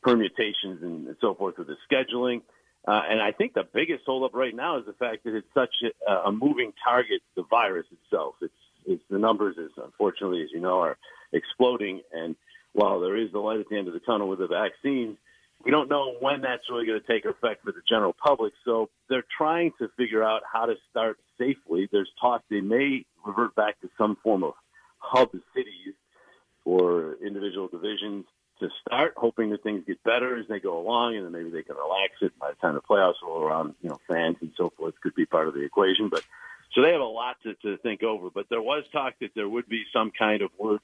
permutations and, and so forth with the scheduling. Uh, and I think the biggest holdup right now is the fact that it's such a, a moving target, the virus itself. It's, it's the numbers, is unfortunately, as you know, are exploding. And while there is the light at the end of the tunnel with the vaccine, we don't know when that's really going to take effect for the general public. So they're trying to figure out how to start safely. There's talk they may revert back to some form of hub cities or individual divisions to start, hoping that things get better as they go along, and then maybe they can relax it by the time the playoffs roll around. You know, fans and so forth could be part of the equation, but so they have a lot to, to think over. But there was talk that there would be some kind of word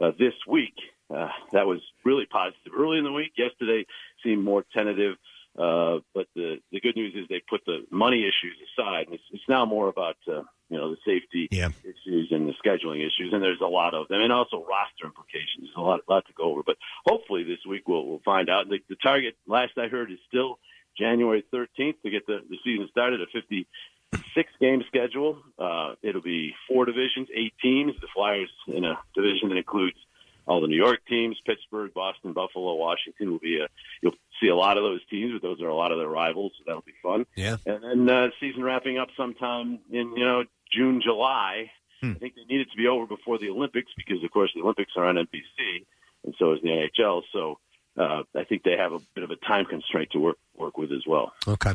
uh, this week. Uh, that was really positive early in the week. Yesterday seemed more tentative. Uh, but the, the good news is they put the money issues aside. And it's, it's now more about, uh, you know, the safety issues and the scheduling issues. And there's a lot of them and also roster implications. There's a lot, lot to go over, but hopefully this week we'll, we'll find out. The, the target last I heard is still January 13th to get the, the season started at 50, six game schedule. Uh, it'll be four divisions, eight teams. The Flyers in a division that includes all the New York teams, Pittsburgh, Boston, Buffalo, Washington will be a, you'll see a lot of those teams, but those are a lot of their rivals, so that'll be fun.
Yeah.
And then uh, season wrapping up sometime in, you know, June, July.
Hmm.
I think they need it to be over before the Olympics because, of course, the Olympics are on NBC and so is the NHL. So uh, I think they have a bit of a time constraint to work, work with as well.
Okay.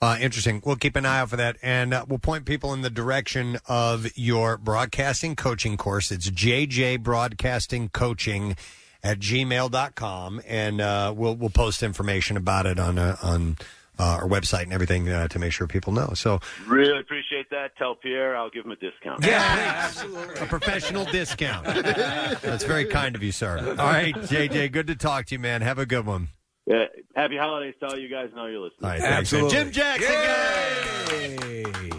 Uh, interesting. We'll keep an eye out for that. And uh, we'll point people in the direction of your broadcasting coaching course. It's JJ Broadcasting Coaching at gmail.com. And uh, we'll, we'll post information about it on, uh, on uh, our website and everything uh, to make sure people know. So,
Really appreciate that. Tell Pierre I'll give him a discount.
absolutely. A professional discount. That's very kind of you, sir. All right, JJ, good to talk to you, man. Have a good one.
Yeah, happy holidays to all you guys and all your listeners.
All right, thanks, man. Jim Jackson, guys!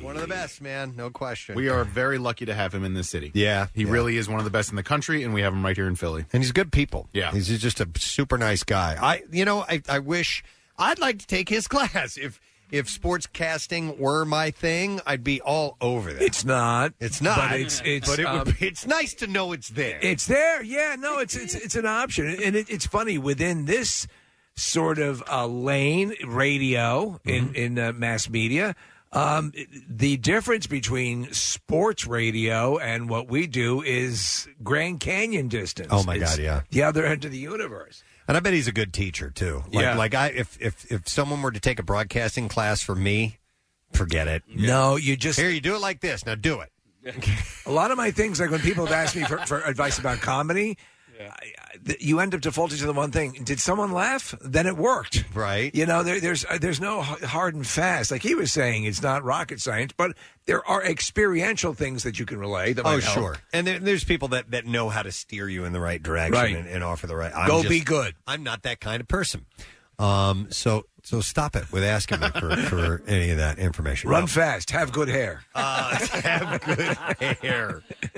one of the best, man, no question.
We are very lucky to have him in this city.
Yeah,
He really is one of the best in the country, and we have him right here in Philly.
and he's good people.
Yeah.
he's just a super nice guy. I, you know, I, I wish I'd like to take his class. If if sports casting were my thing, I'd be all over that.
It's not.
It's not.
But it's it's
But it would
um,
be- it's nice to know it's there.
It's there. Yeah. No. It's it's it's an option, and it, it's funny within this sort of uh, lane, radio in
Mm-hmm.
in uh, mass media. Um, the difference between sports radio and what we do is Grand Canyon distance.
Oh, my
It's
God, yeah.
the other end of the universe.
And I bet he's a good teacher too. Like
Yeah.
like I if if if someone were to take a broadcasting class for me, forget it.
No, you just
here. You do it like this. Now do it.
A lot of my things, like when people have asked me for, for advice about comedy, I, I, th- you end up defaulting to the one thing: did someone laugh? Then it worked,
right?
You know, there, there's uh, there's no h- hard and fast. Like he was saying, it's not rocket science, but there are experiential things that you can relay. That
Oh
might help.
sure. And there, there's people that that know how to steer you in the right direction
Right.
And, and offer the right. I'm
Go
just-
be good.
I'm not that kind of person. Um. So so stop it with asking me for, for any of that information.
Run
No.
fast, have good hair.
Uh, have good hair.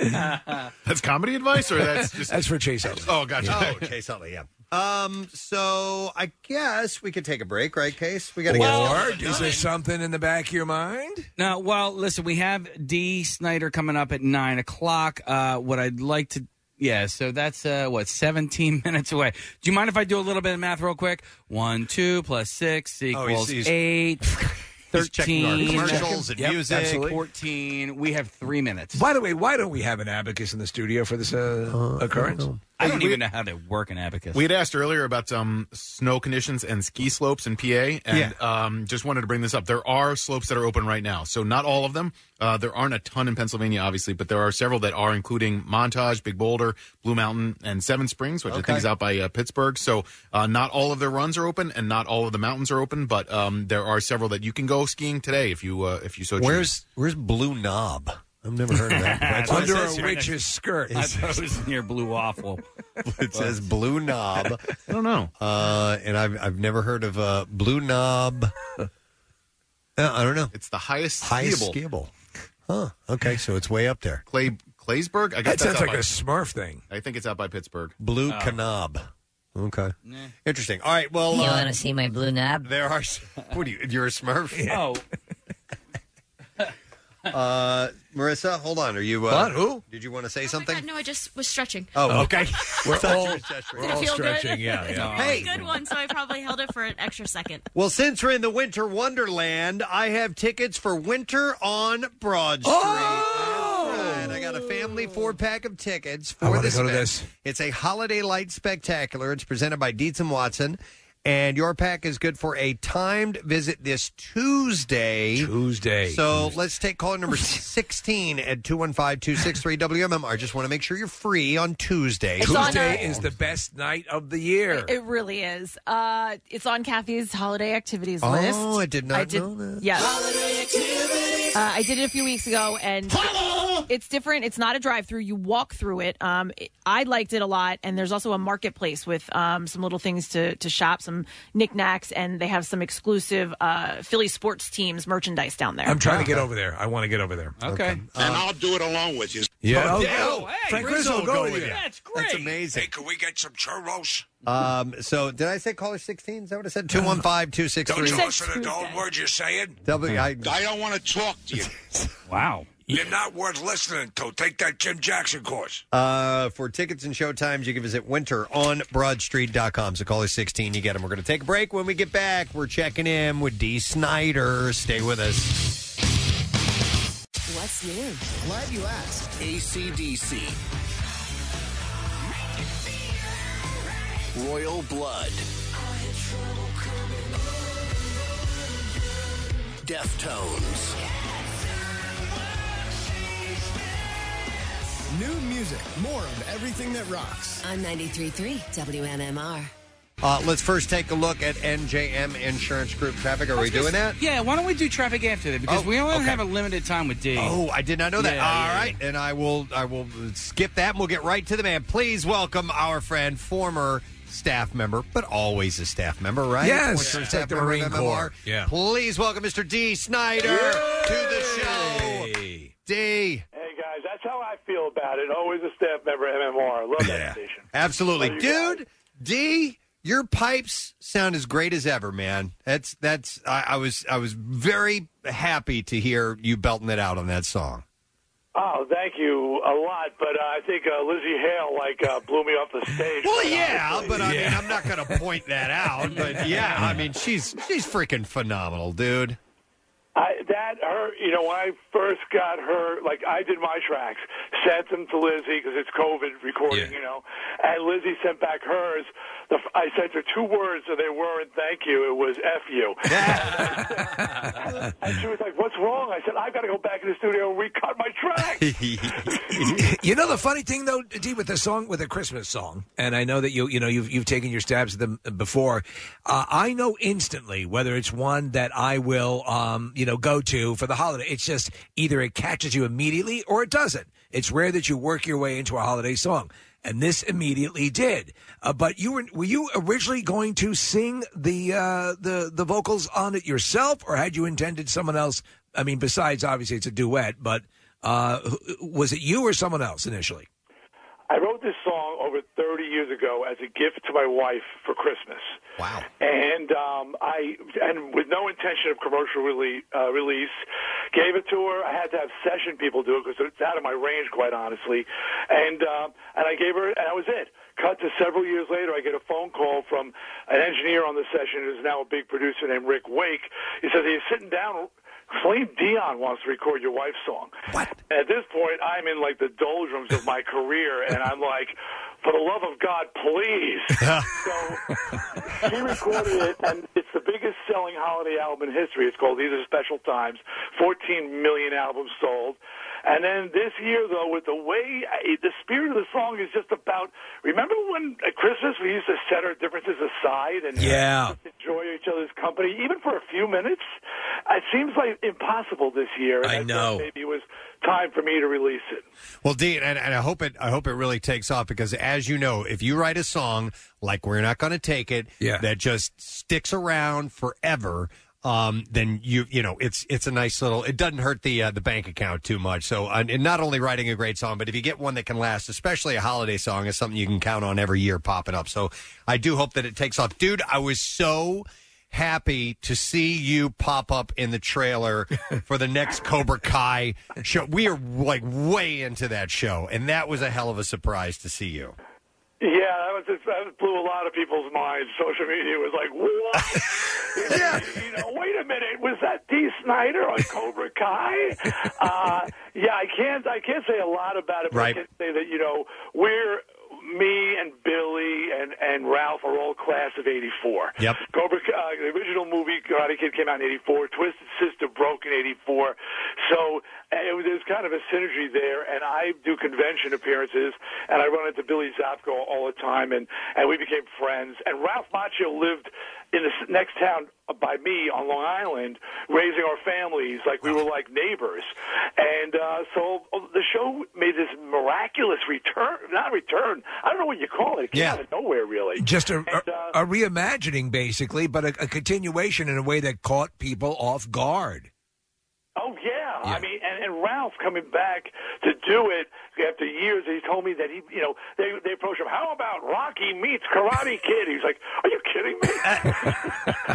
that's comedy advice, or that's just
that's for Chase Utley.
Oh, gotcha.
Oh, Chase Utley. Yeah. Um. So I guess we could take a break, right, Case? We got to
Or
get.
is there something in the back of your mind?
No, well, listen, we have D. Snyder coming up at nine o'clock. Uh, what I'd like to, yeah, so that's uh, what seventeen minutes away. Do you mind if I do a little bit of math real quick? One, two plus six equals
Oh, he's-
eight.
he's checking our
Thirteen
commercials and Yep, music. absolutely.
Fourteen. We have three minutes.
By the way, why don't we have an abacus in the studio for this uh, occurrence?
I don't even know how to work an abacus.
We had asked earlier about um, snow conditions and ski slopes in PA, and
Yeah.
um, just wanted to bring this up. There are slopes that are open right now, so not all of them. Uh, there aren't a ton in Pennsylvania, obviously, but there are several that are, including Montage, Big Boulder, Blue Mountain, and Seven Springs, which I
Okay.
think is out by uh, Pittsburgh. So uh, not all of their runs are open, and not all of the mountains are open, but um, there are several that you can go skiing today if you uh, if you so choose.
Where's Where's Blue Knob? I've never heard of that. That's what it
Under
says
a
here.
witch's skirt.
I thought it
was near Blue Waffle.
It says Blue Knob.
I don't know.
Uh, and I've I've never heard of uh, Blue Knob. Uh, I don't know.
It's the highest
highest
skiable.
skiable. Huh. Okay, so it's way up there.
Clay Claysburg? I
That
that's
sounds
out
like a Smurf thing.
I think it's out by Pittsburgh.
Blue
Oh.
Knob. Okay. Interesting. All right. Well,
You
uh,
wanna see my blue knob?
There are. s- What are you? You're a Smurf.
Oh.
uh, Marissa, hold on. Are you? Uh,
What? Who?
Did you want to say something?
God, no, I just was stretching.
Oh, okay.
We're
Thought you
all-
were stretching.
we're Does it all feel good? stretching, yeah, yeah.
Hey,
Good one, so I probably held it for an extra second.
Well, since we're in the Winter Wonderland, I have tickets for Winter on Broad Street. That's right. I got a family four pack of tickets for
Oh! wanna
this,
go to
event.
this.
It's a holiday light spectacular. It's presented by Dietz and Watson. And your pack is good for a timed visit this Tuesday.
Tuesday.
So let's take call number 16 at 215 263 WMMR. I just want to make sure you're free on Tuesday.
Tuesday is the best night of the year.
It really is. Uh, it's on Kathy's holiday activities list.
Oh, I did not know that.
Yes. Uh, I did it a few weeks ago, and it's different. It's not a drive-through; you walk through it. Um, it- I liked it a lot, and there's also a marketplace with um, some little things to to shop, some knickknacks, and they have some exclusive uh, Philly sports teams merchandise down there.
I'm trying to get
Uh-huh.
over there. I want to get over there. Uh,
Okay.
And
I'll do it along with you.
Yeah.
Oh,
Oh, hey, Frank Rizzo will go with you.
That's great. That's amazing.
Can we get some churros?
Um, so did I say caller 16? Is that what I said? 215
Don't
263.
you listen to the old words you're saying?
W- I- I
don't want to talk to you.
wow.
You're not worth listening to. Take that Jim Jackson course.
Uh, for tickets and show times, you can visit winteronbroadstreet.com. So call us 16, you get them. We're going to take a break. When we get back, we're checking in with D. Snyder. Stay with us.
What's new?
Glad you asked. ACDC. Royal Blood. Deftones.
New music, more of everything that rocks.
On 93.3 WMMR.
Uh, let's first take a look at NJM Insurance Group traffic. Are we doing that?
Yeah. Why don't we do traffic after that? Because
Oh,
we only
okay.
have a limited time with D.
Oh, I did not know that. All
Yeah,
right,
yeah,
and I will I will skip that and we'll get right to the man. Please welcome our friend, former staff member, but always a staff member, right?
Yes.
Once you're a
Yeah.
staff
Like the
member of
Marine
MMR.
Corps. Yeah.
Please welcome Mr. D. Snyder to the show. D.
Hey guys, that's how I feel about it. Always a staff member at MMR. Love that station.
Absolutely,
Love you
dude. D, your pipes sound as great as ever, man. That's that's. I, I was I was very happy to hear you belting it out on that song.
Oh, thank you a lot. But uh, I think uh, Lizzie Hale like uh, blew me off the stage.
Well, yeah, but I mean, I'm not going to point that out. But yeah, I mean, she's she's freaking phenomenal, dude.
I, that her, you know, when I first got her, like I did my tracks, sent them to Lizzie because it's COVID recording, you know, and Lizzie sent back hers. The, f- I sent her two words, and they weren't "thank you." It was "f you." and she was like, "What's wrong?" I said, "I've got to go back in the studio and recut my track."
you know the funny thing though, D, with the song, with a Christmas song, and I know that you, you know, you've you've taken your stabs at them before. Uh, I know instantly whether it's one that I will, um, you know, go to for the holiday. It's just either it catches you immediately or it doesn't. It's rare that you work your way into a holiday song, and this immediately did. Uh, but you were were you originally going to sing the uh, the the vocals on it yourself, or had you intended someone else? I mean, besides obviously it's a duet, but uh, wh- was it you or someone else initially?
I wrote this song over 30 years ago as a gift to my wife for Christmas.
Wow.
And um, I and with no intention of commercial rele uh, release, gave it to her. I had to have session people do it because it's out of my range, quite honestly. And um, and I gave her, and that was it. Cut to several years later, I get a phone call from an engineer on the session who's now a big producer named Rick Wake. He says he's sitting down. Celine Dion wants to record your wife's song. What? At this point, I'm in like the doldrums of my career, and I'm like, for the love of God, please. She recorded it, and it's the biggest selling holiday album in history. It's called These Are Special Times. 14 million albums sold. And then this year, though, with the way eh, the spirit of the song is just about. Remember when at Christmas we used to set our differences aside and
Yeah.
just enjoy each other's company, even for a few minutes? It seems like impossible this year. And
I
thought
know.
Maybe it was time for me to release it.
Well, Dean, and, and I hope it. I hope it really takes off because, as you know, if you write a song like "We're Not Going to Take It,"
Yeah.
that just sticks around forever. Um, then you you know it's it's a nice little. It doesn't hurt the uh, the bank account too much. So, uh, and not only writing a great song, but if you get one that can last, especially a holiday song, is something you can count on every year popping up. So, I do hope that it takes off, dude. I was so happy to see you pop up in the trailer for the next Cobra Kai show. We are like way into that show, and that was a hell of a surprise to see you.
Yeah, that was just, that blew a lot of people's minds. Social media was like, "What? you know, wait a minute, was that D. Snyder on Cobra Kai?" uh, yeah, I can't, I can't say a lot about it, but
Right.
I can say that you know, we're me and Billy and and Ralph are all class of '84.
Yep.
Cobra, uh, the original movie Karate Kid came out in '84. Twisted Sister broke in '84. So uh, it was, there's kind of a synergy there. And I do convention appearances, and I run into Billy Zapko all the time, and and we became friends. And Ralph Macchio lived in the s- next town by me on Long Island, raising our families like we were like neighbors. And uh, so the show made this miraculous return—not return. I don't know what you call it. It came
Yeah.
out of nowhere, really.
Just a,
And, uh,
a, a reimagining, basically, but a, a continuation in a way that caught people off guard.
Oh yeah. I mean, and, and Ralph coming back to do it after years. He told me that he, you know, they they approached him. How about Rocky meets Karate Kid? He was like, Are you kidding me? uh,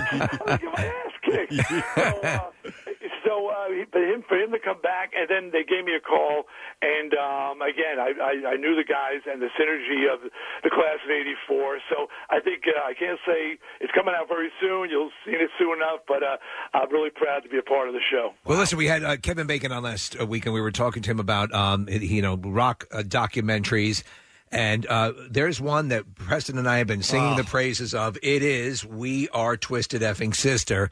So, uh, he- but him for him to come back, and then they gave me a call, and um, again, I, I, I knew the guys and the synergy of the class of '84. So I think uh, I can't say it's coming out very soon. You'll see it soon enough, but uh, I'm really proud to be a part of the show.
Well, listen, we had uh, Kevin Bacon on last uh, week, and we were talking to him about um, he- you know rock uh, documentaries, and uh, there's one that Preston and I have been singing the praises of. It is "We Are Twisted Effing Sister."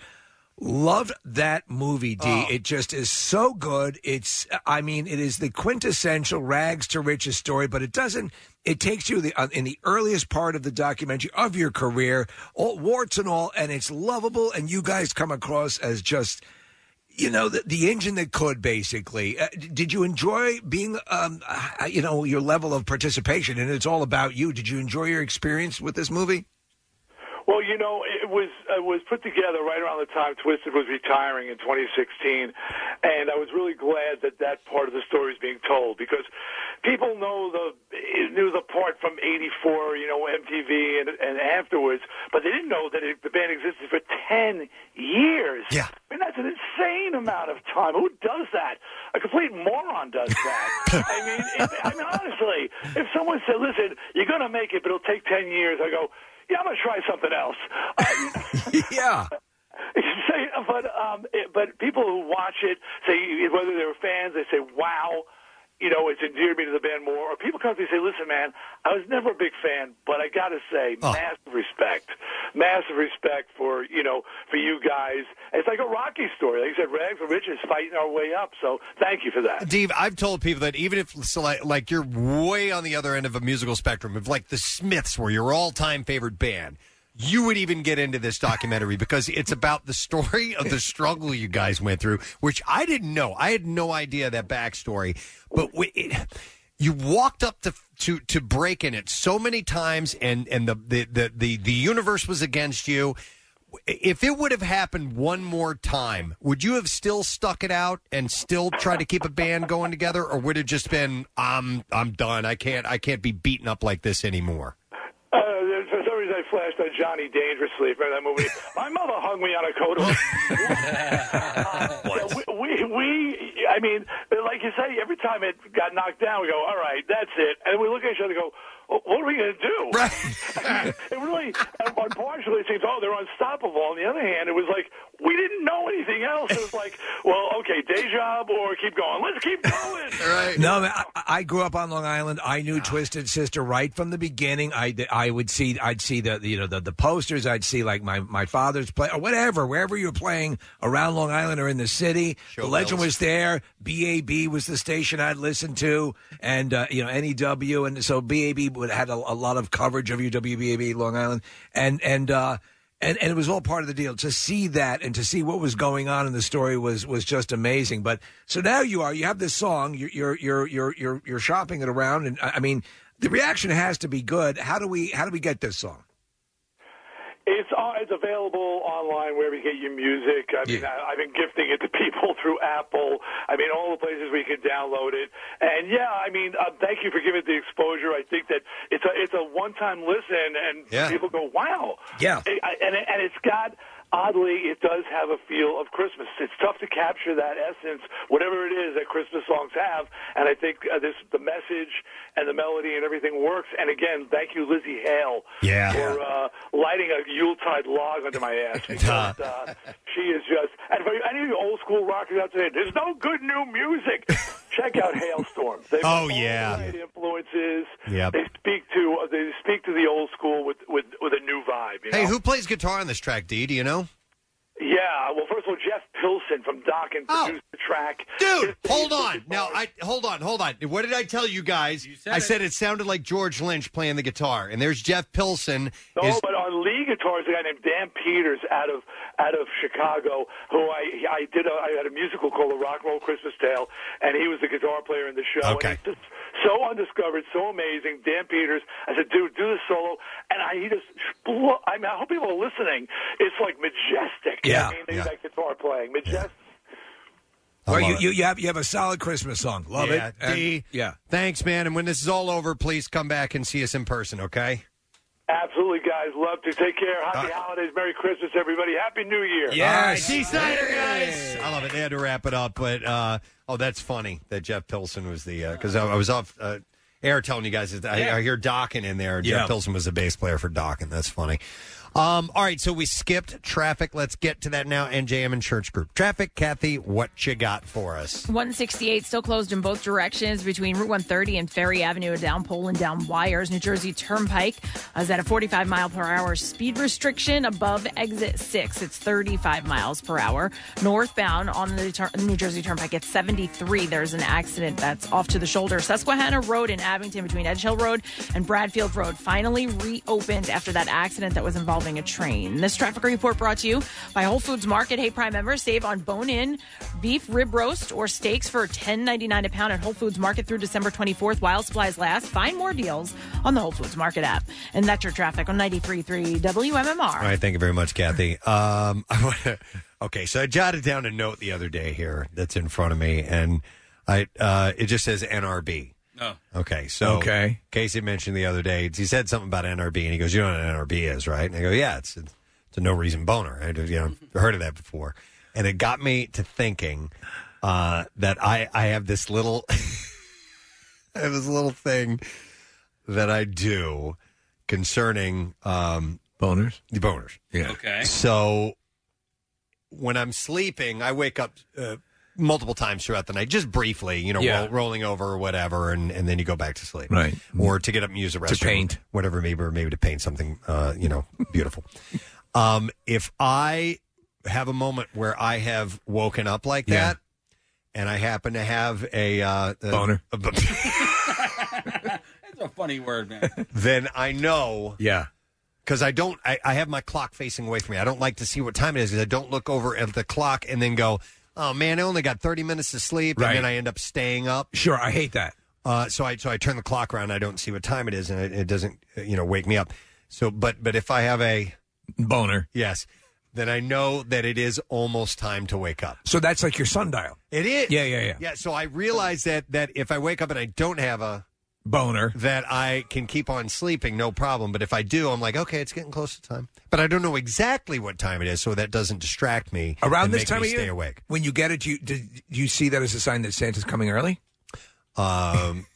Loved that movie, D. It just is so good. It's, I mean, it is the quintessential rags to riches story, but it doesn't. It takes you the, uh, in the earliest part of the documentary of your career, all warts and all, and it's lovable. And you guys come across as just you know the, the engine that could basically uh, d- did you enjoy being um, uh, you know your level of participation and it's all about you did you enjoy your experience with this movie
Well, you know, it was it was put together right around the time Twisted was retiring in 2016, and I was really glad that that part of the story is being told because people know the knew the part from '84, you know, MTV and, and afterwards, but they didn't know that it, the band existed for 10 years. Yeah, I mean that's an insane amount of time. Who does that? A complete moron does that. I mean, it, I mean honestly, if someone said, "Listen, you're going to make it, but it'll take 10 years," I go. Yeah, I'm gonna try something else.
yeah.
say, but um, it, but people who watch it say whether they're fans, they say, "Wow, you know, it's endeared me to the band more." Or people come to me and say, "Listen, man, I was never a big fan, but I gotta say, massive respect, massive respect for you know for you guys. It's like a Rocky story, like you said, rags to riches, fighting our way up. So thank you for that."
Dave, I've told people that even if so like, like you're way on the other end of a musical spectrum, if like the Smiths were your all-time favorite band, you would even get into this documentary because it's about the story of the struggle you guys went through, which I didn't know. I had no idea that backstory, but w- it, you walked up to to to break in it so many times, and and the the the the, the universe was against you. If it would have happened one more time, would you have still stuck it out and still tried to keep a band going together, or would it just been I'm I'm done. I can't I can't be beaten up like this anymore.
Uh, for some reason, I flashed on Johnny Dangerously for that movie. My mother hung me on a coat. of- Uh, we, we, we, I mean, like you say, every time it got knocked down, we go, "All right, that's it," and we look at each other and go. What are we going to do? Right. it really, unfortunately, it seems, oh, they're unstoppable. On the other hand, it was like, we didn't know anything else. It was like, well, okay, day job or keep going. Let's keep going.
Right. No, Ah. man, I, I grew up on Long Island. I knew Twisted Sister right from the beginning. I, I would see, I'd see the, you know, the, the posters. I'd see like my, my father's play or whatever, wherever you're playing around Long Island or in the city. the legend
Bills.
was there. BAB was the station I'd listen to, and uh, you know NEW, and so BAB would had a, a lot of coverage of UWBAB Long Island, and and. uh and, and it was all part of the deal to see that and to see what was going on in the story was was just amazing but so now you are you have this song you're you're you're you're you're, you're shopping it around and i I mean the reaction has to be good how do we how do we get this song
It's uh, it's available online wherever you get your music. I mean, I, I've been gifting it to people through Apple. I mean, all the places we can download it. And yeah, I mean, uh, thank you for giving it the exposure. I think that it's a it's a one time listen, and
Yeah.
people go, "Wow,
Yeah.
It, I, and it, and it's got. Oddly, it does have a feel of Christmas. It's tough to capture that essence, whatever it is that Christmas songs have, and I think uh, this the message and the melody and everything works. And again, thank you, Lizzie Hale,
Yeah.
for uh, lighting a Yuletide log under my ass because uh, she is just. And for any of you old school rockers out there, there's no good new music. Check out Hailstorm. They've got
Oh,
all the
yeah.
right influences.
Yep.
They speak to uh, they speak to the old school with with with a new vibe. You
Hey,
know?
who plays guitar on this track, D? Do you know?
Yeah, well, first of all, Jeff Pilson from Doc and
Oh.
produced the track.
Dude, hold on. Now, I hold on, hold on. What did I tell you guys? I said it sounded like George Lynch playing the guitar, and there's Jeff Pilson.
No,
is-
Oh, but on lead guitar is a guy named Dan Peters out of out of Chicago, who I I did a, I had a musical called The Rock and Roll Christmas Tale, and he was the guitar player in the show.
Okay.
And he's just so undiscovered, so amazing. Dan Peters. I said, dude, do the solo, and I he just blew. I mean, I hope people are listening. It's like majestic.
Yeah,
I mean,
yeah.
that guitar playing majestic.
well you, you you have you have a solid Christmas song love
Yeah,
it And-
D.
yeah
Thanks, man. And when this is all over, please come back and see us in person, okay?
Absolutely, guys. Love to. Take care. Happy holidays. Merry Christmas, everybody. Happy New Year.
All right, D. Snyder, guys. I love it. They had to wrap it up, but uh, oh, that's funny that Jeff Pilson was the because I, I was off uh, air telling you guys that I,
Yeah.
I hear Dockin in there.
Yeah.
Jeff Pilson was the bass player for Dockin. That's funny. Um, all right, so we skipped traffic. Let's get to that now. NJM and Church Group traffic. Kathy, what you got for us?
168 still closed in both directions between Route 130 and Ferry Avenue, down pole and down wires. New Jersey Turnpike is at a 45 mile per hour speed restriction above exit 6. It's 35 miles per hour. Northbound on the Tur- New Jersey Turnpike at 73, there's an accident that's off to the shoulder. Susquehanna Road in Abington between Edge Hill Road and Bradfield Road finally reopened after that accident that was involving involving a train. This traffic report brought to you by Whole Foods Market. Hey, Prime members, save on bone-in beef rib roast or steaks for $10.99 a pound at Whole Foods Market through December 24th while supplies last. Find more deals on the Whole Foods Market app. And that's your traffic on 93.3 WMMR.
All right, thank you very much, Kathy. Um, I wanna, okay, so I jotted down a note the other day here that's in front of me, and I uh, it just says NRB.
Oh.
No.
Okay, so
Okay.
Casey mentioned the other day he said something about NRB, and he goes, "You know what an NRB is, right?" And I go, "Yeah, it's it's, it's a no reason boner. I you know I've heard of that before," and it got me to thinking uh, that I I have this little I have this little thing that I do concerning um,
boners,
the boners.
Yeah.
Okay.
So when I'm sleeping, I wake up uh, multiple times throughout the night, just briefly, you know,
Yeah.
roll, rolling over or whatever, and, and then you go back to sleep.
Right.
Or to get up and use the restroom.
paint.
Whatever, maybe, or maybe to paint something, uh, you know, beautiful. um, if I have a moment where I have woken up like that, and I happen to have a, uh, a boner,
That's a funny word, man.
then I know.
Yeah.
Because I don't, I, I have my clock facing away from me. I don't like to see what time it is 'cause I don't look over at the clock and then go, oh man, I only got 30 minutes to sleep.
Right.
And then I end up staying up.
Sure, I hate that.
Uh, so I so I turn the clock around. I don't see what time it is, and it, it doesn't uh, you know wake me up. So, but but if I have a
boner,
yes, then I know that it is almost time to wake up.
So that's like your sundial.
It is.
Yeah, yeah, yeah.
Yeah. So I realize that that if I wake up and I don't have a
boner,
that I can keep on sleeping, no problem. But if I do, I'm like, okay, it's getting close to time. But I don't know exactly what time it is, so that doesn't distract me
Around
and
this
make
time
me
of year,
Stay awake.
When you get it, do you, do, do you see that as a sign that Santa's coming early?
Um,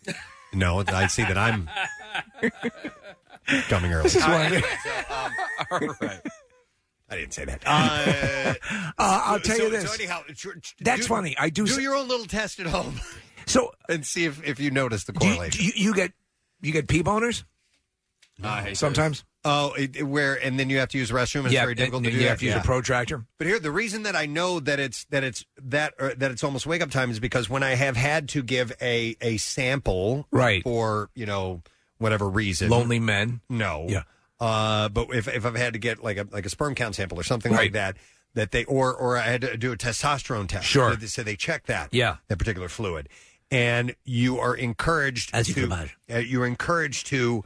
no, I see that I'm coming early.
This is why-
All right. Uh, I didn't say that.
Uh, I'll tell
so-
you
so
this.
anyhow,
That's
do-
funny. I do.
do your own little test at home.
So
and see if, if you notice the
Do you-
correlation.
do you, you get you get pee boners. Sometimes.
Oh, it, it- where and then you have to use the restroom. It's
Yeah,
very difficult
and-
to
and
do.
you
that.
have to use a
Yeah.
protractor.
But here, the reason that I know that it's that it's that or that it's almost wake up time is because when I have had to give a a sample,
Right.
for you know whatever reason,
Lonely men.
No,
Yeah.
Uh, but if if I've had to get like a like a sperm count sample or something like
Right.
that, that they or or I had to do a testosterone test.
Sure.
So they, so they check that.
Yeah.
that particular fluid, and you are encouraged
As you
to
provide.
uh, you're encouraged to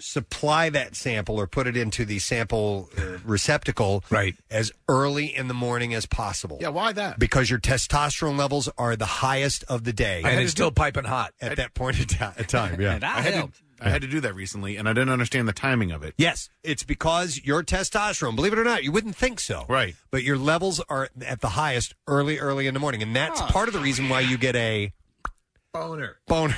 supply that sample or put it into the sample uh, receptacle right. as early in the morning as possible.
Yeah, why that?
Because your testosterone levels are the highest of the day.
And it's still
piping hot.
At that point in ti- in time, yeah.
I had, to, I had to do that recently, and I didn't understand the timing of it.
Yes, it's because your testosterone, believe it or not, you wouldn't think so. Right. But your levels are at the highest early, early in the morning. And that's part of the reason why you get a
Boner.
boner.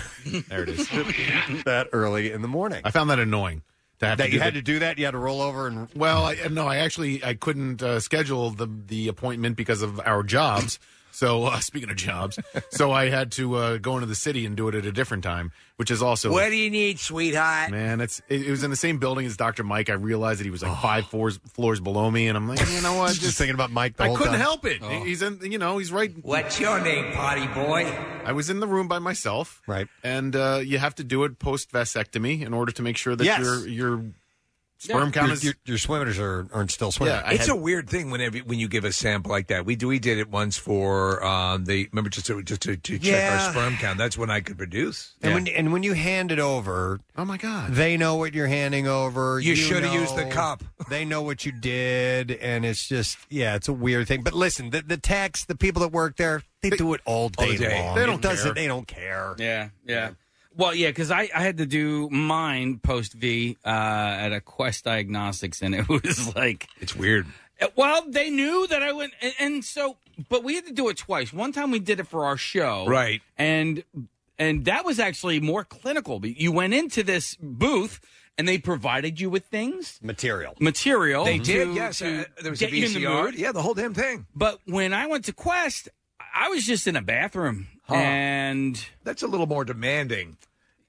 there it is. that early in the morning.
I found that annoying. To have
that
to
you
do
had
the-
to do that? You had to roll over and.
Well, I, no, I actually I couldn't uh, schedule the the appointment because of our jobs. So uh, speaking of jobs, so I had to uh, go into the city and do it at a different time, which is also
what do you need, sweetheart?
man. It's it, it was in the same building as Dr. Mike. I realized that he was like five floors floors below me, and I'm like, you know what? Just,
thinking about Mike.
I couldn't help
Oh.
it. He's in, you know, he's right.
What's your name, potty boy?
I was in the room by myself,
right?
And uh, you have to do it post vasectomy in order to make sure that
Yes.
your your sperm count
your,
is
your, your swimmers are, aren't still swimming.
Yeah, I
it's
had-
a weird thing whenever when you give a sample like that. We do we did it once for um, the remember just to, just to, to check
Yeah.
our sperm count. That's when I could produce.
And when and when you hand it over,
oh my god,
they know what you're handing over.
You shoulda
know-
used the cup.
They know what you did, and it's just yeah, it's a weird thing. But listen, the the techs, the people that work there, they, do it all day,
day.
long.
They
It
don't
doesn't-
care.
They don't care.
Yeah, yeah. Well, yeah, because I, I had to do mine post V uh, at a Quest Diagnostics, and it was like Uh,
it's weird.
Well, they knew that I went, and, and so, but we had to do it twice. One time we did it for our show,
Right.
And and that was actually more clinical. But You went into this booth, and they provided you with things,
material,
material.
They did,
to-
yes.
to
Uh, there was a
get you in the
VCR.
mood.
Yeah, the whole damn thing.
But when I went to Quest, I was just in a bathroom, and
that's a little more demanding.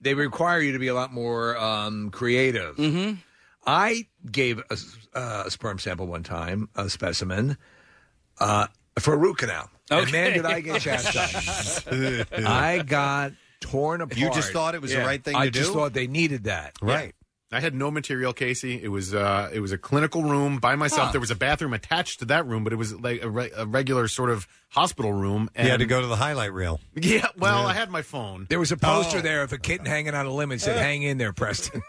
They require you to be a lot more um, creative.
Mm-hmm.
I gave a, s- uh, a sperm sample one time, a specimen, uh, for a root canal. And man, did I get chastised. I got torn apart.
You just thought it was the right thing
I
to
just
do?
thought they needed that.
Right.
I had no material, Casey. It was uh, it was a clinical room by myself.
Huh.
There was a bathroom attached to that room, but it was like a, re- a regular sort of hospital room.
You had to go to the highlight reel.
Yeah, well,
Yeah.
I had my phone.
There was a poster
Oh.
there of a kitten hanging on a limb and said, "Hang in there, Preston."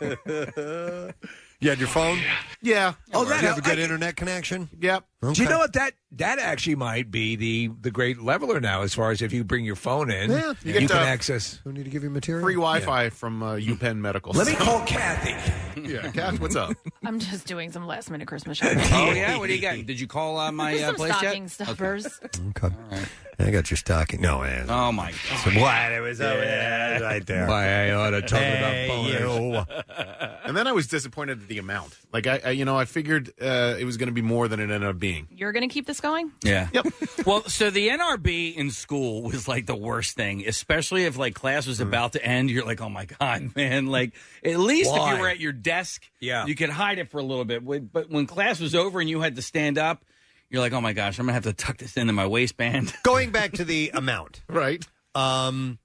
you had your phone.
Yeah.
Oh, that you have a good internet connection.
Yep.
Do you know what that that actually might be the the great leveler now as far as if you bring your phone in,
Yeah,
you,
you get
can
to-
access. Mm-hmm.
Who need to give you material?
Free Wi-Fi from uh, UPenn Medical.
Let me call Kathy.
yeah, Kath, what's up?
I'm just doing some last minute Christmas shopping.
Oh yeah, what do you got? Did you call uh, my uh,
some
place
stocking
yet?
stuffers.
I got your stocking. No, man.
Oh my
god! What it was over there, right there.
Why I ought to
talk about
boners.
and then I was disappointed at the amount. Like I, I you know, I figured uh, it was going to be more than it ended up being.
You're going to keep this going?
Yeah. Yep. well, so the NRB in school was like the worst thing, especially if like class was about to end. You're like, oh my god, man! Like at least if
Why?
you were at your desk,
Yeah.
you could hide it for a little bit. When- But when class was over and you had to stand up, you're like, oh my gosh, I'm gonna have to tuck this into my waistband.
Going back to the amount,
right?
Um,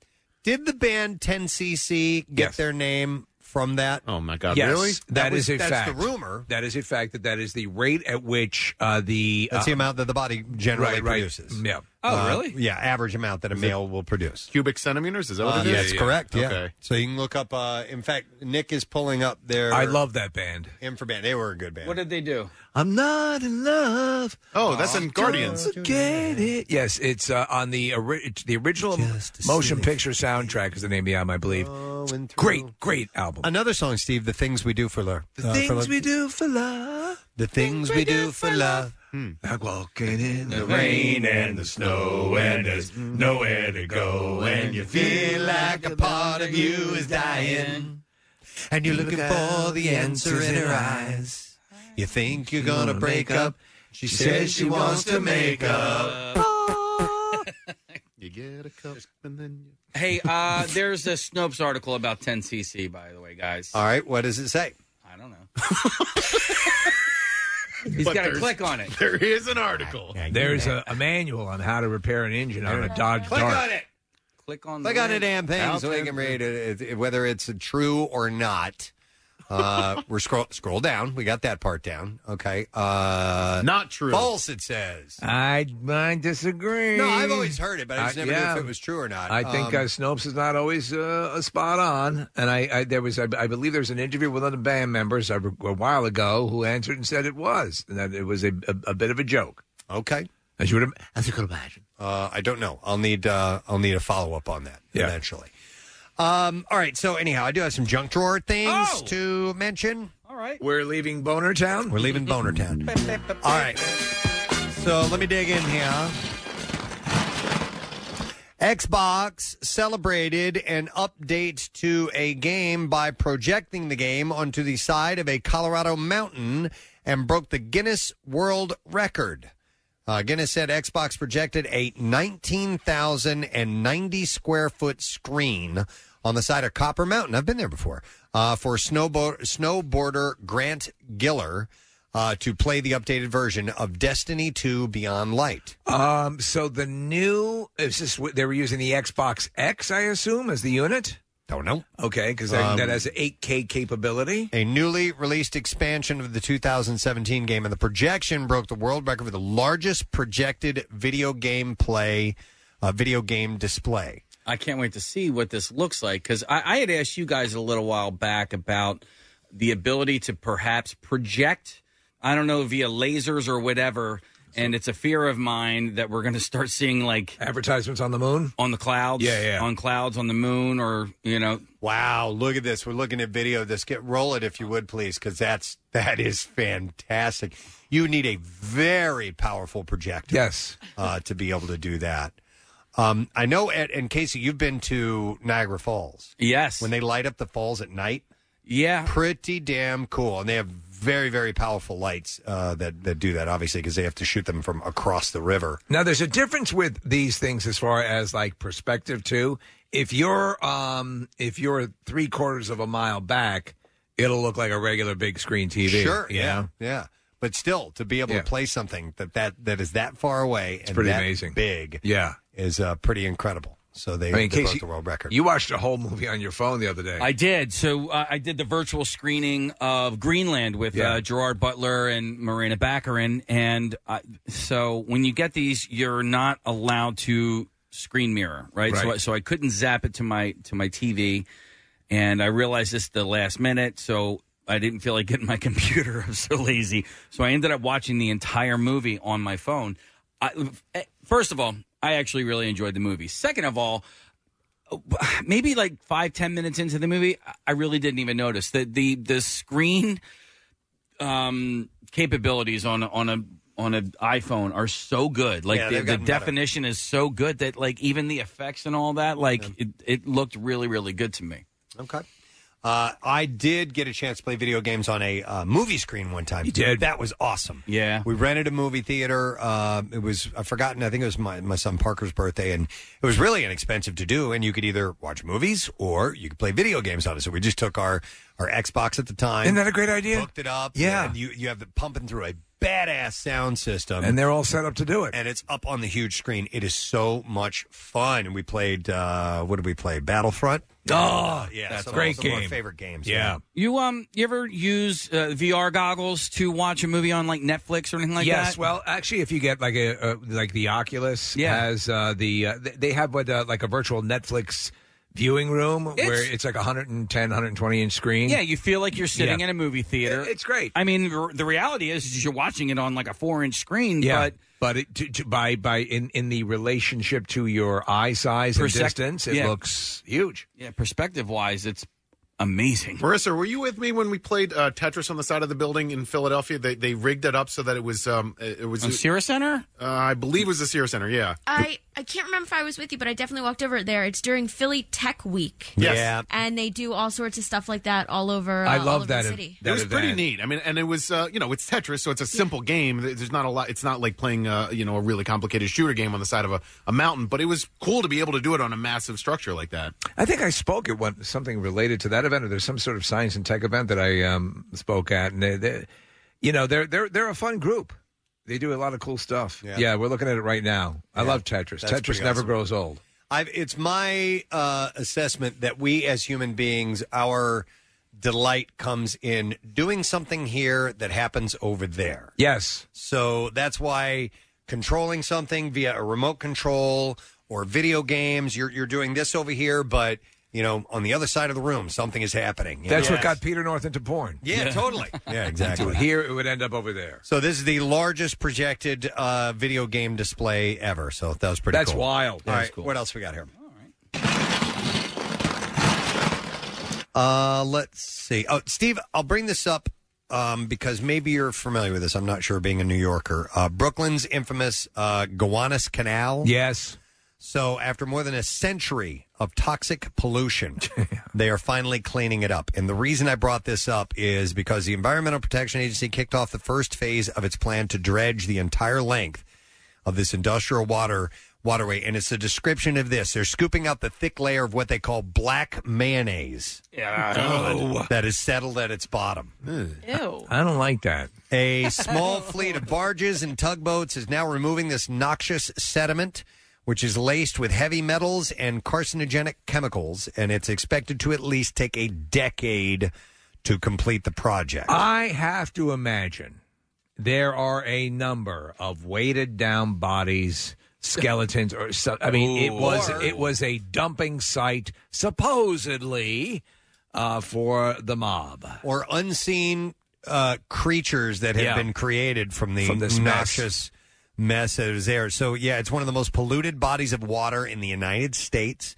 did the band 10cc get their name from that?
Oh my god,
Yes,
That,
that
was,
is a
that's
fact.
the rumor.
That is a fact that that is the rate at which uh, the
That's the
uh,
amount that the body generally
right, right.
produces.
Yeah.
Oh,
Uh, Yeah, average amount that a male will produce.
Cubic centimeters is that what
Uh,
it is?
yeah, it's correct. Yeah.
Okay.
So you can look up. Uh, in fact, Nick is pulling up their.
I love that band.
Him for band. They were a good band.
What did they do?
I'm not in love.
Oh, that's in Guardians.
Forget it. Yes, it's uh, on the ori- it's the original motion picture soundtrack is the name of the album, I believe. great, great album.
Oh, Another song, Steve. The things we do for love.
The
uh, for
things
love.
we do for love.
The things we do for love.
Like walking in the
rain
and the snow, and there's nowhere to go, and you
Feel like a part of you is dying, and you're looking for the answer in her eyes. You think you're gonna break up. She says she wants to make up.
Uh,
You get a cup and then
Hey, uh, there's a Snopes article about 10cc, by the way, guys.
All right, what does it say?
I don't know. He's got
But
to
there's-
click on it.
There is an article.
There's a, a manual on how to repair an engine on a Dodge
Click
Dart.
on it.
Click on.
Click
the
on a
link.
damn thing so we
Out
can read it, it- whether it's true or not. Uh, we're scroll scroll down. We got that part down. Okay. Uh,
not true.
False. It says.
I, I disagree.
No, I've always heard it, but I just never knew
Uh, yeah.
if it was true or not.
I think uh,
Um,
Snopes is not always uh, a spot on, and I, I there was I, I believe there was an interview with one of the band members a, a while ago who answered and said it was and that it was a, a, a bit of a joke.
Okay,
as you would as you could imagine.
uh, I don't know. I'll need uh, I'll need a follow up on that eventually. Um, all right. So anyhow, I do have some junk drawer things to mention.
Oh! All right.
We're leaving Boner Town.
We're leaving Boner Town. All right. So let me dig in here. Xbox celebrated an update to a game by projecting the game onto the side of a Colorado mountain and broke the Guinness World Record. Uh, Guinness said Xbox projected a 19,090 square foot screen on the side of Copper Mountain. I've been there before uh, for snowbo- snowboarder Grant Giller uh, to play the updated version of Destiny 2 Beyond Light.
Um, so the new is this what- they were using the Xbox X, I assume, as the unit.
Don't know.
Okay, because that,
Um,
that has 8K capability.
A newly released expansion of the 2017 game, and the projection broke the world record for the largest projected video game play, uh, video game display.
I can't wait to see what this looks like because I, I had asked you guys a little while back about the ability to perhaps project, I don't know, via lasers or whatever. And it's a fear of mine that we're going to start seeing like
advertisements on the moon,
on the clouds,
Yeah, yeah.
on clouds, on the moon, or you know.
Wow, look at this. We're looking at video of this. Get roll it if you would please cuz that's that is fantastic. You need a very powerful projector.
Yes.
Uh, to be able to do that. Um, I know at, and Casey you've been to Niagara Falls.
Yes.
When they light up the falls at night.
Yeah.
Pretty damn cool. And they have very very powerful lights uh, that that do that obviously cuz they have to shoot them from across the river.
Now, there's a difference with these things as far as like perspective too. If you're um if you're three quarters of a mile back, it'll look like a regular big screen TV.
Sure.
you
Yeah.
know?
Yeah. But still, to be able
Yeah.
to play something that that that is that far away it's and
pretty
that
amazing.
big,
Yeah.
is uh, pretty incredible. So they,
I mean,
they broke
Casey,
the world record.
you watched a whole movie on your phone the other day.
I did. So uh, I did the virtual screening of Greenland with
Yeah.
uh, Gerard Butler and Marina Baccarin. And uh, so when you get these, you're not allowed to screen mirror, right? So,
Right.
I, so I couldn't zap it to my to my TV, and I realized this the last minute. So I didn't feel like getting my computer. I'm so lazy. So I ended up watching the entire movie on my phone. I, eh, first of all, I actually really enjoyed the movie. Second of all, maybe like five ten minutes into the movie I- i really didn't even notice that the the screen um capabilities on a- on a on an iphone are so good like
Yeah,
the,
they've
the
gotten better.
definition is so good that like even the effects and all that like it, it looked really really good to me
okay Uh, I did get a chance to play video games on a uh, movie screen one time.
You did?
That was awesome.
Yeah.
We rented a movie theater. Uh, it was, I've forgotten, I think it was my, my son Parker's birthday, and it was really inexpensive to do. And you could either watch movies or you could play video games on it. So we just took our, our Xbox at the time.
Isn't that a great idea?
Hooked it up.
Yeah.
And you, you have it pumping through a badass sound system.
And they're all set up to do it.
And it's up on the huge screen. It is so much fun. And we played, uh, what did we play? Battlefront?
Oh,
yeah.
that's
some-
great
some of our
game.
favorite games.
Yeah.
you um you ever use uh, vr goggles to watch a movie on like netflix or anything like that
yes, well, actually, if you get like a, a like the Oculus
Yeah.
has uh, the uh, th- they have what uh, like a virtual Netflix viewing room where
It's-
it's like 110, 120 inch screen.
Yeah, you feel like you're sitting
Yeah.
in a movie theater.
It's great.
I mean, r- the reality is, is you're watching it on like a four inch screen,
Yeah,
but
but it, to, to, by by in in the relationship to your eye size and
Persec-
distance, it
yeah.
looks huge.
Yeah, perspective wise, it's amazing.
Marissa, were you with me when we played uh, Tetris on the side of the building in Philadelphia? They they rigged it up so that it was um it it was
On Cira Oh, Center.
Uh, I believe it was the Sierra Center. Yeah.
I, I can't remember if I was with you, but I definitely walked over there. It's during Philly Tech Week.
Yes. Yeah.
And they do all sorts of stuff like that all over. Uh, all over the city.
it was pretty neat. I mean, and it was uh, you know it's Tetris, so it's a simple game. There- There's not a lot. It's not like playing uh, you know a really complicated shooter game on the side of a, a mountain. But it was cool to be able to do it on a massive structure like that.
I think I spoke at one something related to that event, or there's some sort of science and tech event that I um, spoke at, and they, they, you know, they're they're they're a fun group. They do a lot of cool stuff. Yeah, we're looking at it right now. I love Tetris.
That's
Tetris
pretty
never
awesome.
grows old.
I've, it's my uh, assessment that we as human beings, our delight comes in doing something here that happens over there.
Yes.
So that's why controlling something via a remote control or video games, you're, you're doing this over here, but, you know, on the other side of the room, something is happening. you
That's
know?
what got Peter North into porn.
Yeah, totally. Yeah, exactly.
Here it would end up over there.
So this is the largest projected uh, video game display ever. So that was pretty
That's
cool.
wild.
All
That's
right,
cool.
what else we got here? Uh, let's see. Oh, Steve, I'll bring this up um, because maybe you're familiar with this. I'm not sure, being a New Yorker. Uh, Brooklyn's infamous uh, Gowanus Canal.
Yes.
So, after more than a century of toxic pollution, they are finally cleaning it up. And the reason I brought this up is because the Environmental Protection Agency kicked off the first phase of its plan to dredge the entire length of this industrial water waterway. And it's a description of this. They're scooping out the thick layer of what they call black mayonnaise.
Oh.
That is settled at its bottom.
Ew.
I don't like that.
A small fleet of barges and tugboats is now removing this noxious sediment, which is laced with heavy metals and carcinogenic chemicals, and it's expected to at least take a decade to complete the project.
I have to imagine there are a number of weighted down bodies, skeletons, or so, I mean, it
Ooh.
was
Or-
it was a dumping site supposedly uh, for the mob
or unseen uh, creatures that have
Yeah.
been created from the
From this
noxious mess. that is there. So yeah, it's one of the most polluted bodies of water in the United States,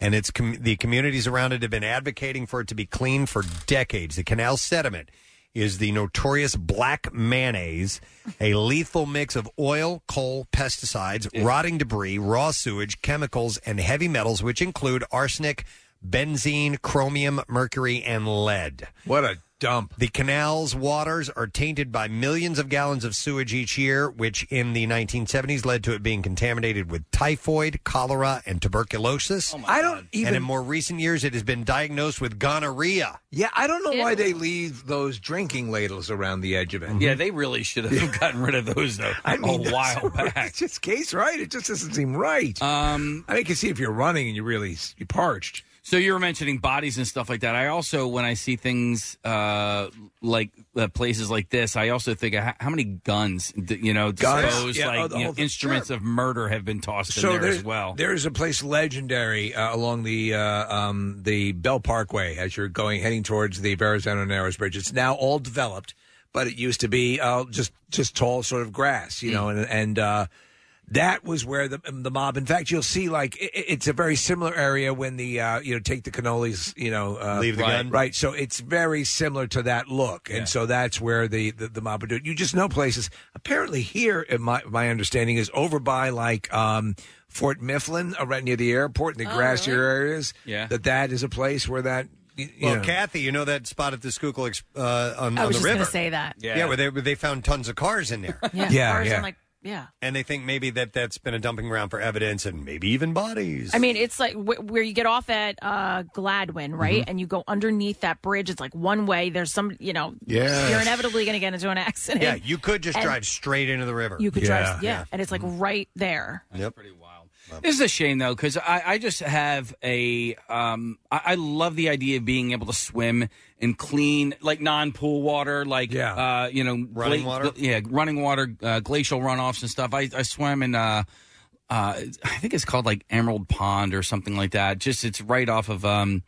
and it's com- the communities around it have been advocating for it to be clean for decades. The canal sediment is the notorious black mayonnaise, a lethal mix of oil, coal, pesticides, rotting debris, raw sewage, chemicals, and heavy metals, which include arsenic. Benzene, chromium, mercury, and lead.
What a dump.
The canal's waters are tainted by millions of gallons of sewage each year, which in the 1970s led to it being contaminated with typhoid, cholera, and tuberculosis.
I don't even.
and in more recent years, it has been diagnosed with gonorrhea.
yeah, I don't know why they leave those drinking ladles around the edge of it.
Yeah, they really should have gotten rid of those though
I mean,
a while back.
It's just case right. It just doesn't seem right. Um, I think you see if you're running and you're really you're parched.
So you were mentioning bodies and stuff like that. I also, when I see things uh, like uh, places like this, I also think how, how many guns, d- you know,
Guns,
disposed,
yeah, oh,
like
the
you know,
whole thing,
instruments
sure.
of murder have been tossed in there
there's
as well.
There's a place legendary uh, along the uh, um, the Bell Parkway as you're going heading towards the Verrazano Narrows Bridge. It's now all developed, but it used to be uh, just just tall sort of grass, you
Hmm.
know, and and uh, that was where the the mob. In fact, you'll see like it, it's a very similar area when the uh, you know take the cannolis, you know, uh,
Leave the
right,
gun.
right. So it's very similar to that look,
Yeah.
and so that's where the the, the mob would do it. You just know places. Apparently, here uh, my my understanding is over by like. um Fort Mifflin, uh, right near the airport, in the grassier areas.
Yeah.
that that is a place where that. y- You
Well,
know.
Kathy, you know that spot at the Schuylkill Ex- uh, on,
I was
on the
just
river.
gonna say that.
Yeah, where they where they found tons of cars in there.
Yeah. Cars, I'm like, yeah.
and they think maybe that that's been a dumping ground for evidence and maybe even bodies.
I mean, it's like wh- where you get off at uh, Gladwin, right? And you go underneath that bridge. It's like one way. There's some, you know,
Yes.
you're inevitably going to get into an accident.
yeah, you could just
And
drive straight into the river.
You could drive, yeah, and it's like right there.
Yep.
This is a shame though, because I, I just have a um, I, I love the idea of being able to swim in clean, like non-pool water, like yeah. uh, you know,
Running water?
yeah, running water, uh, glacial runoffs and stuff. I, I swam in. Uh, uh, I think it's called like Emerald Pond or something like that. Just it's right off of um,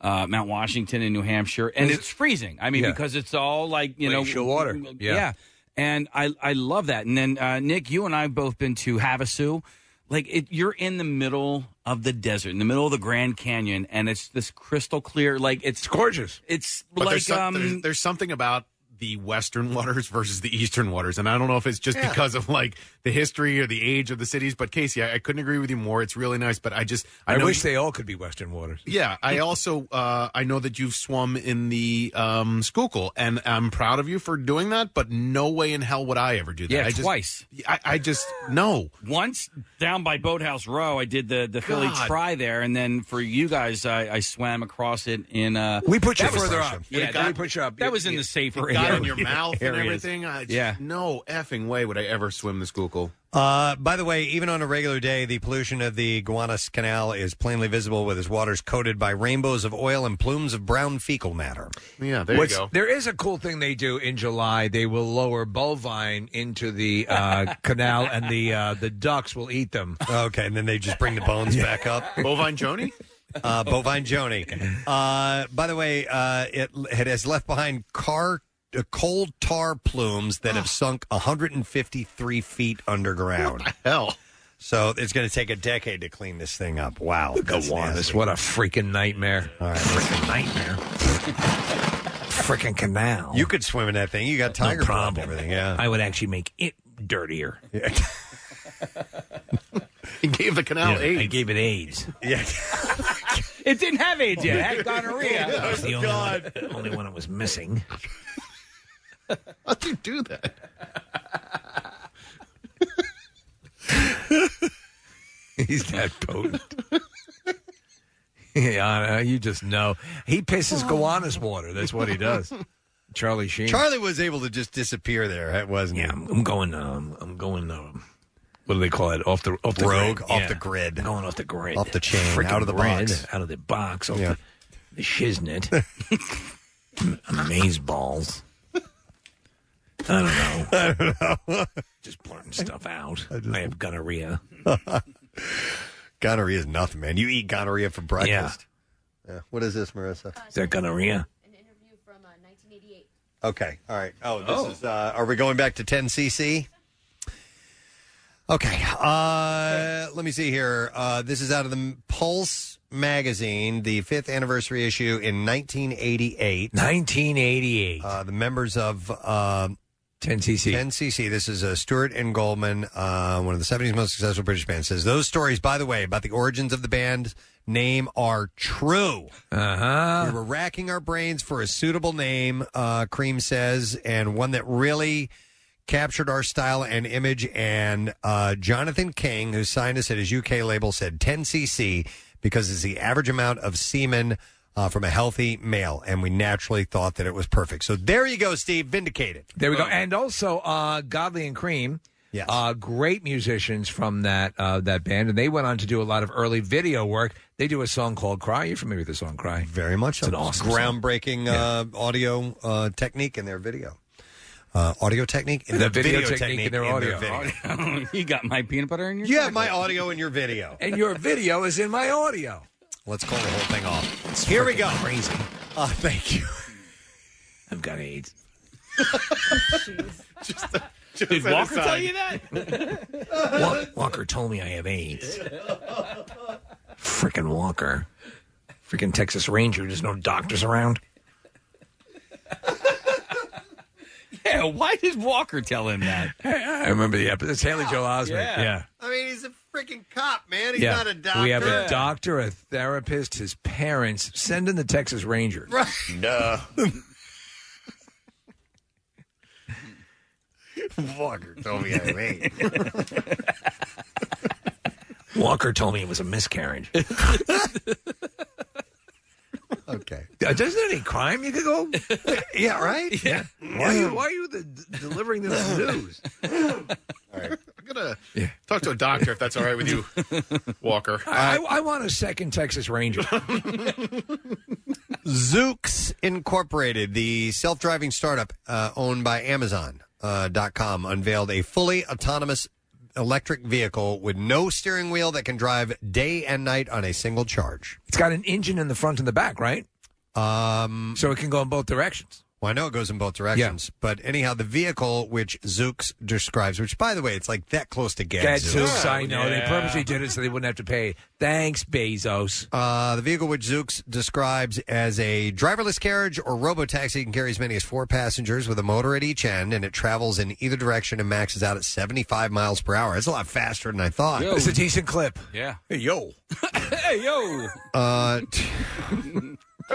uh, Mount Washington in New Hampshire, and
Is it-
it's freezing. I mean,
Yeah.
because it's all like you
Glacial
know,
water. Yeah.
yeah. And I, I love that. And then uh, Nick, you and I have both been to Havasu. Like it, you're in the middle of the desert, in the middle of the Grand Canyon, and it's this crystal clear. Like it's,
gorgeous.
It's
But
like
there's,
um,
some- there's, there's something about the western waters versus the eastern waters and i don't know if it's just
Yeah.
because of like the history or the age of the cities but casey i, I couldn't agree with you more it's really nice but i just
I,
know
wish
you-
they all could be Western waters.
yeah i also uh i know that you've swum in the um schuylkill and i'm proud of you for doing that but no way in hell would i ever do that
Yeah,
I just,
twice.
I, I just no
once down by Boathouse Row, I did the the Philly
God.
Try there, and then for you guys, I, I swam across it in. Uh,
We put you
that was-
further up.
Yeah,
We
that,
put you up.
That
You-
was in
you-
the safer
it got
area.
in your mouth and
areas.
everything I just,
Yeah.
no effing way would i ever swim the schuylkill
Uh, by the way, even on a regular day, the pollution of the Gowanus Canal is plainly visible with its waters coated by rainbows of oil and plumes of brown fecal matter.
Yeah,
What's- There is a cool thing they do in July. They will lower bovine into the uh, canal, and the uh, the ducks will eat them.
Okay, and then they just bring the bones back up.
Bovine Joni?
Uh, bovine Joni. Uh, by the way, uh, it, it has left behind car uh, coal tar plumes that
Ah.
have sunk 153 feet underground.
hell?
So it's going to take a decade to clean this thing up. Wow. that's
Gowanus,
nasty.
what a freaking nightmare!
All right.
Freaking nightmare. freaking canal.
You could swim in that thing. You got tiger blood and everything. Yeah.
I would actually make it dirtier.
he gave the canal
AIDS. I gave it AIDS.
Yeah.
It didn't have AIDS yet. It had
That
gonorrhea.
was the
Oh,
only one, only one it was missing.
How'd you do that?
He's that potent. yeah, I- you just know. He
Oh.
pisses Gowanus water. That's what he does. Charlie Sheen.
Charlie was able to just disappear there, wasn't
yeah, I'm, I'm going. Um, I'm going. Um, what do they call it? Off the off the
Rogue,
grid.
off
Yeah.
the grid.
Going off the grid.
Off the chain,
Frickin'
out of the
grid,
box.
Out of the box. Off
Yeah.
the, the shiznit. Amaze balls. I don't know. I don't know. just blurting stuff out. I, have gonorrhea.
Gonorrhea is nothing, man. You eat gonorrhea for breakfast. Yeah. What is this, Marissa?
Is that gonorrhea?
Okay. All right. Oh, this is. Uh, are we going back to 10cc? Okay. Uh, let me see here. Uh, this is out of the Pulse magazine, the fifth anniversary issue in 1988.
1988.
Uh, the members of uh,
10cc.
10cc. This is uh, Stewart and Goldman, uh, one of the 70s most successful British bands. Says those stories, by the way, about the origins of the band's name are true.
Uh huh.
We were racking our brains for a suitable name, uh, Cream says, and one that really captured our style and image. And uh, Jonathan King, who signed us at his UK label, said 10cc because it's the average amount of semen uh, from a healthy male. And we naturally thought that it was perfect. So there you go, Steve. Vindicated.
There we go. And also, uh, Godley and Cream. Yes. Uh, great musicians from that uh, that band, and they went on to do a lot of early video work. They do a song called "Cry." You're familiar with the song "Cry"?
Very much.
It's an awesome, song.
groundbreaking uh, audio uh, technique in their video. Uh, audio technique in
The
their
video technique in their audio.
video.
you got my peanut butter in your.
You have my audio in your video.
And your video is in my audio.
Let's call the whole thing off. Here we go.
Crazy.
Uh, thank you.
I've got AIDS.
Did
an
Walker
aside.
tell you that?
Wa- Walker told me I have AIDS. Freaking Walker. Freaking Texas Ranger. There's no doctors around.
yeah, why did Walker tell him that?
I remember the episode. It's Haley Joel Osment. Yeah.
I mean, he's a freaking cop, man. He's
Yeah.
not a doctor.
We have a doctor, a therapist, his parents. Send in the Texas Ranger.
Right.
Duh.
Walker told me I mean.
Walker told me it was a miscarriage.
okay.
Uh, Doesn't any crime you could go?
yeah, right?
Yeah. Why are you, why are you the, delivering this news?
I'm gonna talk to a doctor if that's all right with you, Walker.
I, I want a second Texas Ranger.
Zooks Incorporated, the self-driving startup uh, owned by Amazon.com, uh, dot com, unveiled a fully autonomous electric vehicle with no steering wheel that can drive day and night on a single charge.
It's got an engine in the front and the back, right?
Um,
so it can go in both directions.
Well, I know it goes in both directions, but anyhow, the vehicle which Zooks describes, which by the way, it's like that close to
Get
Gadzooks.
Zeus, I know. They purposely did it so they wouldn't have to pay. Thanks, Bezos.
Uh, the vehicle which Zooks describes as a driverless carriage or robotaxi can carry as many as four passengers with a motor at each end, and it travels in either direction and maxes out at 75 miles per hour. It's a lot faster than I thought.
It's a decent clip.
Yeah.
Hey, yo.
hey, yo.
Uh,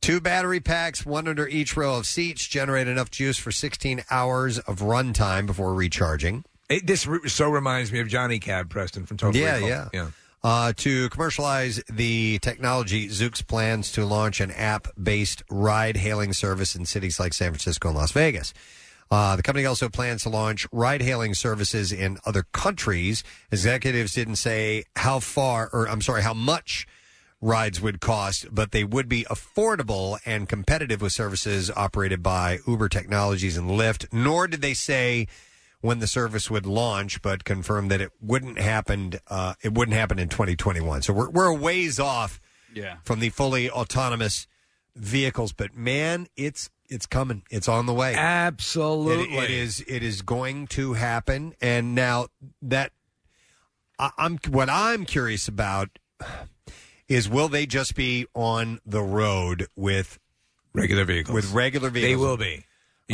Two battery packs, one under each row of seats, generate enough juice for 16 hours of runtime before recharging.
It, this re- so reminds me of Johnny Cab Preston from Total
Yeah,
Recall.
yeah.
yeah.
Uh, to commercialize the technology, Zooks plans to launch an app based ride hailing service in cities like San Francisco and Las Vegas. Uh, the company also plans to launch ride hailing services in other countries. Executives didn't say how far, or I'm sorry, how much rides would cost, but they would be affordable and competitive with services operated by Uber Technologies and Lyft. Nor did they say when the service would launch, but confirmed that it wouldn't happen. Uh, it wouldn't happen in 2021. So we're we're a ways off
Yeah.
from the fully autonomous vehicles, but man, it's it's coming. It's on the way.
Absolutely.
It- it is. It is going to happen. And now that I, I'm, what I'm curious about is, will they just be on the road with
regular vehicles?
With regular vehicles,
They will be. You-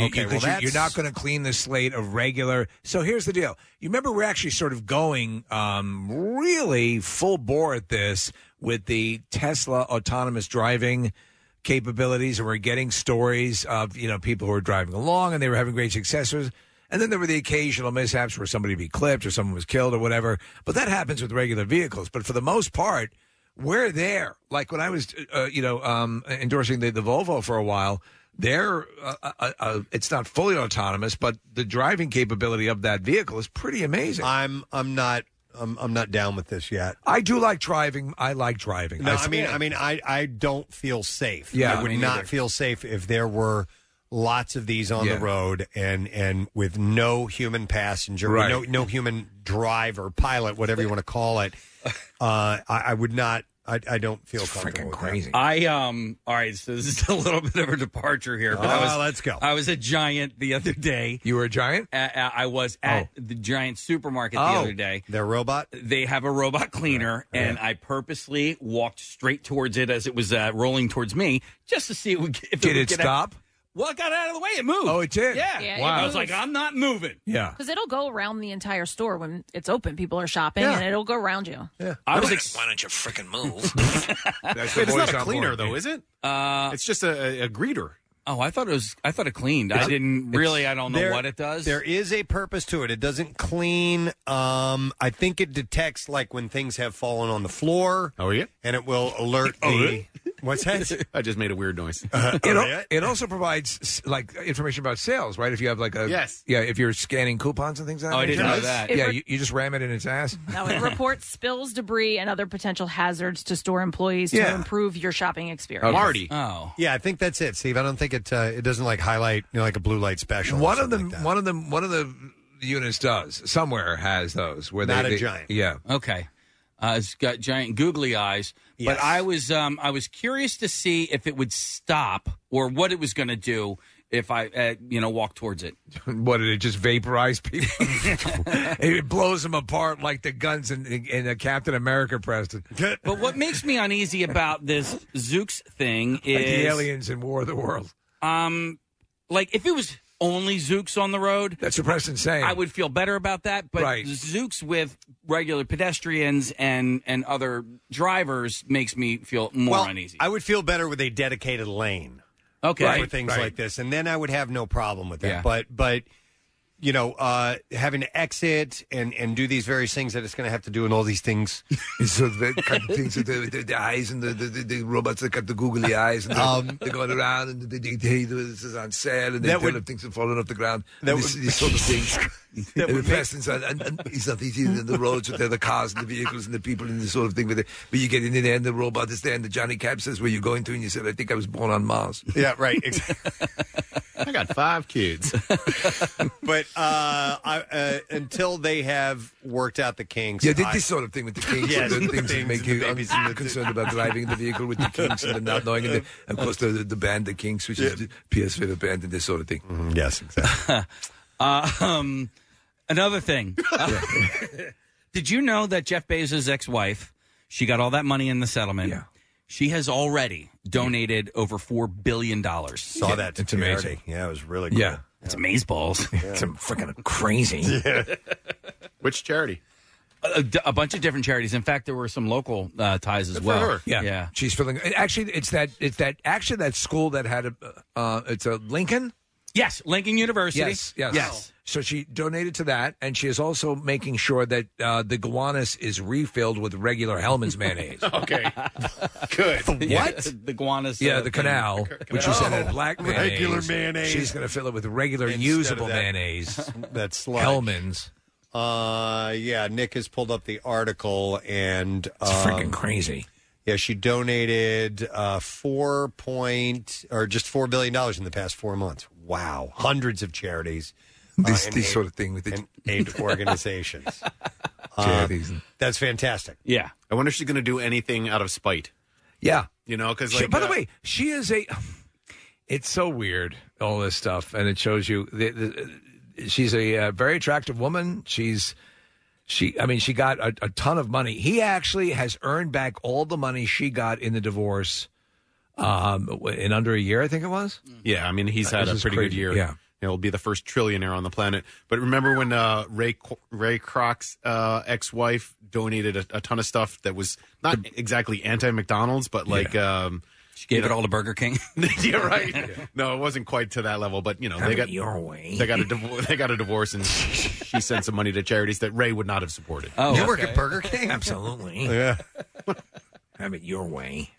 Okay,
you,
well, that's-
are not going to clean the slate of regular. So here's the deal. You remember we're actually sort of going um, really full bore at this with the Tesla autonomous driving capabilities, and we're getting stories of you know people who are driving along and they were having great successes. And then there were the occasional mishaps where somebody be clipped or someone was killed or whatever. But that happens with regular vehicles. But for the most part, we're there. Like when I was, uh, you know, um, endorsing the, the Volvo for a while, they're, uh, uh, uh, it's not fully autonomous, but the driving capability of that vehicle is pretty amazing.
I'm I'm not I'm I'm not down with this yet.
I do like driving. I like driving.
No, I, mean, I mean, I I don't feel safe.
Yeah,
I would
me
not
neither.
feel safe if there were lots of these on
Yeah.
the road and and with no human passenger,
Right.
no no human driver, pilot, whatever you want to call it. Uh, I, I would not. I, I don't feel comfortable. Freaking crazy.
I um all right, so this is a little bit of a departure here. I
Ah,
was,
let's go.
I was a giant the other day.
Oh, You were a giant? Oh.
I was at the giant supermarket the
Oh.
other day.
Their robot?
They have a robot cleaner, and I purposely walked straight towards it as it was uh, rolling towards me, just to see it would, if
Did
would
it
get out.
stop?
Well, it got out of the way. It moved.
Oh, it did?
Yeah.
Yeah, it
I was
moves.
like, I'm not moving.
Yeah.
Because it'll go around the entire store when it's open. People are shopping,
Yeah.
and it'll go around you.
Yeah.
I was
why don't you freaking move?
That's
Wait, it's not a cleaner, though, is it?
Uh,
it's just a, a greeter.
Oh, I thought it was. I thought it cleaned. I
It's-
didn't really.
it's-
I don't know
there-
what it does.
There is a purpose to it. It doesn't clean. Um, I think it detects like when things have fallen on the floor.
Oh yeah,
and it will alert
Oh,
the.
really?
What's that?
I just made a weird noise.
it, al- it also provides s- like information about sales, right? If you have like a
Yes.
yeah, if you're scanning coupons and things like
Oh,
that.
I didn't know
Yes.
that.
Yeah,
It-
you, you just ram it in its ass.
Now it reports spills, debris, and other potential hazards to store employees to
Yeah.
improve your shopping experience.
Oh,
yeah. I think that's it, Steve. I don't think it. Uh, it doesn't like highlight you know, like a blue light special. or
One of
something
them, one of them, one of the units does somewhere has those where
Not
they,
a
they-
giant.
Yeah,
Okay. Uh, it's got giant googly eyes. But I was um, I was curious to see if it would stop or what it was going to do if I uh, you know walk towards it.
what did it just vaporize people? it blows them apart like the guns in, in a Captain America, Preston.
But what makes me uneasy about this Zooks thing
Like the
is
aliens in War of the World.
Um, like if it was only Zooks on the road,
that's what Preston's saying.
I would feel better about that. But
Right.
Zooks with regular pedestrians and and other drivers makes me feel more
well,
uneasy.
I would feel better with a dedicated lane.
Okay.
for
Right,
things
right.
like this, and then I would have no problem with that.
Yeah.
But but you know, uh, having to exit and and do these various things that it's going to have to do, and all these things.
so that kind of things with the, the, the eyes and the, the, the, the robots that got the googly eyes and they're,
Um,
they're going around and they, they, they, this is on sale and they
That
tell
would-
them things are falling off the ground.
that
and this,
would-
these sort of things. and
That
the
would make-
peasants are, and, and it's not easy in the roads with the, the cars and the vehicles and the people and this sort of thing. But, they, but you get in there and the robot is there and the Johnny Cab says, where you going to? And you said, I think I was born on Mars.
Yeah, right. Exactly.
I got five kids.
but uh, I, uh, until they have worked out the kinks,
Yeah, thi-
I-
this sort of thing with the kinks
Yes,
and the
the
things that
things
make
and the
you
babies
un-
and the-
concerned about driving the vehicle with the kinks and the not knowing. And, the, and of course, the, the band, the kinks, which is Pierre's favorite band and this sort of thing.
Mm-hmm. yes, exactly.
Uh, um, another thing. Did you know that Jeff Bezos' ex-wife, she got all that money in the settlement. Yeah. She has already donated over four billion dollars.
saw that. To charity. Yeah, it was really. Cool.
Yeah. It's amaze balls. It's freaking crazy.
Which charity?
A, a bunch of different charities. In fact, there were some local uh, ties as
Good for
well.
her. Yeah.
yeah.
She's feeling. Actually, it's that. It's that. Actually, that school that had a. Uh, it's a Lincoln.
Yes, Lincoln University.
Yes, yes,
Yes.
So she donated to that, and she is also making sure that uh, the Gowanus is refilled with regular Hellman's mayonnaise.
okay, good.
Yeah, the Guanas. uh,
Yeah, the canal, which you said had black mayonnaise.
Oh, regular mayonnaise.
She's going to fill it with regular
Instead of
usable
that-
mayonnaise.
that sludge.
Hellman's.
Uh, yeah, Nick has pulled up the article and um,
freaking crazy.
Yeah, she donated uh, four point or just four billion dollars in the past four months. Wow, hundreds of charities. Uh,
This- this sort of thing with
and aid organizations. Uh, that's fantastic.
Yeah,
I wonder if she's going to do anything out of spite.
Yeah,
you know, because
She-
like,
by the
uh,
way, she is a. It's so weird, all this stuff, and it shows you. The, the, she's a uh, very attractive woman. She's she. I mean, she got a, a ton of money. He actually has earned back all the money she got in the divorce, um, in under a year. I think it was.
yeah, I mean, he's
Uh,
had
this
a
is
pretty good
crazy.
year.
Yeah.
He'll be the first trillionaire on the planet. But remember when uh, Ray Qu- Ray Kroc's uh, ex wife donated a, a ton of stuff that was not exactly anti McDonald's, but like um, she
gave it all to Burger King.
yeah, right. No, it wasn't quite to that level, but you know
Have
they
it
got
your way.
They got a div- they got a divorce, and she sent some money to charities that Ray would not have supported.
you work at Burger King?
Oh, Absolutely.
Yeah.
Have it your way,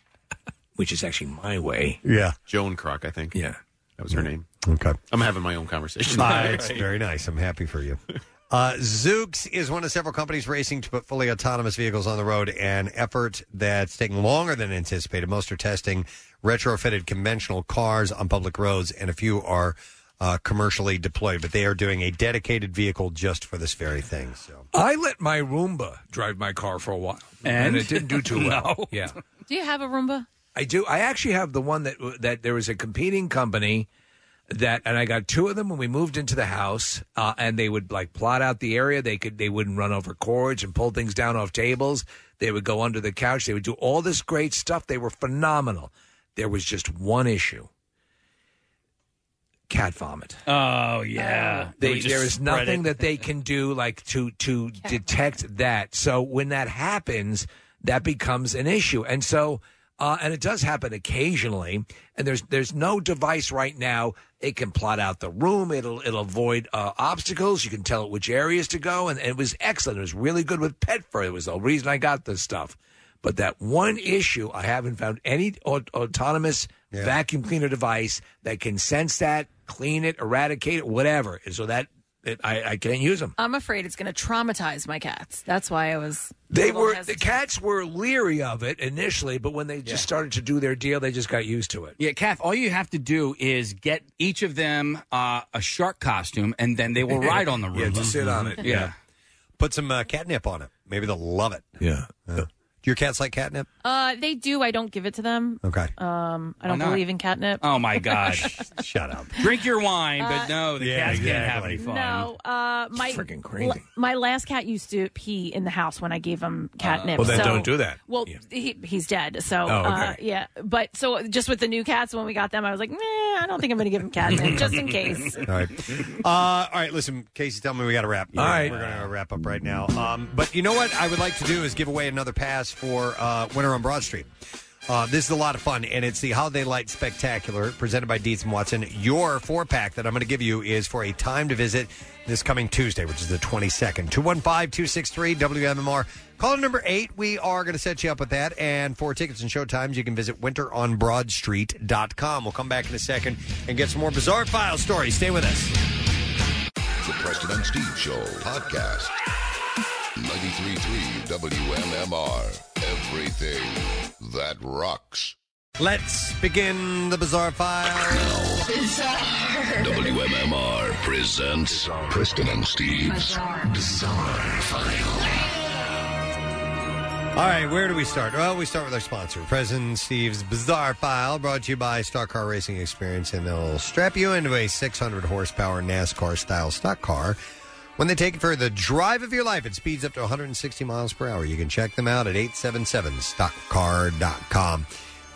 which is actually my way.
Yeah.
Joan Croc, I think.
Yeah.
That was her name.
Okay.
I'm having my own conversation.
Uh, it's very nice. I'm happy for you. Uh, Zoox is one of several companies racing to put fully autonomous vehicles on the road, an effort that's taking longer than anticipated. Most are testing retrofitted conventional cars on public roads, and a few are uh, commercially deployed. But they are doing a dedicated vehicle just for this very thing. So
I let my Roomba drive my car for a while,
And?
it didn't do too well. Yeah.
Do you have a Roomba?
I do. I actually have the one that that there was a competing company that, and I got two of them when we moved into the house, uh, and they would like plot out the area. They could they wouldn't run over cords and pull things down off tables. They would go under the couch. They would do all this great stuff. They were phenomenal. There was just one issue. cat vomit.
Oh yeah, They
They,
would just
there is
spread
nothing
it.
that they can do like to to detect that. So when that happens, that becomes an issue, and so uh, and it does happen occasionally. And there's there's no device right now. It can plot out the room. It'll it'll avoid uh, obstacles. You can tell it which areas to go, and, and it was excellent. It was really good with pet fur. It was the reason I got this stuff. But that one issue, I haven't found any aut- autonomous vacuum cleaner device that can sense that, clean it, eradicate it, whatever. And so that it, I, I can't use them.
I'm afraid it's going to traumatize my cats. That's why I was.
They were the cats were leery of it initially, but when they just started to do their deal, they just got used to it.
Yeah, Kath, all you have to do is get each of them uh, a shark costume, and then they will ride on the
Yeah,
roof.
just sit on it.
Yeah.
Put some uh, catnip on it. Maybe they'll love it. Uh,
Yeah.
do your cats like catnip?
Uh, they do. I don't give it to them.
Okay.
Um, I
Why
don't
not?
believe in catnip.
Oh, my gosh.
Shut up.
Drink your wine, but
Uh,
no, the
Yeah,
cats can't have
exactly.
any fun.
No, uh, my
Freaking crazy.
l- my last cat used to pee in the house when I gave him catnip.
Well, then
so-
don't do that.
Well, he, he's dead, so
Oh,
uh, yeah. But so just with the new cats, when we got them, I was like, nah, I don't think I'm going to give him catnip just in case.
All right. Uh, all right. Listen, Casey, tell me we got to wrap.
All right.
We're going to wrap up right now. Um, but you know what? I would like to do is give away another pass for uh, Winter on Broad Street. Uh, this is a lot of fun, and it's the Holiday Light Spectacular presented by Dietz and Watson. Your four pack that I'm going to give you is for a time to visit this coming Tuesday, which is the 22nd. 215 263 WMMR. Caller number eight. We are going to set you up with that. And for tickets and showtimes, you can visit winteronbroadstreet.com. We'll come back in a second and get some more bizarre file stories. Stay with us.
The Preston and Steve Show podcast. 93.3 WMMR. Everything that rocks.
Let's begin the bizarre file.
WMMR presents Preston and Steve's Bizarre, File.
All right, where do we start? Well, we start with our sponsor, President Steve's Bizarre File, brought to you by Stock Car Racing Experience, and they'll strap you into a 600 horsepower NASCAR style stock car. When they take it for the drive of your life, it speeds up to 160 miles per hour. You can check them out at 877stockcar.com.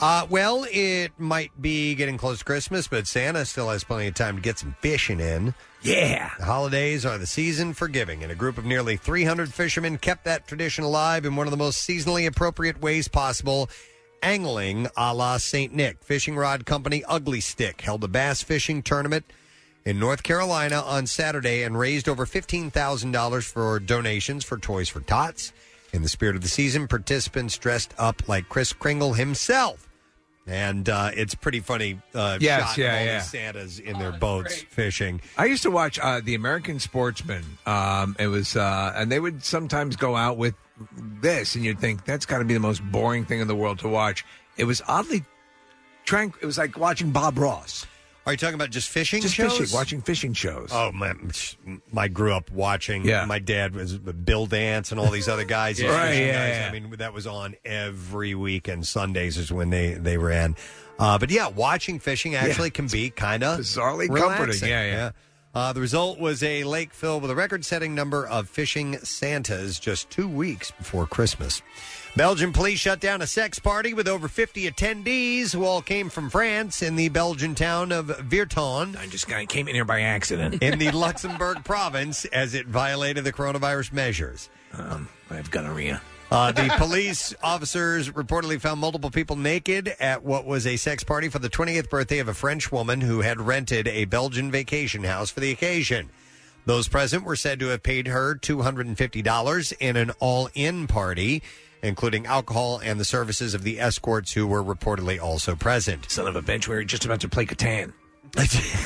Uh, well, it might be getting close to Christmas, but Santa still has plenty of time to get some fishing in.
Yeah.
The holidays are the season for giving, and a group of nearly 300 fishermen kept that tradition alive in one of the most seasonally appropriate ways possible angling a la St. Nick. Fishing rod company Ugly Stick held a bass fishing tournament in North Carolina on Saturday and raised over $15,000 for donations for Toys for Tots. In the spirit of the season, participants dressed up like Chris Kringle himself. And uh, it's pretty funny uh,
Yes,
shot of
yeah,
all these
yeah.
Santas in their boats fishing.
I used to watch uh, the American Sportsman. Um, it was, uh, and they would sometimes go out with this, and you'd think that's got to be the most boring thing in the world to watch. It was oddly tranquil. It was like watching Bob Ross.
Are you talking about just fishing?
Just
shows?
fishing, watching fishing shows.
Oh my! I grew up watching.
Yeah.
my dad was Bill Dance and all these other guys. these
Right,
fishing
yeah,
guys.
yeah.
I mean, that was on every weekend. Sundays is when they they ran. Uh, but yeah, watching fishing actually can be kind of
bizarrely comforting. Yeah, yeah.
Uh, the result was a lake filled with a record-setting number of fishing Santas just two weeks before Christmas. Belgian police shut down a sex party with over 50 attendees who all came from France in the Belgian town of Virton.
I just kind of came in here by accident.
in the Luxembourg province as it violated the coronavirus measures.
Um, I have gonorrhea.
Uh, the police officers reportedly found multiple people naked at what was a sex party for the 20th birthday of a French woman who had rented a Belgian vacation house for the occasion. Those present were said to have paid her $250 in an all in party, including alcohol and the services of the escorts who were reportedly also present.
Son of a bench, we were just about to play Catan.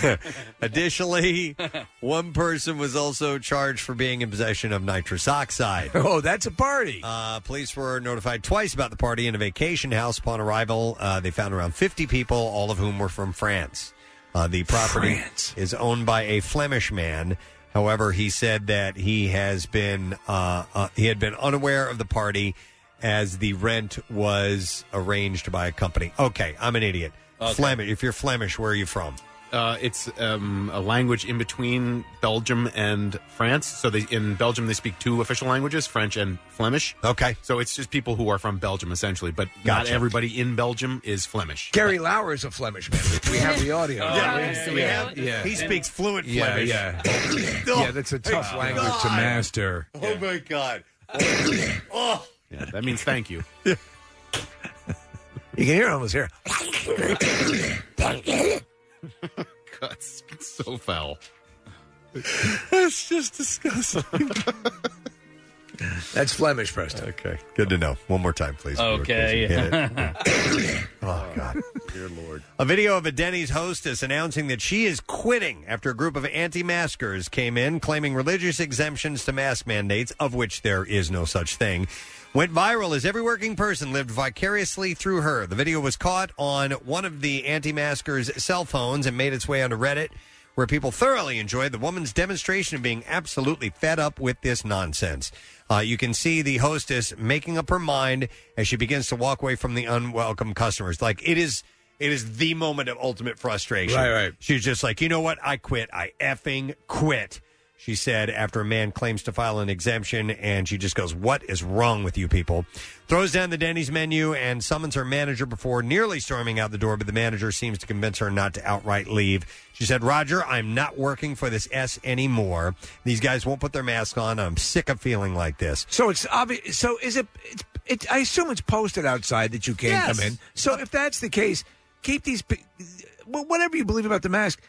Additionally, one person was also charged for being in possession of nitrous oxide.
Oh, that's a party.
Uh, police were notified twice about the party in a vacation house. Upon arrival, uh, they found around 50 people, all of whom were from France. Uh, the property is owned by a Flemish man. However, he said that he has been uh, uh, he had been unaware of the party as the rent was arranged by a company. Okay, I'm an idiot.
Okay.
Flemish. If you're Flemish, where are you from?
uh, it's um, a language in between Belgium and France. So they, in Belgium, they speak two official languages, French and Flemish.
Okay.
So it's just people who are from Belgium, essentially. But not
Gotcha.
everybody in Belgium is Flemish.
Gary Lauer is a Flemish man. We have the audio.
Oh,
yeah,
yeah,
we-
yeah.
we have-
He speaks fluent Flemish.
Yeah, yeah. yeah, that's a tough
Oh,
language to
God.
master.
Oh my God!
oh. Yeah, that means thank you.
You can hear almost here.
God, it's so foul.
That's just disgusting. That's Flemish, Preston.
Okay. Good to know. One more time, please.
Okay.
Hit it. oh, God.
Dear Lord.
A video of a Denny's hostess announcing that she is quitting after a group of anti maskers came in claiming religious exemptions to mask mandates, of which there is no such thing, went viral as every working person lived vicariously through her. The video was caught on one of the anti maskers' cell phones and made its way onto Reddit, where people thoroughly enjoyed the woman's demonstration of being absolutely fed up with this nonsense. Uh, you can see the hostess making up her mind as she begins to walk away from the unwelcome customers. Like, it is. It is the moment of ultimate frustration.
Right, right.
She's just like, you know what? I quit. I effing quit. She said after a man claims to file an exemption, and she just goes, What is wrong with you people? Throws down the Denny's menu and summons her manager before nearly storming out the door, but the manager seems to convince her not to outright leave. She said, Roger, I'm not working for this S anymore. These guys won't put their mask on. I'm sick of feeling like this.
So it's obvious. So is it? It's, it I assume it's posted outside that you can't
Yes.
come in. So if that's the case, keep these. pe- wh- Whatever you believe about the mask,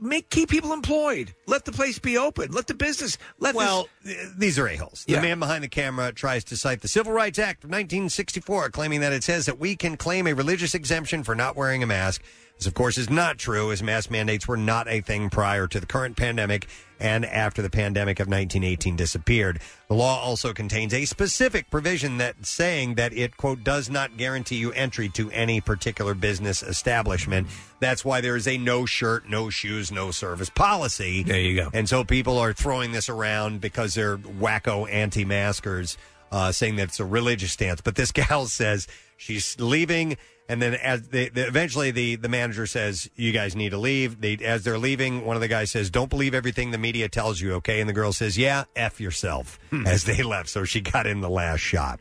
make keep people employed. Let the place be open. Let the business. Let
Well, th- these are a-holes. The
Yeah.
man behind the camera tries to cite the Civil Rights Act of 1964, claiming that it says that we can claim a religious exemption for not wearing a mask. This, of course, is not true, as mask mandates were not a thing prior to the current pandemic and after the pandemic of 1918 disappeared. The law also contains a specific provision that saying that it, quote, does not guarantee you entry to any particular business establishment. That's why there is a no shirt, no shoes, no service policy.
There you go.
And so people are throwing this around because they're wacko anti maskers, uh, saying that it's a religious stance. But this gal says she's leaving. And then as they, the, eventually the, the manager says, you guys need to leave. They, as they're leaving, one of the guys says, don't believe everything the media tells you, okay? And the girl says, yeah, F yourself
Hmm.
as they left. So she got in the last shot.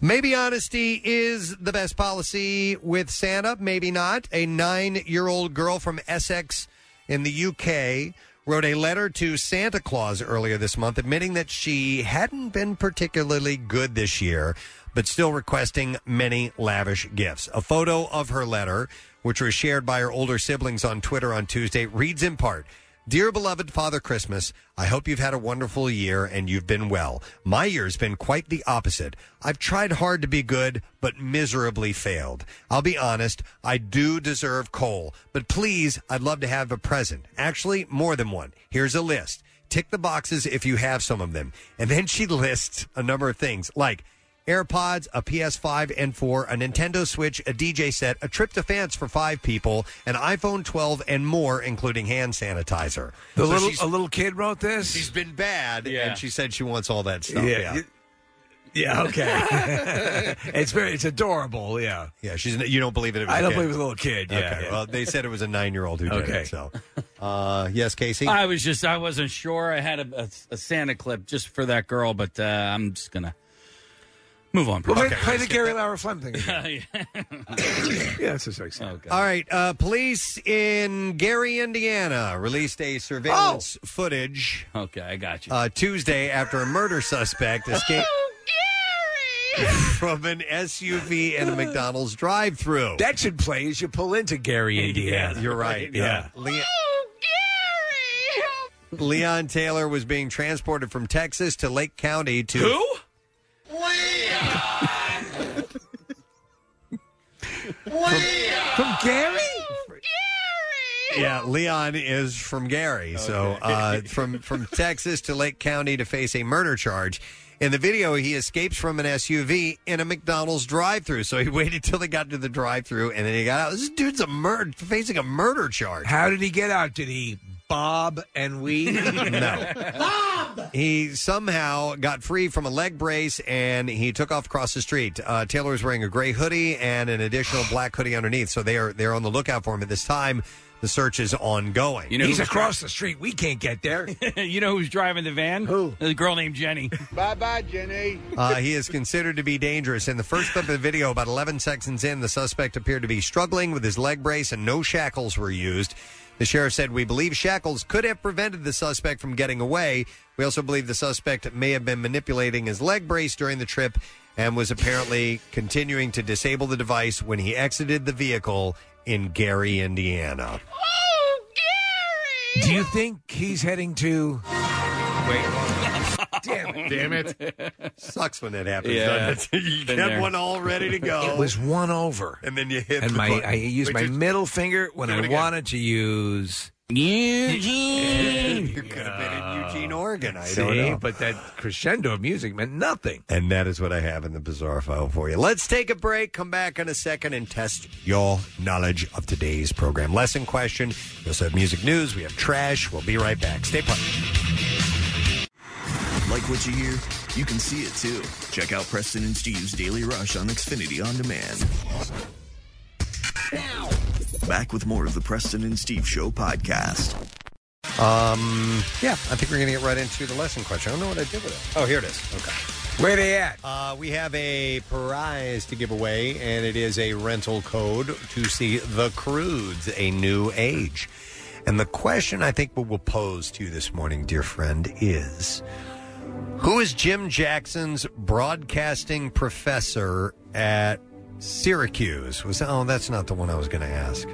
Maybe honesty is the best policy with Santa, maybe not. A nine year old girl from Essex in the UK wrote a letter to Santa Claus earlier this month admitting that she hadn't been particularly good this year, but still requesting many lavish gifts. A photo of her letter, which was shared by her older siblings on Twitter on Tuesday, reads in part. Dear beloved Father Christmas, I hope you've had a wonderful year and you've been well. My year's been quite the opposite. I've tried hard to be good, but miserably failed. I'll be honest, I do deserve coal, but please, I'd love to have a present. Actually, more than one. Here's a list. Tick the boxes if you have some of them. And then she lists a number of things like AirPods, a PS5 and 4, a Nintendo Switch, a DJ set, a trip to France for five people, an iPhone 12, and more, including hand sanitizer.
the
So
little
she's-
a little kid wrote this. She's
been bad, and she said she wants all that stuff.
Yeah.
Yeah,
You- yeah. Okay. it's very. It's adorable. Yeah.
Yeah, she's. You don't believe it? it was
I
a
don't
kid.
believe it was a little kid. Yeah.
okay.
yeah.
Well, they said it was a nine-year-old who did
Okay.
it. So, uh, yes, Casey.
I was just, I wasn't sure. I had a, a, a Santa clip just for that girl, but uh, I'm just going to move on.
Well, play-
Okay.
play the Gary Lauer Flem thing. again. yeah, that's just like
All right. Uh, police in Gary, Indiana, released a surveillance
Oh!
footage.
Okay, I got you.
Uh, Tuesday, after a murder suspect
Oh,
escaped from an SUV in a McDonald's drive-through.
That should play as you pull into Gary, Indiana.
You're right.
Yeah.
Uh, Leon- Leon Taylor was being transported from Texas to Lake County to
Who?
From Gary?
Yeah, Leon is from Gary. So uh, from from Texas to Lake County to face a murder charge. In the video, he escapes from an SUV in a McDonald's drive-through. So he waited till they got to the drive-through, and then he got out. This dude's a murder facing a murder charge.
How did he get out? Did he bob and weave?
no. He somehow got free from a leg brace and he took off across the street. Uh, Taylor was wearing a gray hoodie and an additional black hoodie underneath, so they are they're on the lookout for him at this time. The search is ongoing.
You know He's who's across the street. We can't get there.
you know who's driving the van? Who? A girl named Jenny.
Bye bye, Jenny.
Uh, he is considered to be dangerous. In the first clip of the video, about 11 seconds in, the suspect appeared to be struggling with his leg brace and no shackles were used. The sheriff said, We believe shackles could have prevented the suspect from getting away. We also believe the suspect may have been manipulating his leg brace during the trip and was apparently continuing to disable the device when he exited the vehicle in Gary, Indiana.
Do you think he's heading to?
Damn it. Damn it. Sucks when that happens,
Yeah.
doesn't it? You
Been
get
there.
one all ready to go.
It was one over,
and then you hit.
And
the
my
button.
I used
Wait,
my
did-
middle finger when
Do it
I
again.
wanted to use.
Eugene. You could have been in Eugene, Oregon. I
See,
don't know.
but that crescendo uh, of music meant nothing.
And that is what I have in the bizarre file for you. Let's take a break, come back in a second, and test your knowledge of today's program. Lesson question. We also have music news. We have trash. We'll be right back. Stay put.
Like what you hear? You can see it too. Check out Preston and Steve's Daily Rush on Xfinity On Demand. Back with more of the Preston and Steve Show podcast.
Um, yeah, I think we're going to get right into the lesson question. I don't know what I did with it. Oh, here it is. Okay.
Where they at?
Uh, we have a prize to give away, and it is a rental code to see The Crudes, A New Age. And the question I think we will pose to you this morning, dear friend, is who is Jim Jackson's broadcasting professor at Syracuse? Was oh, that's not the one I was going to ask.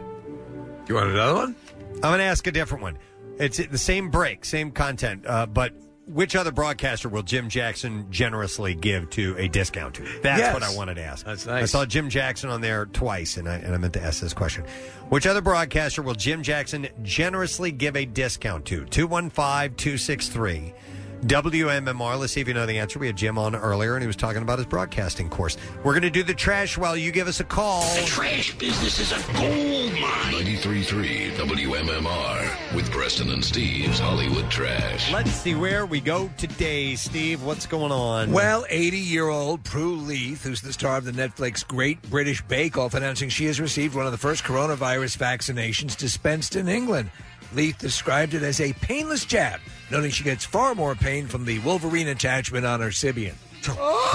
You want another one?
I'm going to ask a different one. It's the same break, same content, uh, but which other broadcaster will Jim Jackson generously give to a discount to? That's
Yes.
what I wanted to ask.
That's nice.
I saw Jim Jackson on there twice, and I, and I meant to ask this question. Which other broadcaster will Jim Jackson generously give a discount to? 215 263 WMMR. Let's see if you know the answer. We had Jim on earlier, and he was talking about his broadcasting course. We're going to do the trash while you give us a call.
Trash business is a gold mine. 93.3 WMMR with Preston and Steve's Hollywood Trash.
Let's see where we go today, Steve. What's going on?
Well, 80 year old Prue Leith, who's the star of the Netflix Great British Bake Off, announcing she has received one of the first coronavirus vaccinations dispensed in England. Leith described it as a painless jab, noting she gets far more pain from the Wolverine attachment on her Sibian.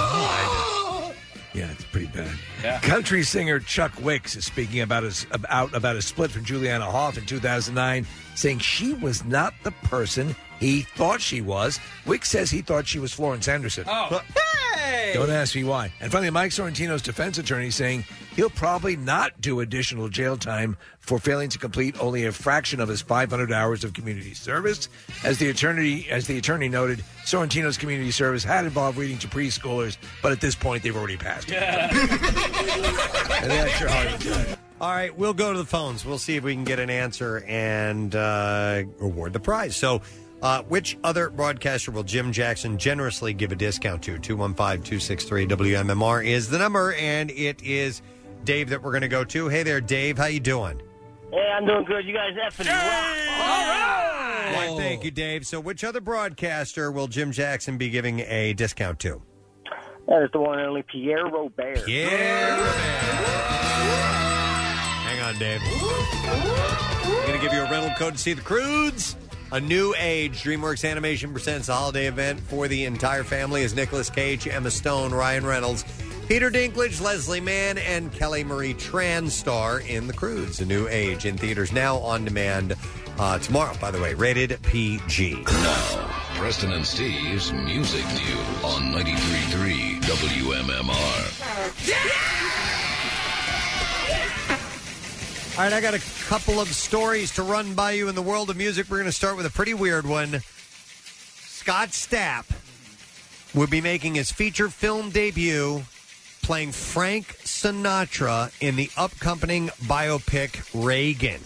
Oh!
Yeah, it's pretty bad. Country singer Chuck Wicks is speaking about his about about a split from Juliana Hoff in 2009, saying she was not the person he thought she was. Wicks says he thought she was Florence Anderson.
Oh. Hey!
Don't ask me why. And finally, Mike Sorrentino's defense attorney saying he'll probably not do additional jail time for failing to complete only a fraction of his 500 hours of community service. As the attorney, as the attorney noted, Sorrentino's community service had involved reading to preschoolers, but at this point, they've already passed. And that's your hard
All right, we'll go to the phones. We'll see if we can get an answer and uh, award the prize. So, uh, which other broadcaster will Jim Jackson generously give a discount to? 215 263 WMMR is the number, and it is Dave that we're going to go to. Hey there, Dave. How you doing?
Hey, I'm doing good. You guys effing rock.
Why, thank you, Dave. So, which other broadcaster will Jim Jackson be giving a discount to?
That is the one and only Pierre Robert.
Pierre Hang on, Dave. I'm going to give you a rental code to see the Crudes. A new age. DreamWorks Animation presents a holiday event for the entire family as Nicolas Cage, Emma Stone, Ryan Reynolds, Peter Dinklage, Leslie Mann, and Kelly Marie Tran star in The Crudes. A new age in theaters now on demand uh, tomorrow. By the way, rated PG.
Now, Preston and Steve's Music News on 93.3 WMMR.
All right, I got a couple of stories to run by you in the world of music. We're going to start with a pretty weird one. Scott Stapp will be making his feature film debut playing Frank Sinatra in the upcoming biopic Reagan.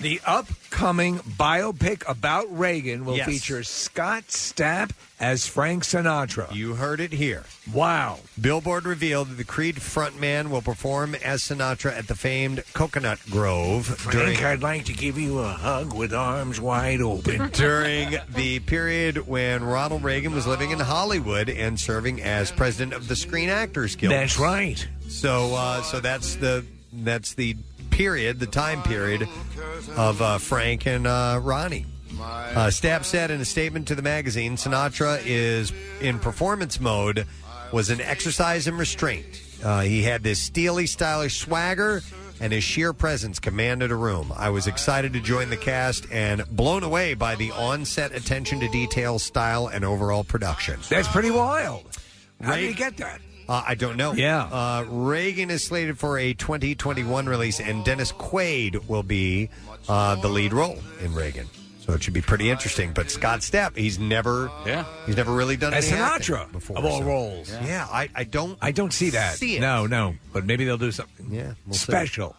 The upcoming biopic about Reagan will
Yes.
feature Scott Stapp as Frank Sinatra.
You heard it here.
Wow.
Billboard revealed that the Creed frontman will perform as Sinatra at the famed Coconut Grove
Frank, I'd like to give you a hug with arms wide open.
during the period when Ronald Reagan was living in Hollywood and serving as president of the Screen Actors Guild.
That's right.
So, uh, so that's the that's the period, the time period of uh, Frank and uh, Ronnie. Uh, Stab said in a statement to the magazine Sinatra is in performance mode, was an exercise in restraint. Uh, he had this steely, stylish swagger, and his sheer presence commanded a room. I was excited to join the cast and blown away by the onset attention to detail, style, and overall production.
That's pretty wild. How
Ray-
did you get that?
Uh, I don't know. Yeah. Uh, Reagan is slated for a 2021 release, and Dennis Quaid will be uh, the lead role in Reagan. So it should be pretty interesting. But Scott Stapp, he's never, yeah, he's never really done
As
any acting
Sinatra
before
of all
so-
roles.
Yeah, I, I don't,
I don't see that.
see it.
No, no. But maybe they'll do something.
Yeah, we'll see.
special.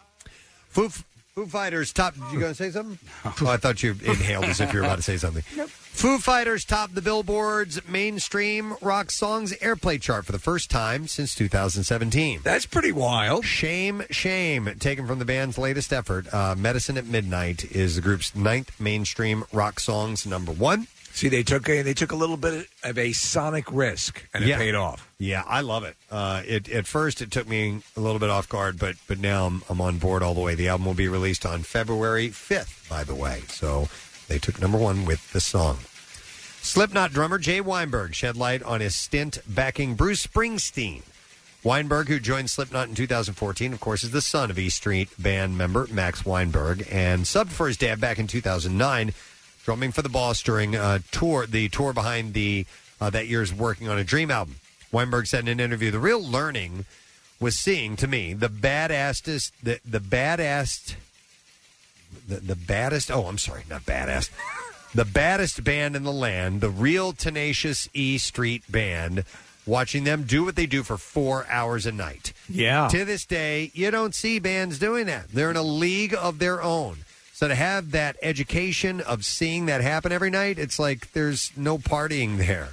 Foo, Foo Fighters top. Did you going to say something? Oh, I thought you inhaled as if you were about to say something. Foo Fighters topped the Billboard's mainstream rock songs airplay chart for the first time since 2017.
That's pretty wild.
Shame, shame, taken from the band's latest effort. Uh, Medicine at Midnight is the group's ninth mainstream rock songs number one.
See, they took a, they took a little bit of a sonic risk, and it
Yeah.
paid off.
Yeah, I love it. Uh, it at first it took me a little bit off guard, but but now I'm, I'm on board all the way. The album will be released on February 5th, by the way. So they took number one with the song. Slipknot drummer Jay Weinberg shed light on his stint backing Bruce Springsteen. Weinberg, who joined Slipknot in 2014, of course, is the son of E Street band member Max Weinberg and subbed for his dad back in 2009, drumming for the Boss during uh, tour the tour behind the uh, that year's working on a Dream album. Weinberg said in an interview, "The real learning was seeing to me the badassest the the badass the, the baddest. Oh, I'm sorry, not badass. The baddest band in the land, the real tenacious E Street Band. Watching them do what they do for four hours a night.
Yeah.
To this day, you don't see bands doing that. They're in a league of their own. So to have that education of seeing that happen every night, it's like there's no partying there.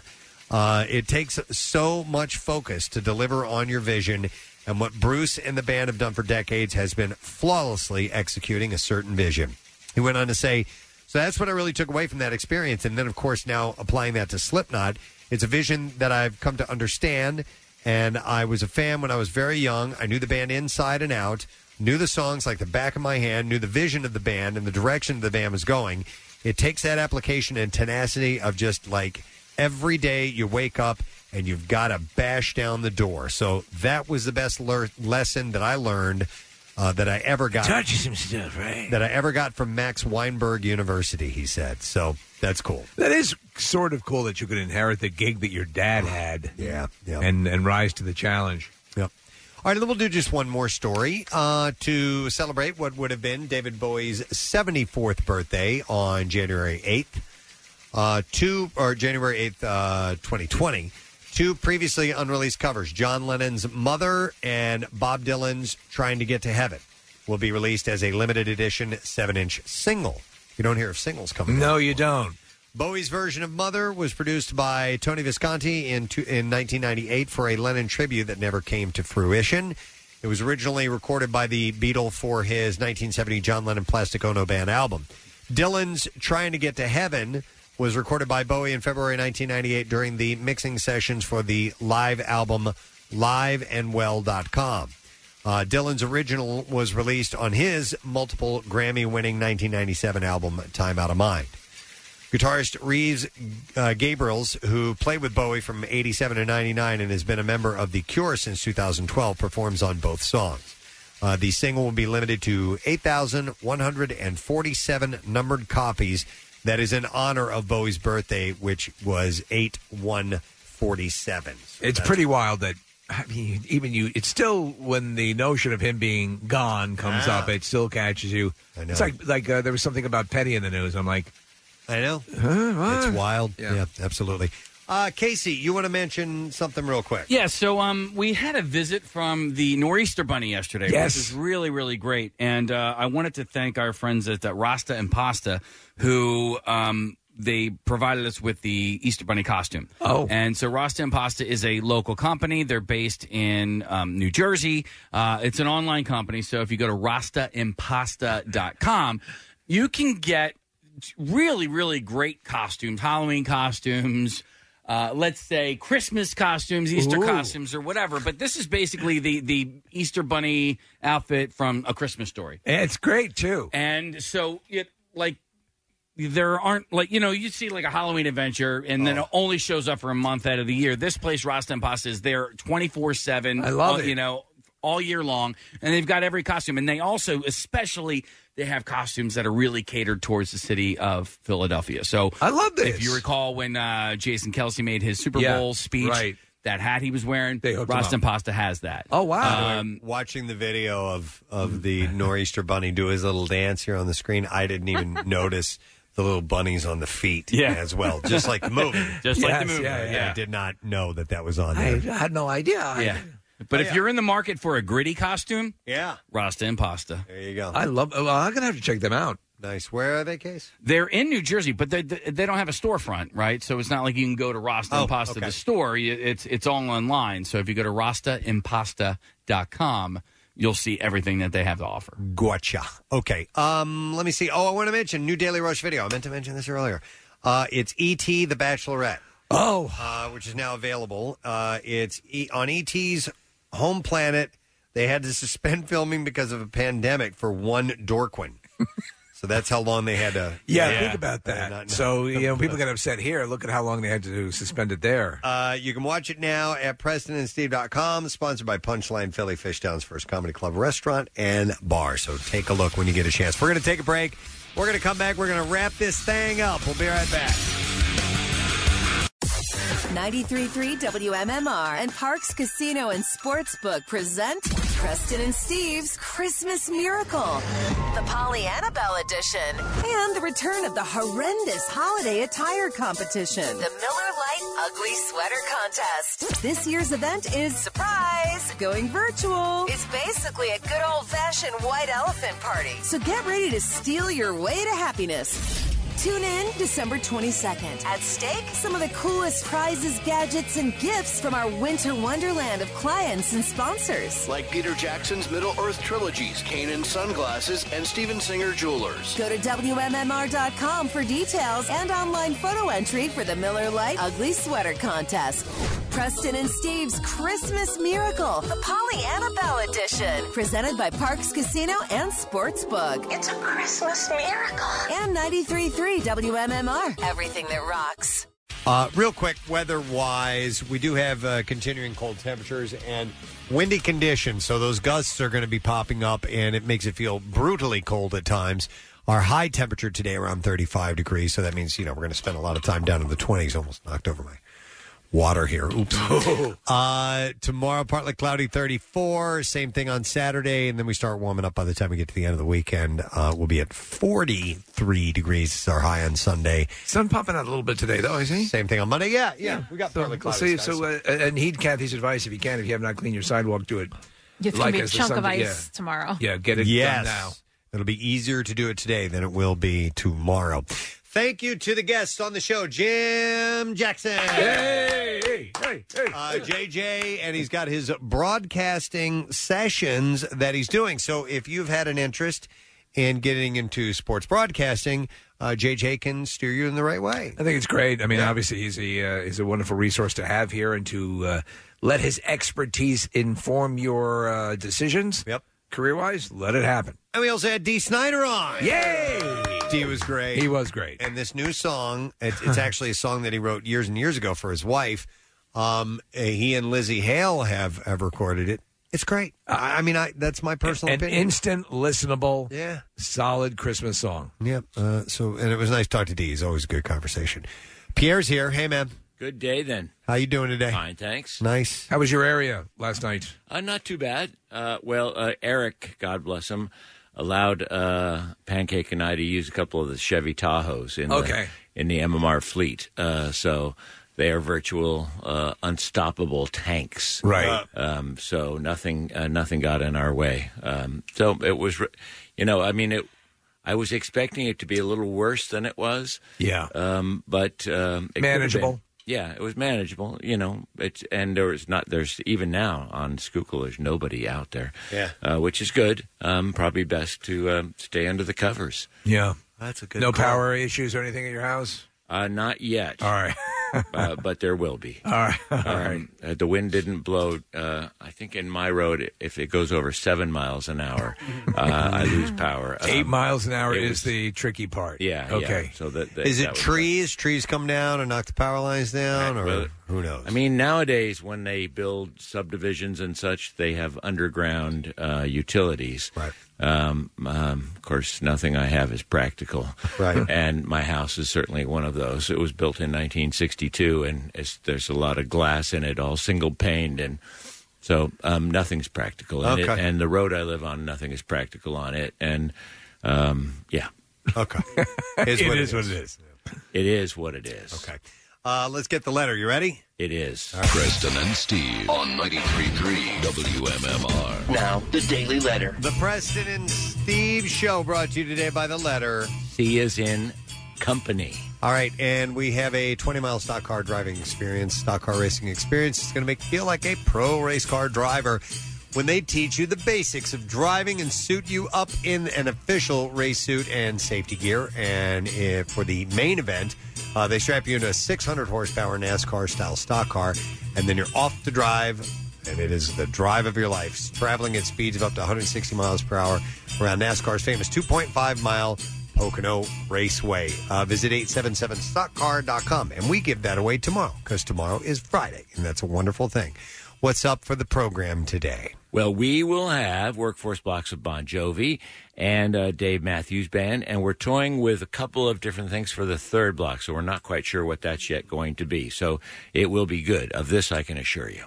Uh, it takes so much focus to deliver on your vision. And what Bruce and the band have done for decades has been flawlessly executing a certain vision. He went on to say, So that's what I really took away from that experience. And then, of course, now applying that to Slipknot, it's a vision that I've come to understand. And I was a fan when I was very young. I knew the band inside and out, knew the songs like the back of my hand, knew the vision of the band and the direction the band was going. It takes that application and tenacity of just like every day you wake up and you've got to bash down the door. So that was the best lear- lesson that I learned uh, that I ever got
some stuff, right?
that I ever got from Max Weinberg University. He said, so that's cool.
That is sort of cool that you could inherit the gig that your dad had.
Yeah, yeah.
And and rise to the challenge.
Yep. All right, then we'll do just one more story uh, to celebrate what would have been David Bowie's 74th birthday on January 8th, uh, two or January 8th, uh, 2020. Two previously unreleased covers, John Lennon's Mother and Bob Dylan's Trying to Get to Heaven, will be released as a limited edition 7 inch single. You don't hear of singles coming
No, you don't.
Bowie's version of Mother was produced by Tony Visconti in, two, in 1998 for a Lennon tribute that never came to fruition. It was originally recorded by the Beatle for his 1970 John Lennon Plastic Ono Band album. Dylan's Trying to Get to Heaven was recorded by Bowie in February 1998 during the mixing sessions for the live album liveandwell.com. Uh, Dylan's original was released on his multiple Grammy winning 1997 album Time Out of Mind. Guitarist Reeves uh, Gabriels, who played with Bowie from 87 to 99 and has been a member of The Cure since 2012, performs on both songs. Uh, the single will be limited to 8,147 numbered copies. That is in honor of Bowie's birthday, which was 8147.
It's pretty wild that I mean, even you. It's still Oh, when the notion of him being gone comes
Ah.
up, it still catches you.
I know.
It's like like uh, there was something about Petty in the news. I'm like,
I know.
Huh?
It's wild.
Yeah.
Yeah, absolutely. Uh, Casey, you want to mention something real quick?
Yeah, so um, we had a visit from the Nor'easter Bunny yesterday,
Yes.
which is really, really great. And uh, I wanted to thank our friends at uh, Rasta and Pasta, who um, they provided us with the Easter Bunny costume.
Oh.
And so Rasta and Pasta is a local company. They're based in um, New Jersey. Uh, it's an online company. So if you go to rastaandpasta.com, you can get really, really great costumes, Halloween costumes, uh, let's say Christmas costumes, Easter
Ooh.
costumes, or whatever. But this is basically the the Easter bunny outfit from A Christmas Story.
It's great too.
And so it like there aren't like you know you see like a Halloween adventure and
Oh.
then it only shows up for a month out of the year. This place Rasta and Pasta is there twenty four seven.
I love it.
You know all year long, and they've got every costume. And they also especially they have costumes that are really catered towards the city of Philadelphia. So
I love this.
If you recall when uh, Jason Kelsey made his Super
Yeah,
Bowl speech.
right.
That hat he was wearing, they
him up. Oh,
Rasta and Pasta has that.
Oh,
Um,
watching the video of of the nor'easter bunny do his little dance here on the screen, I didn't even notice the little bunnies on the feet
Yeah.
as well, just like the movie,
Just like the Yes, movie, yeah,
And
yeah.
I did not know that that was on
I
there.
had no idea. I-
yeah. But
Oh,
if
yeah.
you're in the market for a gritty costume,
yeah,
Rasta and Pasta.
There you go.
I love. Well, I'm gonna have to check them out.
Nice. Where are they, Case?
They're in New Jersey, but they they they don't have a storefront, right? So it's not like you can go to Rasta
Oh,
and Pasta the store. You- It's it's all online. So if you go to rastaandpasta.com, you'll see everything that they have to offer.
Gotcha. Okay. Um, let me see. Oh, I want to mention new Daily Rush video. I meant to mention this earlier. Uh, it's E.T. the Bachelorette.
Oh,
uh, which is now available. Uh, it's e- on E.T.'s home planet. They had to suspend filming because of a pandemic for one Dorquin. so that's how long they had to.
Yeah,
Yeah. Uh,
think about that. So you know, people get upset here. Look at how long they had to suspend it there.
Uh, you can watch it now at PrestonandSteve.com, sponsored by Punchline Philly Fishtown's first comedy club, restaurant, and bar. So take a look when you get a chance. We're going to take a break. We're going to come back. We're going to wrap this thing up. We'll be right back.
93.3 WMMR and Parks Casino and Sportsbook present Preston and Steve's Christmas Miracle, the Polly Annabelle edition, and the return of the horrendous holiday attire competition, the Miller Lite Ugly Sweater Contest. This year's event is surprise going virtual. It's basically a good old fashioned white elephant party. So get ready to steal your way to happiness. Tune in December 22nd. At stake, some of the coolest prizes, gadgets, and gifts from our winter wonderland of clients and sponsors.
Like Peter Jackson's Middle Earth trilogies, Kanan Sunglasses, and Steven Singer Jewelers.
Go to WMMR.com for details and online photo entry for the Miller Lite Ugly Sweater Contest. Preston and Steve's Christmas Miracle, the Polly Annabelle Edition, presented by Parks Casino and Sportsbook. It's a Christmas miracle. And 93.3 WMMR, everything that rocks.
Uh, real quick, weather wise, we do have uh, continuing cold temperatures and windy conditions. So those gusts are going to be popping up, and it makes it feel brutally cold at times. Our high temperature today around 35 degrees. So that means, you know, we're going to spend a lot of time down in the 20s. Almost knocked over my water here. Oops. uh, tomorrow, partly cloudy 34. Same thing on Saturday. And then we start warming up by the time we get to the end of the weekend. Uh, we'll be at 43 degrees is our high on Sunday.
Sun popping out a little bit today, though, is he?
Same thing on Monday. Yeah, yeah. We got
so,
partly cloudy
see,
skies.
So, uh, and heed Kathy's advice if you can. If you have not cleaned your sidewalk, do it.
It's gonna be a
as the
chunk
sun-
of ice tomorrow.
Yeah, yeah get it
Yes.
done now.
It'll be easier to do it today than it will be tomorrow. Thank you to the guests on the show, Jim Jackson.
Hey, hey, hey,
Uh, JJ, and he's got his broadcasting sessions that he's doing. So if you've had an interest in getting into sports broadcasting, uh, JJ can steer you in the right way.
I think it's great. I mean, obviously, he's a uh, he's a wonderful resource to have here and to uh, let his expertise inform your uh, decisions. Yep. Career wise, let it happen.
And we also had D. Snyder on.
Yay!
D was great.
He was great.
And this new song, it's, it's actually a song that he wrote years and years ago for his wife. Um, eh, he and Lizzie Hale have, have recorded it. It's great. I, I mean, I that's my personal
An
opinion.
instant listenable,
yeah,
solid Christmas song.
Yep. Uh, so, and it was nice to talk to D. It's always a good conversation. Pierre's here. Hey, man.
Good day then.
How you doing today?
Fine, thanks.
Nice.
How was your area last night?
Uh, not too bad. Uh, well, uh, Eric, God bless him, allowed uh, Pancake and I to use a couple of the Chevy Tahoes in
Okay.
the in the MMR fleet. Uh, so they are virtual, uh, unstoppable tanks.
Right.
Um, so nothing, uh, nothing got in our way. Um, so it was, re- you know, I mean, it. I was expecting it to be a little worse than it was.
Yeah.
Um, but um, it could have been.
Manageable.
Yeah, it was manageable. You know, it's and there was not. There's even now on Schuylkill, there's nobody out there.
Yeah.
uh, which is good. Um, probably best to um, stay under the covers.
Yeah.
That's a
no power issues or anything at your house?
Uh, not yet.
All right.
uh, but there will be.
All right.
Um, uh, the wind didn't blow. Uh, I think in my road, if it goes over seven miles an hour, uh, I lose power.
Eight
Um,
miles an hour
it
is
was-
the tricky part.
Yeah. yeah.
Okay.
So that, that
Is
that
it
was-
trees? Trees come down and knock the power lines down, or
Well,
who knows?
I mean, nowadays when they build subdivisions and such, they have underground uh, utilities. Right. Um, um, of course, nothing I have is practical.
Right.
And my house is certainly one of those. It was built in 1962, and it's, there's a lot of glass in it, all single paned, and so um, nothing's practical. And, it,
Okay.
and the road I live on, nothing is practical on it, and um, yeah.
Okay.
It is what it is.
It is what it is.
Okay. Uh, let's get the letter. You ready?
It is.
Preston and Steve on 93.3 WMMR.
Now,
the Daily Letter.
The Preston and Steve Show brought to you today by the letter.
C is in company.
All right, and we have a 20 mile stock car driving experience, stock car racing experience. It's going to make you feel like a pro race car driver when they teach you the basics of driving and suit you up in an official race suit and safety gear. And if, for the main event, uh, they strap you into a 600 horsepower NASCAR style stock car, and then you're off to drive and it is the drive of your life, traveling at speeds of up to 160 miles per hour around NASCAR's famous 2.5 mile Pocono Raceway. Uh, visit 877stockcar.com, and we give that away tomorrow because tomorrow is Friday, and that's a wonderful thing. What's up for the program today?
Well, we will have workforce blocks of Bon Jovi and uh, Dave Matthews Band, and we're toying with a couple of different things for the third block, so we're not quite sure what that's yet going to be. So it will be good. Of this, I can assure you.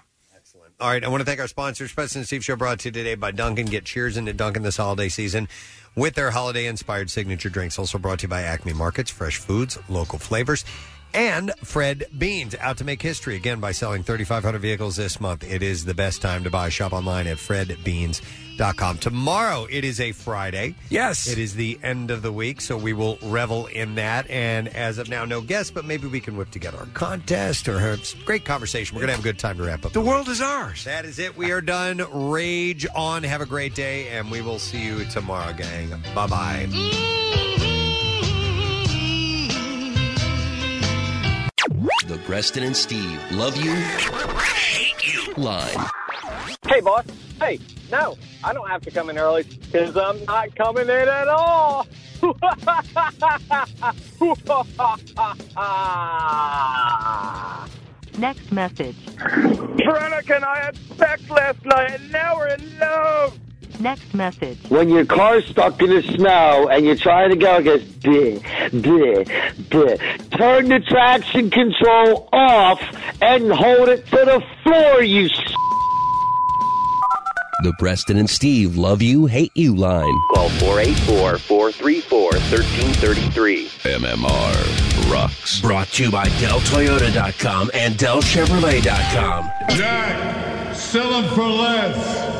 All right, I want to thank our sponsors, President Steve Show, brought to you today by Duncan. Get cheers into Duncan this holiday season with their holiday inspired signature drinks. Also brought to you by Acme Markets, fresh foods, local flavors, and Fred Beans, out to make history again by selling 3,500 vehicles this month. It is the best time to buy. Shop online at fredbeans.com. Tomorrow, it is a Friday.
Yes.
It is the end of the week, so we will revel in that. And as of now, no guests, but maybe we can whip together our contest or have some great conversation. We're going to have a good time to wrap up.
The world is ours.
That is it. We are done. Rage on. Have a great day, and we will see you tomorrow, gang. Bye bye.
The Preston and Steve love you, hate you line.
Hey, boss. Hey, no, I don't have to come in early because I'm not coming in at all.
Next message.
Veronica and I had sex last night, and now we're in love.
Next message.
When your car's stuck in the snow and you're trying to go, it goes, bleh, bleh, bleh. Turn the traction control off and hold it to the floor, you s-
The Preston and Steve love you, hate you line.
Call 484 434 1333.
MMR rocks. Brought to you by DellToyota.com and DellChevrolet.com.
Jack, sell them for less.